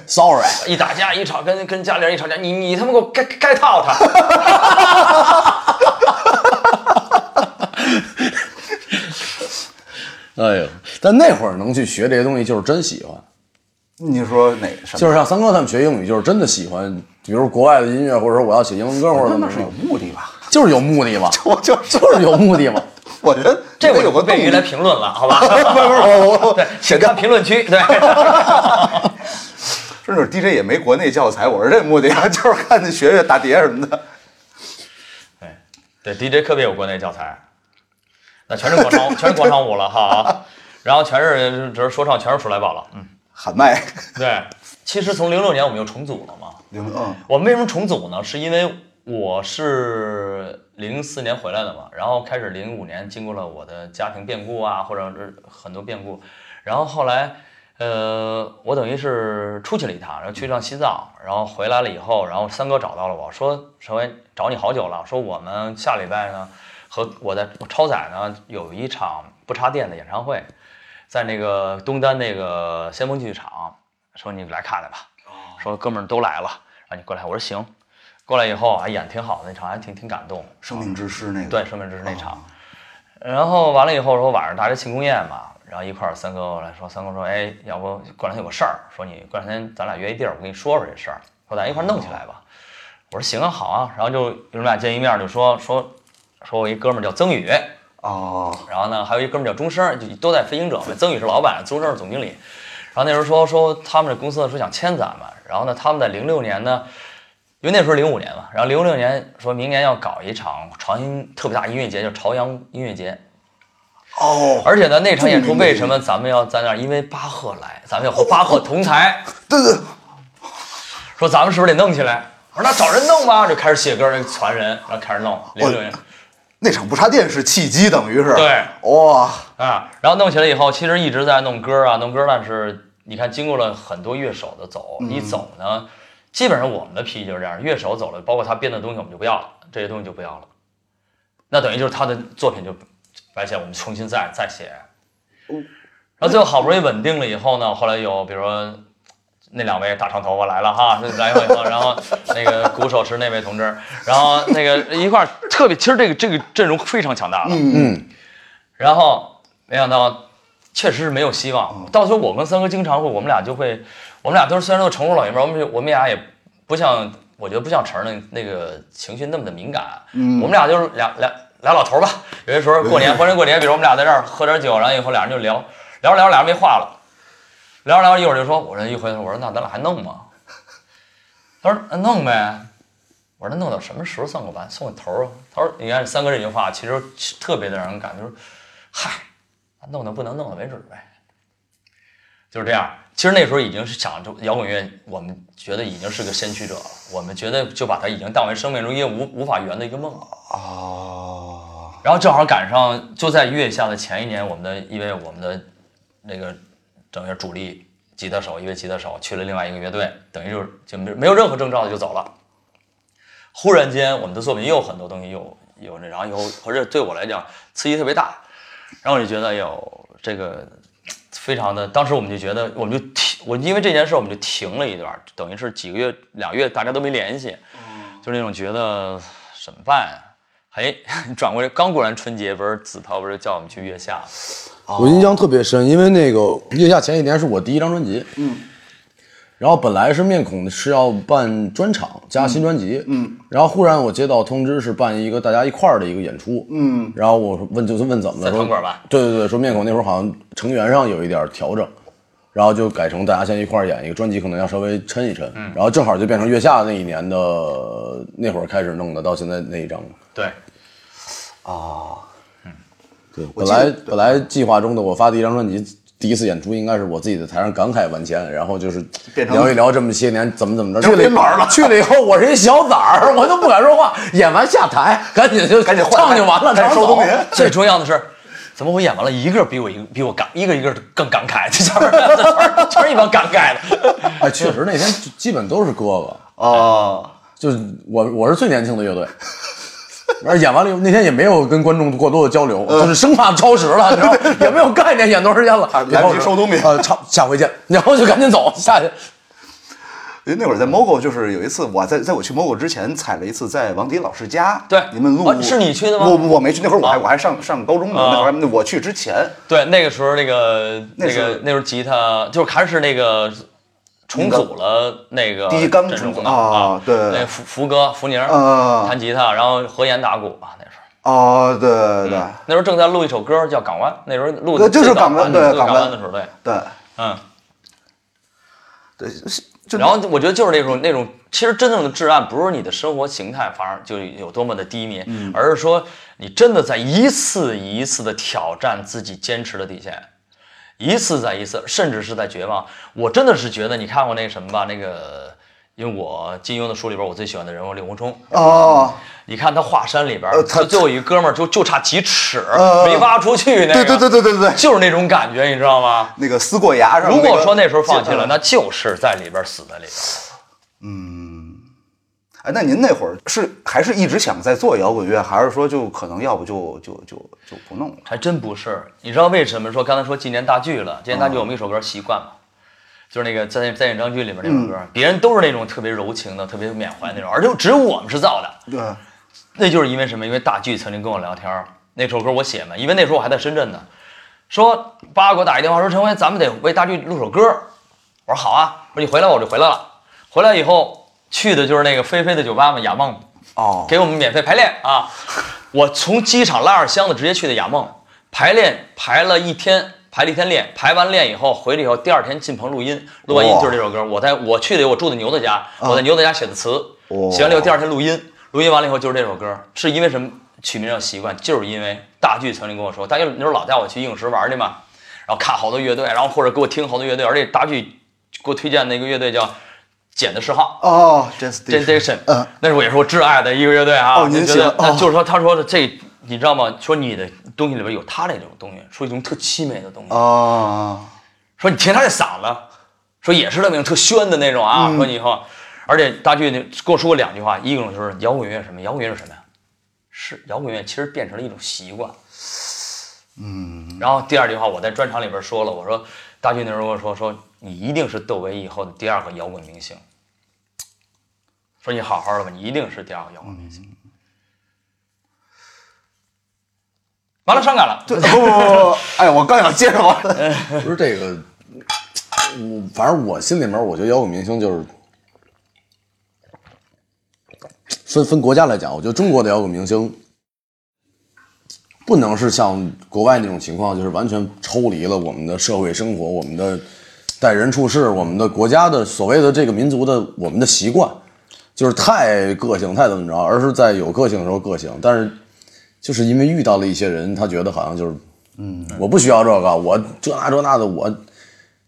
Speaker 2: Sorry。
Speaker 4: 一打架一吵，跟跟家里人一吵架，你你他妈给我盖盖套他，
Speaker 3: (laughs)
Speaker 2: 哎呦，但那会儿能去学这些东西，就是真喜欢，
Speaker 3: 你说哪什么？
Speaker 2: 就是像三哥他们学英语，就是真的喜欢，比如国外的音乐，或者说我要写英文歌，或者
Speaker 3: 那
Speaker 2: 怎么
Speaker 3: 那是有
Speaker 2: 着，
Speaker 3: 目的吧？ (laughs)
Speaker 2: 就是有目的嘛，
Speaker 3: 我就是
Speaker 2: 就是有目的嘛。
Speaker 3: 我觉得
Speaker 4: 这我
Speaker 3: 有个
Speaker 4: 就被
Speaker 3: 动
Speaker 4: 于
Speaker 3: 力
Speaker 4: 来评论了，好
Speaker 3: (laughs)
Speaker 4: 吧？
Speaker 3: 不是不是我我我 (laughs)
Speaker 4: 对，请看评论区。对，
Speaker 3: 甚至 DJ 也没国内教材，我是这目的啊，就是看那学学打碟什么的。
Speaker 4: 哎对，DJ 特别有国内教材，那全是广场，全是广场舞了哈、然后全是只是说唱，全是鼠来宝了。嗯，
Speaker 3: 喊麦，
Speaker 4: 对。其实从零六年我们又重组了嘛。
Speaker 3: (laughs) 嗯，
Speaker 4: 我们为什么重组呢？是因为我是零四年回来的嘛，然后开始零五年经过了我的家庭变故啊，或者是很多变故，然后后来，呃，我等于是出去了一趟，然后去一趟西藏，然后回来了以后，然后三哥找到了我说，陈威找你好久了，说我们下礼拜呢和我在超载呢有一场不插电的演唱会，在那个东单那个先锋剧场，说你来看来吧。说哥们儿都来了，让你过来。我说行，过来以后啊，演挺好的那场，还挺挺感动。
Speaker 3: 生命之诗那个，
Speaker 4: 对，，生命之是那场。然后完了以后说晚上大家庆功宴嘛，然后一块儿三哥来说，三哥说，哎，要不过两天有个事儿，说你过两天咱俩约一地儿，我跟你说说这事儿，说咱一块儿弄起来吧。我说行啊，好啊。然后就我们俩见一面就说说说我一哥们儿叫曾宇，
Speaker 3: 哦，
Speaker 4: 然后呢，还有一哥们儿叫钟声，就都在飞行者嘛。曾宇是老板，钟声是总经理。然后那时候说说他们这公司呢说想签咱们，然后呢，他们在零六年呢因为那时候零五年嘛，然后零六年说明年要搞一场朝阳特别大音乐节，叫朝阳音乐节。
Speaker 3: 哦，
Speaker 4: 而且呢，那场演出为什么咱们要在那儿？因为巴赫来，咱们要和巴赫同台。
Speaker 3: 对对，
Speaker 4: 说咱们是不是得弄起来？我说那找人弄吧，就开始写歌，传人，然后开始弄。零六年
Speaker 3: 那场不插电是契机，等于是
Speaker 4: 对
Speaker 3: 哇，
Speaker 4: 啊，然后弄起来以后，其实一直在弄歌啊，弄歌，但是你看，经过了很多乐手的走，
Speaker 3: 嗯
Speaker 4: 你走呢，基本上我们的脾气就是这样，乐手走了，包括他编的东西我们就不要了，这些东西就不要了，那等于就是他的作品就白写，我们重新再再写。
Speaker 3: 嗯
Speaker 4: 然后最后好不容易稳定了以后呢，后来有比如说那两位大长头发来了哈，来以后，然后那个鼓手是那位同志，然后那个一块儿特别，其实这个这个阵容非常强大了，
Speaker 2: 嗯，
Speaker 4: 然后没想到，确实是没有希望。到时候我跟三哥经常会，我们俩就会，我们俩都是虽然都是成熟老爷们儿，我们我们俩也不像，我觉得不像成人那那个情绪那么的敏感。我们俩就是俩俩俩老头儿吧。有些时候过年，逢年过节，比如我们俩在这儿喝点酒，然后以后俩人就聊，聊着聊着俩人没话了，聊着聊着一会儿就说，我这一回头，我说那咱俩还弄吗？他说那弄呗。我说那弄到什么时候算个完，算个头儿啊？他说你看三哥这句话，其实特别的让人感觉就是嗨，啊弄弄不能弄了为止呗，就是这样。其实那时候已经是想着摇滚乐，我们觉得已经是个先驱者了，我们觉得就把它已经当为生命中一个无无法圆的一个梦了。
Speaker 3: 哦，
Speaker 4: 然后正好赶上就在月下的前一年，我们的一位我们的那个整个主力吉他手，一位吉他手去了另外一个乐队，等于就是就没没有任何征兆的就走了。忽然间，我们的作品又有很多东西又有那，然后又或者对我来讲刺激特别大，然后我就觉得哎呦这个非常的，当时我们就觉得我们就停，我因为这件事我们就停了一段，等于是几个月两个月大家都没联系，就是那种觉得怎么办呀、哎， (laughs) 转过来，刚过完春节，不是子韬不是叫我们去月下吗？
Speaker 2: 我印象特别深，因为那个《月下前一年》是我第一张专辑，嗯，然后本来是面孔是要办专场加新专辑，嗯，然后忽然我接到通知是办一个大家一块儿的一个演出，嗯，然后我说问就是问怎么了，
Speaker 4: 在
Speaker 2: 说
Speaker 4: 饭馆吧
Speaker 2: 对对对，说面孔那会儿好像成员上有一点调整。然后就改成大家先一块儿演一个专辑，可能要稍微抻一抻，嗯、然后正好就变成月下那一年的那会儿开始弄的，到现在那一张了。
Speaker 4: 对，
Speaker 2: 对，本
Speaker 3: 我记得
Speaker 2: 来本来计划中的我发第一张专辑，第一次演出应该是我自己在台上感慨万千，然后就是
Speaker 3: 变成
Speaker 2: 聊一聊这么些年怎么怎么着，
Speaker 3: 成
Speaker 2: 去了以
Speaker 3: 编码
Speaker 2: (laughs)
Speaker 3: 了
Speaker 2: 去了以后我是一小崽儿，我都不敢说话，
Speaker 3: (laughs)
Speaker 2: 演完下台赶紧就
Speaker 3: 赶紧换
Speaker 2: 唱就完了，
Speaker 3: 赶紧收
Speaker 2: 走
Speaker 3: 东西
Speaker 4: (laughs) 最重要的是，怎么我演完了，一个比我一个比我感，一个一个更感慨，这 (laughs) 下面全是全是一帮感慨的。 (laughs)
Speaker 2: 哎，确实那天基本都是哥哥，
Speaker 3: 哦，
Speaker 2: 就是我我是最年轻的
Speaker 3: (laughs)
Speaker 2: 乐队。而演完了以后，那天也没有跟观众过多的交
Speaker 3: 呃
Speaker 2: 流，就是生怕超时了，你知
Speaker 3: (laughs)
Speaker 2: 道吗？也没有概念演多长时间了，
Speaker 3: 啊来不及
Speaker 2: 然后
Speaker 3: 收东西
Speaker 2: 呃，唱下回见，然后就赶紧走下去。
Speaker 3: 因为那会儿在 MOGO 就是有一次，我在在我去 MOGO 之前踩了一次在王迪老师家，
Speaker 4: 对
Speaker 3: 你们录、
Speaker 4: 啊是你去的吗哦
Speaker 3: 我我没去，那会儿我还、我还上上高中呢，
Speaker 4: 啊
Speaker 3: 那会儿还我去之前，
Speaker 4: 对，那个时候那个
Speaker 3: 那
Speaker 4: 那
Speaker 3: 时候
Speaker 4: 个那时候吉他就是还是那个重组了那个
Speaker 3: 第一刚
Speaker 4: 阵
Speaker 3: 重组
Speaker 4: 容的啊，
Speaker 3: 对
Speaker 4: 那福福哥福宁
Speaker 3: 啊
Speaker 4: 弹吉他，然后何岩打鼓啊，那时候。
Speaker 3: 哦，对
Speaker 4: 嗯
Speaker 3: 对对、
Speaker 4: 那时候正在录一首歌叫《港湾》，那时候录
Speaker 3: 呃
Speaker 4: 的
Speaker 3: 就是
Speaker 4: 最早
Speaker 3: 港湾
Speaker 4: 的
Speaker 3: 对
Speaker 4: 最早
Speaker 3: 港
Speaker 4: 港
Speaker 3: 湾
Speaker 4: 的时候，对，
Speaker 3: 对
Speaker 4: 嗯，
Speaker 3: 对，是就
Speaker 4: 然后我觉得就是那种那种，其实真正的至暗不是你的生活形态反而就有多么的低迷，
Speaker 3: 嗯
Speaker 4: 而是说你真的在一次一次的挑战自己坚持的底线，一次再一次，甚至是在绝望。我真的是觉得，你看过那个什么吧？那个，因为我金庸的书里边，我最喜欢的人物令狐冲，
Speaker 3: 哦，
Speaker 4: 你看他华山里边，
Speaker 3: 呃他
Speaker 4: 就最后一哥们儿就就差几尺、
Speaker 3: 呃
Speaker 4: 没挖出去那个，
Speaker 3: 对对对对对对对，
Speaker 4: 就是那种感觉，你知道吗？
Speaker 3: 那个撕过牙上，
Speaker 4: 如果说
Speaker 3: 那
Speaker 4: 那
Speaker 3: 个嗯
Speaker 4: 时候放弃了，那就是在里边死在里边。
Speaker 3: 哎，那您那会儿是还是一直想在做摇滚乐，还是说就可能要不就就就就不弄了？
Speaker 4: 还真不是，你知道为什么说刚才说纪念大剧了？纪念大
Speaker 3: 嗯
Speaker 4: 剧我们一首歌《习惯》嘛，就是那个在在那张剧里面那
Speaker 3: 嗯
Speaker 4: 首歌，别人都是那种特别柔情的、特别缅怀那种，而且只有我们是造的。
Speaker 3: 对，
Speaker 4: 那就是因为什么？因为大巨曾经跟我聊天儿，那首歌我写嘛，因为那时候我还在深圳呢，说八给我打一电话说陈辉，咱们得为大巨录首歌儿。我说好啊，我说你回来吧，我就回来了。回来以后去的就是那个菲菲的酒吧嘛，雅梦
Speaker 3: 哦，
Speaker 4: 给我们免费排练
Speaker 3: (laughs)
Speaker 4: 啊！我从机场拉着箱子直接去的雅梦排练，排了一天，排了一天练，排完练以后回来以后，第二天进棚录音，录完音就是这首歌。我在我去的我住的牛子家，我在牛子家写的词，
Speaker 3: 嗯哇
Speaker 4: 写完了以后第二天录音，录音完了以后就是这首歌。是因为什么取名叫习惯？就是因为大巨曾经跟我说，大巨那时候老带我去硬石玩去嘛，然后看好多乐队，然后或者给我听好多乐队，而且大巨给我推荐那个乐队叫简的嗜好。
Speaker 3: 哦，Jazz
Speaker 4: j e n
Speaker 3: Dish，
Speaker 4: t a t i o
Speaker 3: 嗯
Speaker 4: n 那是我也是我挚爱的一个乐队啊。
Speaker 3: 哦
Speaker 4: 我就
Speaker 3: 您
Speaker 4: 觉
Speaker 3: 喜
Speaker 4: 得
Speaker 3: 欢哦
Speaker 4: 就是说他说的这，你知道吗？说你的东西里边有他这种东西，说一种特凄美的东西。
Speaker 3: 哦， (laughs)
Speaker 4: 说你听他这嗓子，说也是那种特喧的那种啊。说你以后，而且大巨那跟我说过两句话，一种就是摇滚乐是什么？摇滚乐是什么呀？是摇滚乐其实变成了一种习惯。嗯。然后第二句话我在专场里边说了，我说大巨那时候跟我说说你一定是窦唯以后的第二个摇滚明星。说你好好的吧，你一定是第二个摇滚明星。完了，伤感了。
Speaker 3: 对，不不不不，哎，我刚想接着玩，
Speaker 4: 嗯
Speaker 2: 不是这个，我反正我心里面，我觉得摇滚明星就是分分国家来讲，我觉得中国的摇滚明星不能是像国外那种情况，就是完全抽离了我们的社会生活、我们的待人处事、我们的国家的所谓的这个民族的我们的习惯，就是太个性、太怎么着，而是在有个性的时候个性，但是就是因为遇到了一些人，他觉得好像就是。
Speaker 4: 嗯
Speaker 2: 我不需要这个，我这那这那的，我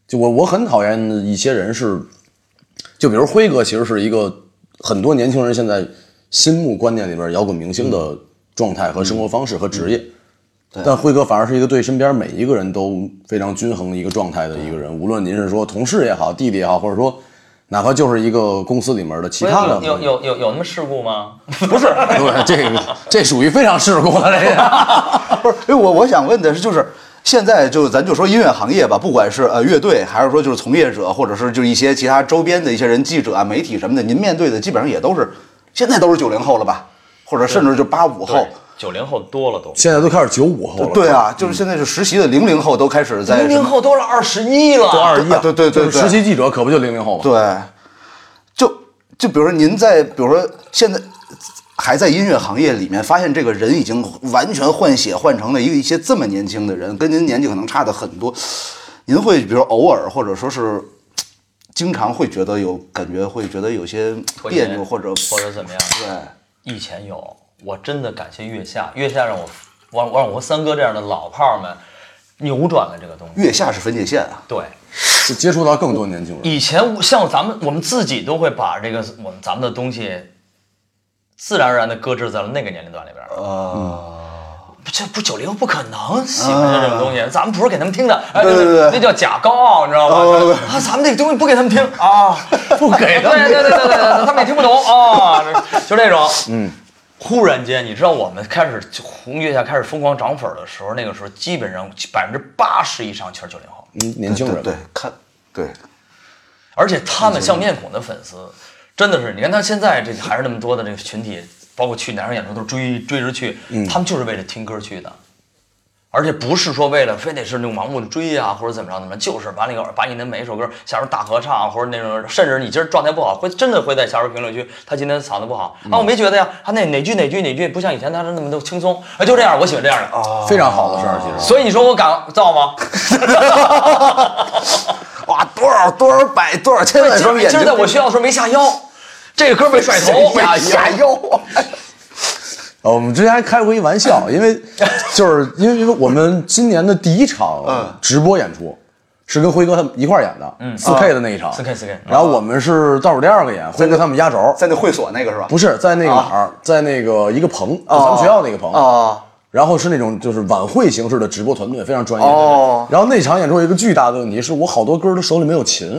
Speaker 2: 就我我很讨厌的一些人是，就比如辉哥，其实是一个很多年轻人现在心目观念里边摇滚明星
Speaker 4: 嗯
Speaker 2: 的状态和生活方式和职业，但辉哥反而是一个对身边每一个人都非常均衡的一个状态的一个人，无论您是说同事也好，弟弟也好，或者说哪怕就是一个公司里面的其他的，
Speaker 4: 有有有有那么事故吗？
Speaker 2: 对这个这属于非常世故了，这个。
Speaker 3: (laughs) 不是，因为我我想问的是，就是现在就咱就说音乐行业吧，不管是呃乐队，还是说就是从业者，或者是就是一些其他周边的一些人、记者啊、媒体什么的，您面对的基本上也都是现在都是九零后了吧，或者甚至就八五后。
Speaker 4: 九零后多了都。
Speaker 2: 现在都开始九五后了，
Speaker 3: 对啊，就是现在就实习的零零后都开始在
Speaker 4: 嗯零零后都是二十一了，
Speaker 2: 都二十一了
Speaker 3: 啊对对对
Speaker 2: 就是
Speaker 3: 对
Speaker 2: 实习记者可不就零零后吗？
Speaker 3: 对，就就比如说您在，比如说现在还在音乐行业里面，发现这个人已经完全换血换成了一个一些这么年轻的人，跟您年纪可能差的很多，您会比如偶尔或者说是。经常会觉得有感觉，会觉得有些
Speaker 4: 拖
Speaker 3: 别
Speaker 4: 延
Speaker 3: 扭或者
Speaker 4: 或者怎么样？
Speaker 3: 对，
Speaker 4: 以前有，我真的感谢月下，月下让我，我我让我和三哥这样的老炮儿们扭转了这个东西。
Speaker 3: 月下是分界线啊。
Speaker 4: 对，
Speaker 2: 就接触到更多年轻人。
Speaker 4: 以前我像咱们我们自己都会把这个我们咱们的东西，自然而然的搁置在了那个年龄段里边儿。不这不九零后不可能喜欢这种东西，咱们不是给他们听的，哎
Speaker 3: 对对对对
Speaker 4: 那叫假高傲，你知道吗？啊，咱们这个东西不给他们听啊，不给他们，对对对对对，他们也听不懂啊，就这种，嗯。忽然间，你知道我们开始红月下开始疯狂涨粉的时候，那个时候基本上百分之八十以上全是九零后。
Speaker 2: 嗯，年轻人
Speaker 3: 对，看，对，
Speaker 4: 而且他们像面孔的粉丝，真的是，你看他现在这个还是那么多的这个群体，包括去哪场演出都追追着去，他们就是为了听歌去的，而且不是说为了非得是那种盲目的追啊或者怎么着怎么着，就是把那个把你的每一首歌下边大合唱啊或者那种，甚至你今儿状态不好，会真的会在下边评论区，他今天嗓子不好啊，我没觉得呀，他那哪句哪句哪句不像以前他那么都轻松，哎，就这样，我喜欢这样的啊，
Speaker 2: 非常好的事儿，其实。
Speaker 4: 所以你说我敢造吗？ (laughs)
Speaker 3: 哇，多少多少百多少千万双眼睛
Speaker 4: 今
Speaker 3: 哎
Speaker 4: 儿在我学校哎的时候没下腰，这个歌没甩头，哎
Speaker 3: 下下
Speaker 2: (laughs)
Speaker 3: 腰，
Speaker 2: 呃，我们之前还开过一玩
Speaker 3: 嗯
Speaker 2: 笑，因为就是因为因为我们今年的第一
Speaker 3: 嗯
Speaker 2: 场直播演出。是跟辉哥他们一块儿演的，嗯，四
Speaker 3: 啊
Speaker 2: K 的那一场，
Speaker 4: 4K 4K
Speaker 2: 然后我们是倒数第二个演，辉哥他们压轴，
Speaker 3: 在那啊会所那个是吧？
Speaker 2: 不是在那个哪儿，在那个一个棚，就咱们学校那个棚，
Speaker 3: 啊，
Speaker 2: 然后是那种就是晚会形式的直播团队，非常专业。
Speaker 3: 哦
Speaker 2: 然后那场演出有一个巨大的问题，是我好多歌都手里没有琴，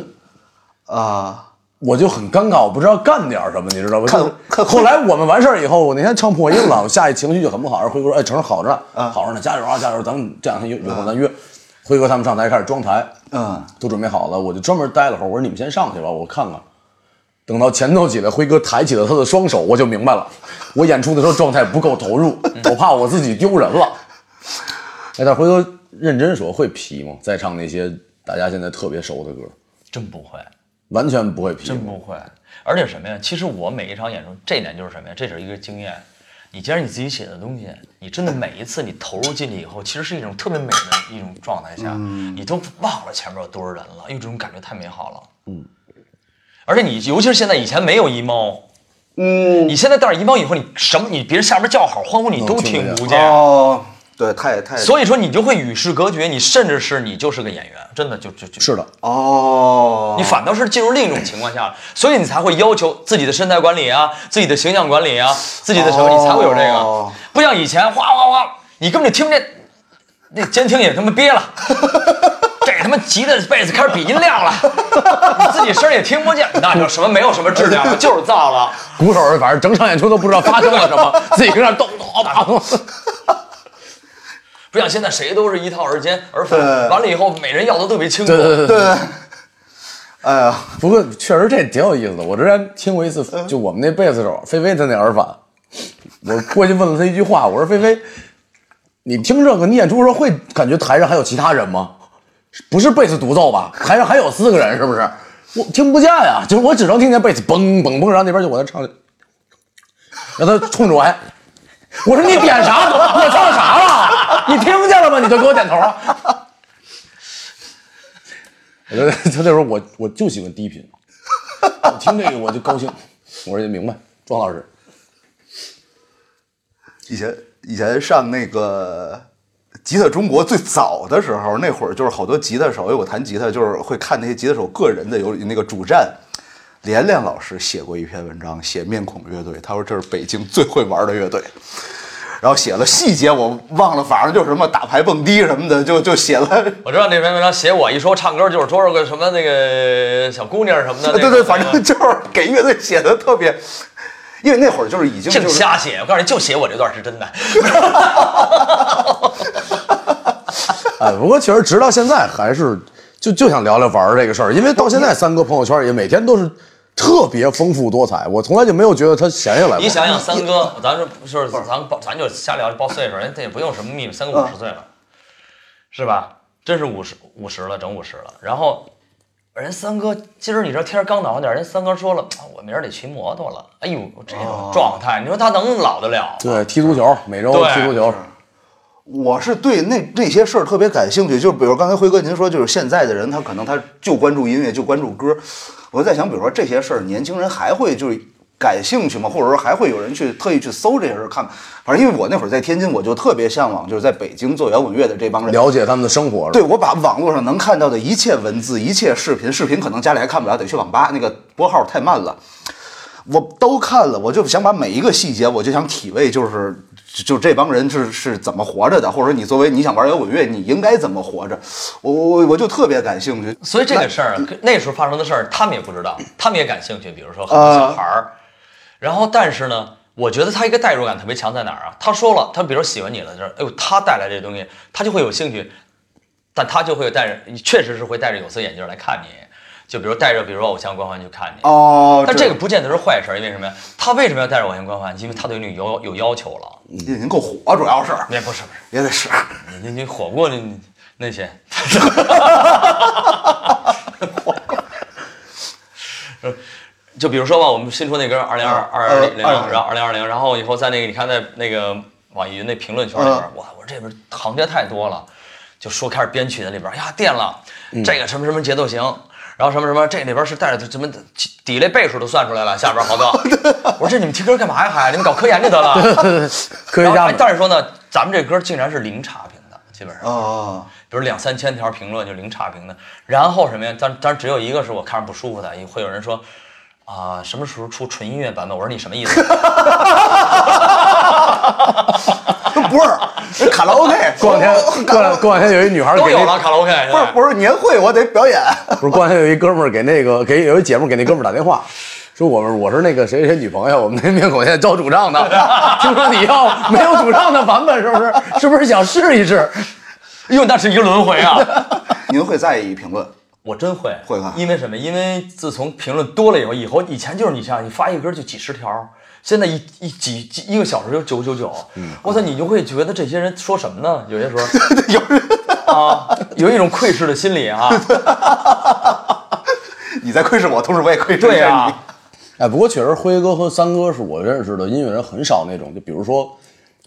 Speaker 3: 啊，
Speaker 2: 我就很尴尬，我不知道干点什么，你知道吧？
Speaker 3: 看
Speaker 2: 就
Speaker 3: 看
Speaker 2: 后来我们完事儿以后，我那天唱破音了，我下一情绪就很不好。然后辉哥说：“哎，成，好着呢，好着呢，加油啊，加油！咱们这两天有有空咱约。”辉哥他们上台开始装台，
Speaker 3: 嗯，
Speaker 2: 啊都准备好了，我就专门待了会儿。我说：“你们先上去吧，我看看。”等到前头起来，辉哥抬起了他的双手，我就明白了，我演出的时候状态不够投入，我怕我自己丢人 (laughs) 了。哎，但辉哥认真说，会皮吗？再唱那些大家现在特别熟的歌，
Speaker 4: 真不会，
Speaker 2: 完全不会皮。
Speaker 4: 真不会。而且什么呀？其实我每一场演出，这点就是什么呀？这是一个经验。你既然你自己写的东西，你真的每一次你投入进去以后，其实是一种特别美的一种状态下，你都忘了前面有多少人了，因为这种感觉太美好了。嗯，而且你尤其是现在，以前没有一猫，
Speaker 3: 嗯，
Speaker 4: 你现在带上一猫以后，你什么你别人下边叫好欢呼你都
Speaker 2: 听
Speaker 4: 听
Speaker 2: 不
Speaker 4: 不见，
Speaker 3: 哦，对，太
Speaker 2: 哎
Speaker 3: 太，
Speaker 4: 所以说你就会与世隔绝，你甚至是你就是个演员，真的就就就。
Speaker 2: 是的，
Speaker 3: 哦，
Speaker 4: 你反倒是进入另一种情况下了，所以你才会要求自己的身材管理啊，自己的形象管理啊，自己的什么，
Speaker 3: 哦
Speaker 4: 你才会有这个。不像以前哗哗哗，你根本就听不见，那监听也他妈
Speaker 2: (laughs)
Speaker 4: 憋了，这他妈急的被子开始比音量了，你自己声儿也听不见，那叫什么没有什么质量了，就是燥了。
Speaker 2: 鼓手反正整场演出都不知道发生了什么，自己跟那儿咚咚 (laughs) 打咚。
Speaker 4: 不像现在谁都是一套而尖而反，
Speaker 3: 对
Speaker 4: 完了以后每人要的都特别清楚。
Speaker 2: 对对对对。
Speaker 3: 哎呀，
Speaker 2: 不过确实这挺有意思的。我之前听过一次，就我们那贝斯手菲菲他那耳返，我过去问了他一句话，我说菲菲，你听这个你演出的时候会感觉台上还有其他人吗？不是贝斯独奏吧？台上还有四个人是不是？我听不见呀、就是我只能听见贝斯嘣嘣嘣，然后那边就我在唱，然后他冲着我还。我说你点啥？我唱啥了？你听见了吗？你就给我点头啊！ (laughs) 我觉得他那时候我我就喜欢低频，我听这个我就高兴。我说明白，庄老师，
Speaker 3: 以前以前上那个吉他中国最早的时候，那会儿就是好多吉他手，因为我弹吉他就是会看那些吉他手个人的有那个主战。连亮老师写过一篇文章，写面孔乐队，他说这是北京最会玩的乐队，然后写了细节我忘了，反正就是什么打牌蹦迪什么的，就就写了，
Speaker 4: 我知道那篇文章写我一说唱歌就是说说个什么那个小姑娘什么的，
Speaker 3: (laughs) (laughs)
Speaker 4: 那
Speaker 3: 对
Speaker 4: 个
Speaker 3: 对，反正就是给乐队写的特别，因为那会儿就是已经
Speaker 4: 净
Speaker 3: 就是
Speaker 4: 瞎写。我告诉你，就写我这段
Speaker 3: (laughs)
Speaker 4: 是真的。
Speaker 2: 哎，不过确实直到现在还是就就想聊聊玩儿这个事儿，因为到现在三哥朋友圈也每天都是特别丰富多彩，我从来就没有觉得他闲下来过。
Speaker 4: 你想想，三哥，咱这不是咱报咱就瞎聊报岁数，人这也不用什么秘密，三哥
Speaker 3: 嗯
Speaker 4: 五十岁了，是吧？真是五十五十了，整五十了。然后人三哥今儿你这天儿刚暖和点儿，人三哥说了，啊我明儿得骑摩托了。哎呦，这
Speaker 3: 哦
Speaker 4: 种状态，你说他能老得了？
Speaker 2: 对，踢足球，每周
Speaker 4: 对
Speaker 2: 踢足球，
Speaker 3: 我是对那那些事儿特别感兴趣，就比如刚才辉哥您说，就是现在的人他可能他就关注音乐，就关注歌。我在想，比如说这些事儿，年轻人还会就是感兴趣吗？或者说还会有人去特意去搜这些事儿看看？反正因为我那会儿在天津，我就特别向往，就是在北京做摇滚乐的这帮人。
Speaker 2: 了解他们的生活。是吧
Speaker 3: 对，我把网络上能看到的一切文字、一切视频，视频可能家里还看不了，得去网吧，那个拨号太慢了。我都看了，我就想把每一个细节，我就想体味，就是就就这帮人是是怎么活着的，或者说你作为你想玩摇滚乐，你应该怎么活着。我我我我就特别感兴趣。
Speaker 4: 所以这个事儿，跟那嗯时候发生的事儿，他们也不知道，他们也感兴趣。比如说很多小孩儿，然后但是呢，我觉得他一个代入感特别强在哪儿啊？他说了，他比如喜欢你了，就是哎呦，他带来这东西，他就会有兴趣，但他就会带着，确实是会戴着有色眼镜来看你，就比如带着比如说偶像光环去看你。
Speaker 3: 哦，
Speaker 4: 但这个不见得是坏事儿，因为什么呀？他为什么要带着偶像光环？因为他对你有有要求了。
Speaker 3: 您够火，主要是
Speaker 4: 那不是不是，
Speaker 3: 也得是。
Speaker 4: 你你你火过那那些，就比如说吧，我们新出那歌二零二二啊呃二零，
Speaker 3: 2020
Speaker 4: 然后二零二零，然后以后在那个你看在那个网易云那评论圈里边，哇，我这边行家太多了，就说开始编曲的里边，哎呀电了，这个什么什么节奏型。然后什么什么，这里边是带着什么底类倍数都算出来了，下边好多。 (laughs) 我说这你们听歌干嘛呀？还你们搞科研去得了。 (laughs)
Speaker 2: 科学
Speaker 4: 然后
Speaker 2: 家
Speaker 4: 哎
Speaker 2: 们
Speaker 4: 但是说呢，咱们这歌竟然是零差评的，基本上。
Speaker 3: 哦，
Speaker 4: 比如两三千条评论就零差评的，然后什么呀？但但只有一个是我看着不舒服的，会有人说啊、什么时候出纯音乐版本？我说你什么
Speaker 2: (laughs)
Speaker 4: 意思？
Speaker 3: 不是哎人卡拉 OK，
Speaker 2: 过两天，过两过两天有一女孩
Speaker 4: 都
Speaker 2: 给
Speaker 4: 有
Speaker 2: 那
Speaker 4: 了卡拉 OK，现
Speaker 3: 不是
Speaker 4: 在
Speaker 3: 不是年会，我得表演。 (laughs)
Speaker 2: 不是，过两天有一哥们儿给那个给有一姐们儿给那哥们儿打电话，说我们我是那个谁谁谁女朋友，我们那面孔现在招主唱 (laughs) 的，听说你要没有主唱的版本是不是？是不是想试一试？
Speaker 4: (laughs) 哟，那是一个轮回啊！
Speaker 3: 您会在意评论？
Speaker 4: 我真会
Speaker 3: 会吧
Speaker 4: 因为什么？因为自从评论多了以后，以后以前就是你像你发一个歌就几十条，现在一一几几一个小时就九九九，
Speaker 3: 嗯
Speaker 4: 我操，你就会觉得这些人说什么呢？有些时候
Speaker 3: (laughs) 有人
Speaker 4: 啊，有一种窥视
Speaker 3: (laughs)
Speaker 4: 的心理啊。
Speaker 3: 你在窥视我，同时我也窥视一
Speaker 4: 对啊
Speaker 3: 下
Speaker 4: 呀、
Speaker 3: 你。
Speaker 2: 哎，不过确实辉哥和三哥是我认识的音乐人很少那种，就比如说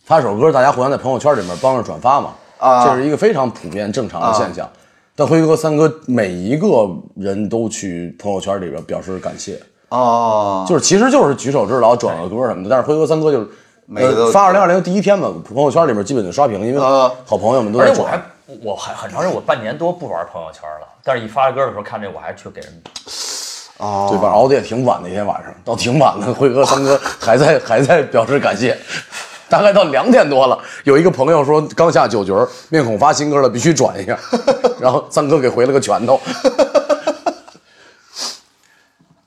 Speaker 2: 发首歌，大家互相在朋友圈里面帮着转发嘛，
Speaker 3: 啊
Speaker 2: 这是一个非常普遍正常的现象。但辉哥和三哥每一个人都去朋友圈里边表示感谢，
Speaker 3: 哦，
Speaker 2: 就是其实就是举手之劳转个歌什么的。但是辉哥三哥就是。
Speaker 3: 每个都
Speaker 2: 呃发二零二零第一天嘛，朋友圈里面基本就刷屏，因为
Speaker 3: 啊
Speaker 2: 好朋友们都
Speaker 4: 而
Speaker 2: 在
Speaker 4: 且我
Speaker 2: 转。
Speaker 4: 还我还很长时间，我半年多不玩朋友圈了，但是一发歌的时候看这，我还去给人
Speaker 2: 对吧？熬的也挺晚的，那天晚上到挺晚的，辉哥、三哥还在还在表示感谢， (laughs) 大概到两点多了，有一个朋友说刚下九局儿，面孔发新歌了，必须转一下， (laughs) 然后三哥给回了个拳
Speaker 3: (laughs)
Speaker 2: 头，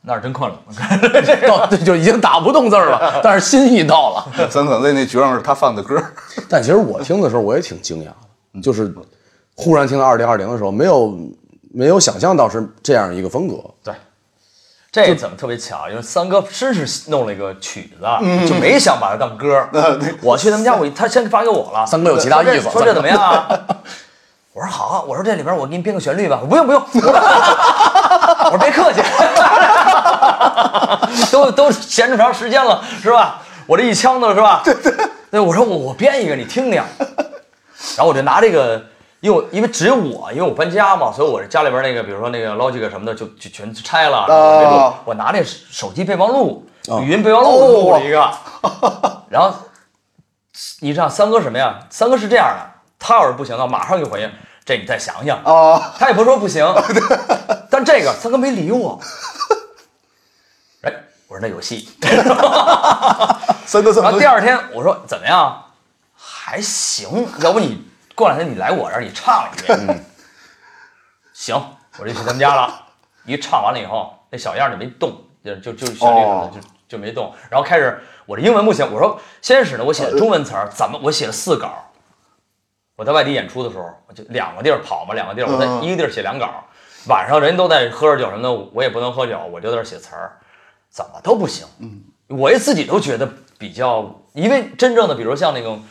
Speaker 4: 那是真困了。 (laughs)
Speaker 2: 到这就已经打不动字儿了，但是心意到了。
Speaker 3: 三可泪那局上是他放的歌，
Speaker 2: 但其实我听的时候我也挺惊讶的，
Speaker 4: 嗯
Speaker 2: 就是忽然听到二零二零的时候，没有没有想象到是这样一个风格，
Speaker 4: 对，这怎么特别巧？因为三哥真是弄了一个曲子，啊
Speaker 2: 嗯
Speaker 4: 就没想把它当歌儿。我去他们家，我他先发给我了。
Speaker 2: 三哥有其他
Speaker 4: 说这
Speaker 2: 意思
Speaker 4: 说这怎么
Speaker 2: (laughs)
Speaker 4: 样啊？我说好，我说这里边我给你编个旋律吧。不用不用， (laughs) 我说我说别客气， (laughs) 都都闲这么长时间了是吧？我这一腔子是吧？对对我说我我编一个你听听，然后我就拿这个，因为我因为只有我，因为我搬家嘛，所以我这家里边那个，比如说那个 Logic 什么的，就就全拆了。然后我这录我拿那手机备忘录，语音备忘录录了一个，然后你知道三哥什么呀？三哥是这样的，他要是不行的，马上就回应，这你再想想
Speaker 3: 啊。
Speaker 4: 他也不说不行，但这个三哥没理我。哎，我说那有戏。
Speaker 3: 三哥这么
Speaker 4: 然后
Speaker 3: 多
Speaker 4: 第二天我说怎么样？还行，要不你过两天你来我这儿你唱一遍。行，我就去他们家了。一唱完了以后，那小样儿就没动，就就就旋律什么
Speaker 3: 哦
Speaker 4: 的就就没动。然后开始我这英文不行，我说先是呢，我写
Speaker 3: 呃
Speaker 4: 的中文词儿，怎么我写了四稿。我在外地演出的时候，我就两个地儿跑嘛，两个地儿，我在
Speaker 3: 嗯
Speaker 4: 一个地儿写两稿。晚上人都在喝着酒什么的，我也不能喝酒，我就在那儿写词儿，怎么都不行。
Speaker 3: 嗯
Speaker 4: 我也自己都觉得比较，因为真正的，比如像那种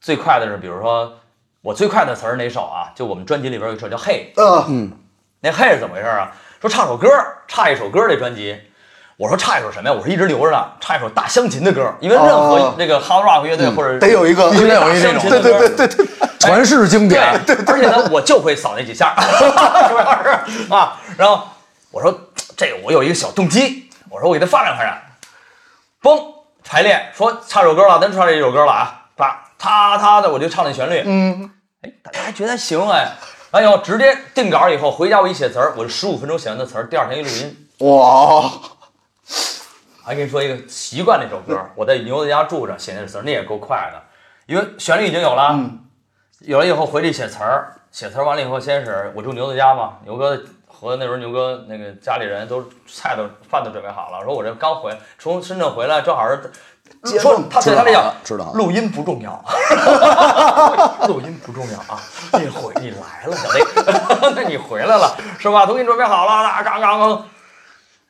Speaker 4: 最快的是，比如说我最快的词儿是哪首啊？就我们专辑里边有一首叫《嘿》，
Speaker 3: 嗯，
Speaker 4: 那嘿是怎么回事啊？说唱首歌，差一首歌这专辑。我说差一首什么呀？我是一直留着呢，差一首大湘琴的歌，因为任
Speaker 3: 哦
Speaker 4: 何那个 hard rock 乐队或者
Speaker 3: 得有一个，
Speaker 2: 应该有一这
Speaker 4: 大湘
Speaker 2: 种
Speaker 4: 琴
Speaker 3: 对
Speaker 4: 的歌，哎
Speaker 3: 对对对对，
Speaker 2: 传世经典。
Speaker 4: 对，而且呢，我就会扫那几 (laughs) 下，主要是啊。然后我说这我有一个小动机，我说我给他发展发展，嘣排练说唱首歌了，咱唱这一首歌了啊，啪他他的我就唱那旋律，
Speaker 3: 嗯，
Speaker 4: 哎，大家还觉得还行哎，哎呦，直接定稿以后回家我一写词儿，我十五分钟写完的词儿，第二天一录音。
Speaker 3: 哇，
Speaker 4: 还跟你说一个习惯那首歌，我在牛子家住着写那词儿，那也够快的，因为旋律已经有了，有了以后回去写词儿，写词儿完了以后，先是我住牛子家嘛，牛哥和那时候牛哥那个家里人都菜都饭都准备好了，说我这刚回从深圳回来，正好是说他对他那
Speaker 2: 知道
Speaker 4: 叫
Speaker 2: 了知道啊了
Speaker 4: 录音不重要， (laughs) 录音不重要啊，你回你来 (laughs) 了，小雷，哎那你回来了是吧？都给你准备好了，那刚刚刚。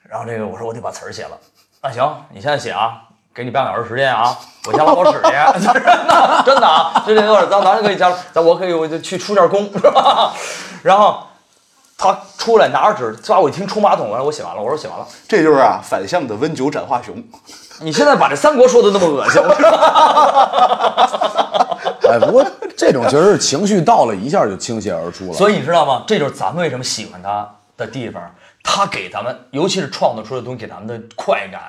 Speaker 4: 然后这个我说我得把词儿写了，那行，你现在写啊，给你半个小时时间啊，我先拉泡 (laughs) 屎去，真的真的啊，这这有点脏，咱就可以加，咱我可以我就去出点工，是吧？然后他出来拿着纸，抓我一听冲马桶，完了我写完了，我说写完了，
Speaker 3: 这就是啊，反向的温酒斩华雄，
Speaker 4: 你现在把这三国说的那么恶心，
Speaker 2: 哎，不过这种确实是情绪到了一下就倾泻而出了。
Speaker 4: 所以你知道吗？这就是咱们为什么喜欢他的地方，他给咱们，尤其是创作出的东西给咱们的快感，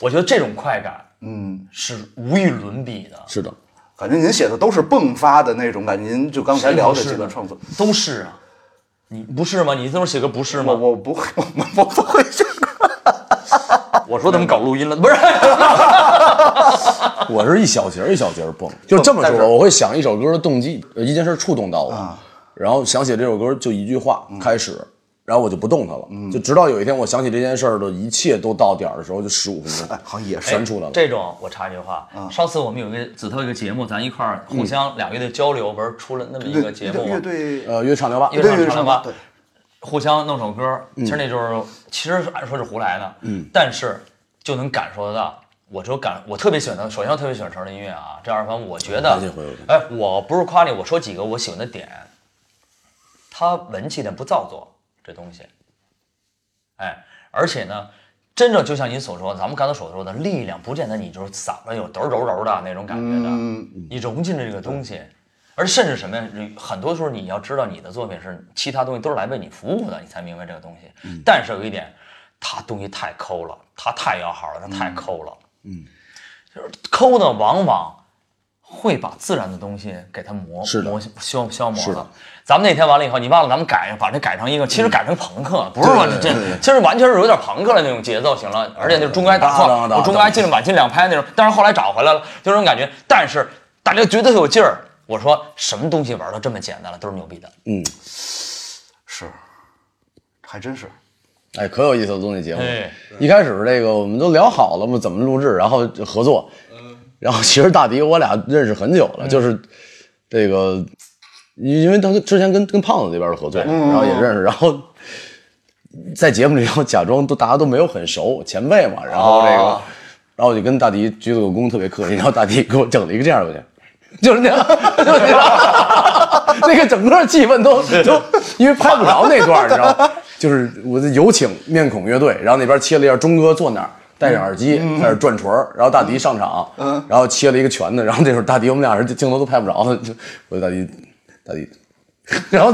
Speaker 4: 我觉得这种快感，嗯，是无与伦比的。
Speaker 2: 是的，
Speaker 3: 感觉您写的都是迸发的那种感觉，您就刚才聊的几个创作，
Speaker 4: 都是啊，你不是吗？你这么写歌不是
Speaker 3: 我
Speaker 4: 吗？
Speaker 3: 我不会，我我不会这个，
Speaker 4: 我说怎么搞录音了？ (laughs) 哎不是，
Speaker 2: 我是一小节儿一小节儿蹦，就这么说吧，我会想一首歌的动机，呃一件事触动到
Speaker 4: 啊
Speaker 2: 我，然后想写这首歌就一句话
Speaker 4: 嗯
Speaker 2: 开始，然后我就不动它了，就直到有一天我想起这件事儿的一切都到点儿的时候，就十五
Speaker 4: 哎
Speaker 2: 分钟
Speaker 3: 好像也是
Speaker 2: 全出来了。
Speaker 4: 这种我插一句话，上次我们有一个子特一个节目，咱一块儿互相俩乐队交流，不是出了那么一个节目吗
Speaker 3: 乐？队，
Speaker 2: 呃，约唱聊吧，
Speaker 4: 乐
Speaker 3: 对对
Speaker 4: 队唱
Speaker 3: 对
Speaker 4: 的吧
Speaker 3: 对，
Speaker 4: 互相弄首歌，其实那就是其实按说是胡来的，嗯，但是就能感受得到。我就感我特别喜欢他，首先我特别喜欢成人音乐啊，这样反正我觉得
Speaker 2: 嗯这回我就，
Speaker 4: 哎，我不是夸你，我说几个我喜欢的点，他文气的不造作这东西，哎，而且呢，真正就像您所说，咱们刚才所说的力量，不见得你就是嗓子有抖抖抖的那种感觉的，
Speaker 2: 嗯
Speaker 4: 你融进了这个东西，而甚至什么呀？很多时候你要知道，你的作品是其他东西都是来为你服务的，你才明白这个东西。
Speaker 2: 嗯
Speaker 4: 但是有一点，他东西太抠了，他太要好了，他太抠了，嗯，就是抠的往往。会把自然的东西给它磨
Speaker 2: 是的
Speaker 4: 磨消消磨
Speaker 2: 是的嗯
Speaker 4: 了。咱们那天完了以后，你忘了咱们改把这改成一个，其实改成朋克，不是说这这，其实完全是有点朋克的那种节奏型了，而且就是中间打
Speaker 2: 当当
Speaker 4: 晃，
Speaker 2: 当
Speaker 4: 我中间进了晚进两拍那种，但是后来找回来了，就这种感觉。但是大家觉得有劲儿，我说什么东西玩到这么简单了，都是牛逼的。
Speaker 3: 是，还真是。
Speaker 2: 哎，可有意思了，综艺节目
Speaker 4: 哎。
Speaker 2: 一开始这个我们都聊好了嘛，怎么录制，然后就合作。然后其实大迪我俩认识很久了，就是这个，因因为他之前跟跟胖子那边的合作，然后也认识，然后在节目里头假装都大家都没有很熟，前辈嘛，然后这个，然后我就跟大迪鞠了个躬，特别客气，然后大迪给我整了一个这样的东西，就是那样，就是那样，那个整个气氛都都因为拍不着那段儿，你知道吗？就是我的有请面孔乐队，然后那边切了一下钟哥坐那儿。戴着耳机在那儿转锤儿，然后大迪上场，嗯然后切了一个拳头，然后这时候大迪我们俩人镜头都拍不着了，就我就大迪，大迪， (laughs) 然后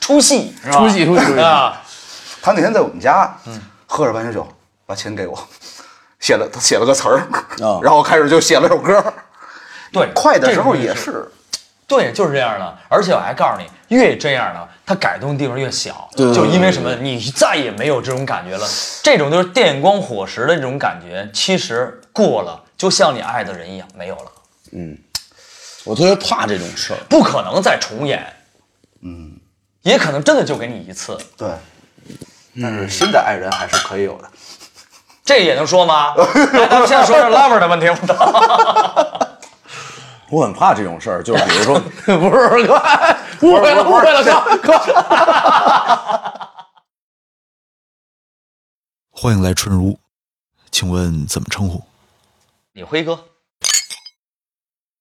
Speaker 4: 出戏是吧？
Speaker 2: 出戏出戏 (laughs) 出戏
Speaker 4: 啊！
Speaker 3: 他那天在我们家，喝着半瓶酒，把钱给我，写了他写了个词儿，
Speaker 2: 啊
Speaker 3: 然后开始就写了首歌。
Speaker 4: 对，
Speaker 3: 快的时候
Speaker 4: 这种
Speaker 3: 也，
Speaker 4: 就是对，就是这样的。而且我还告诉你，越这样的，它改动的地方越小，就因为什么，你再也没有这种感觉了。这种就是电光火石的这种感觉，其实过了，就像你爱的人一样，没有了，
Speaker 2: 我特别怕这种事儿。
Speaker 4: 不可能再重演。嗯，也可能真的就给你一次，
Speaker 3: 对。但是新的爱人还是可以有的。
Speaker 4: 这也能说吗？哎咱们现在说这 lover 的问题，我操！
Speaker 2: 我很怕这种事儿，就是比如
Speaker 3: (laughs)
Speaker 2: 说，不是哥，误会了，误
Speaker 4: (laughs)
Speaker 2: 会了，哥哥。
Speaker 7: 欢迎来春如，请问怎么称呼？
Speaker 4: 李辉哥，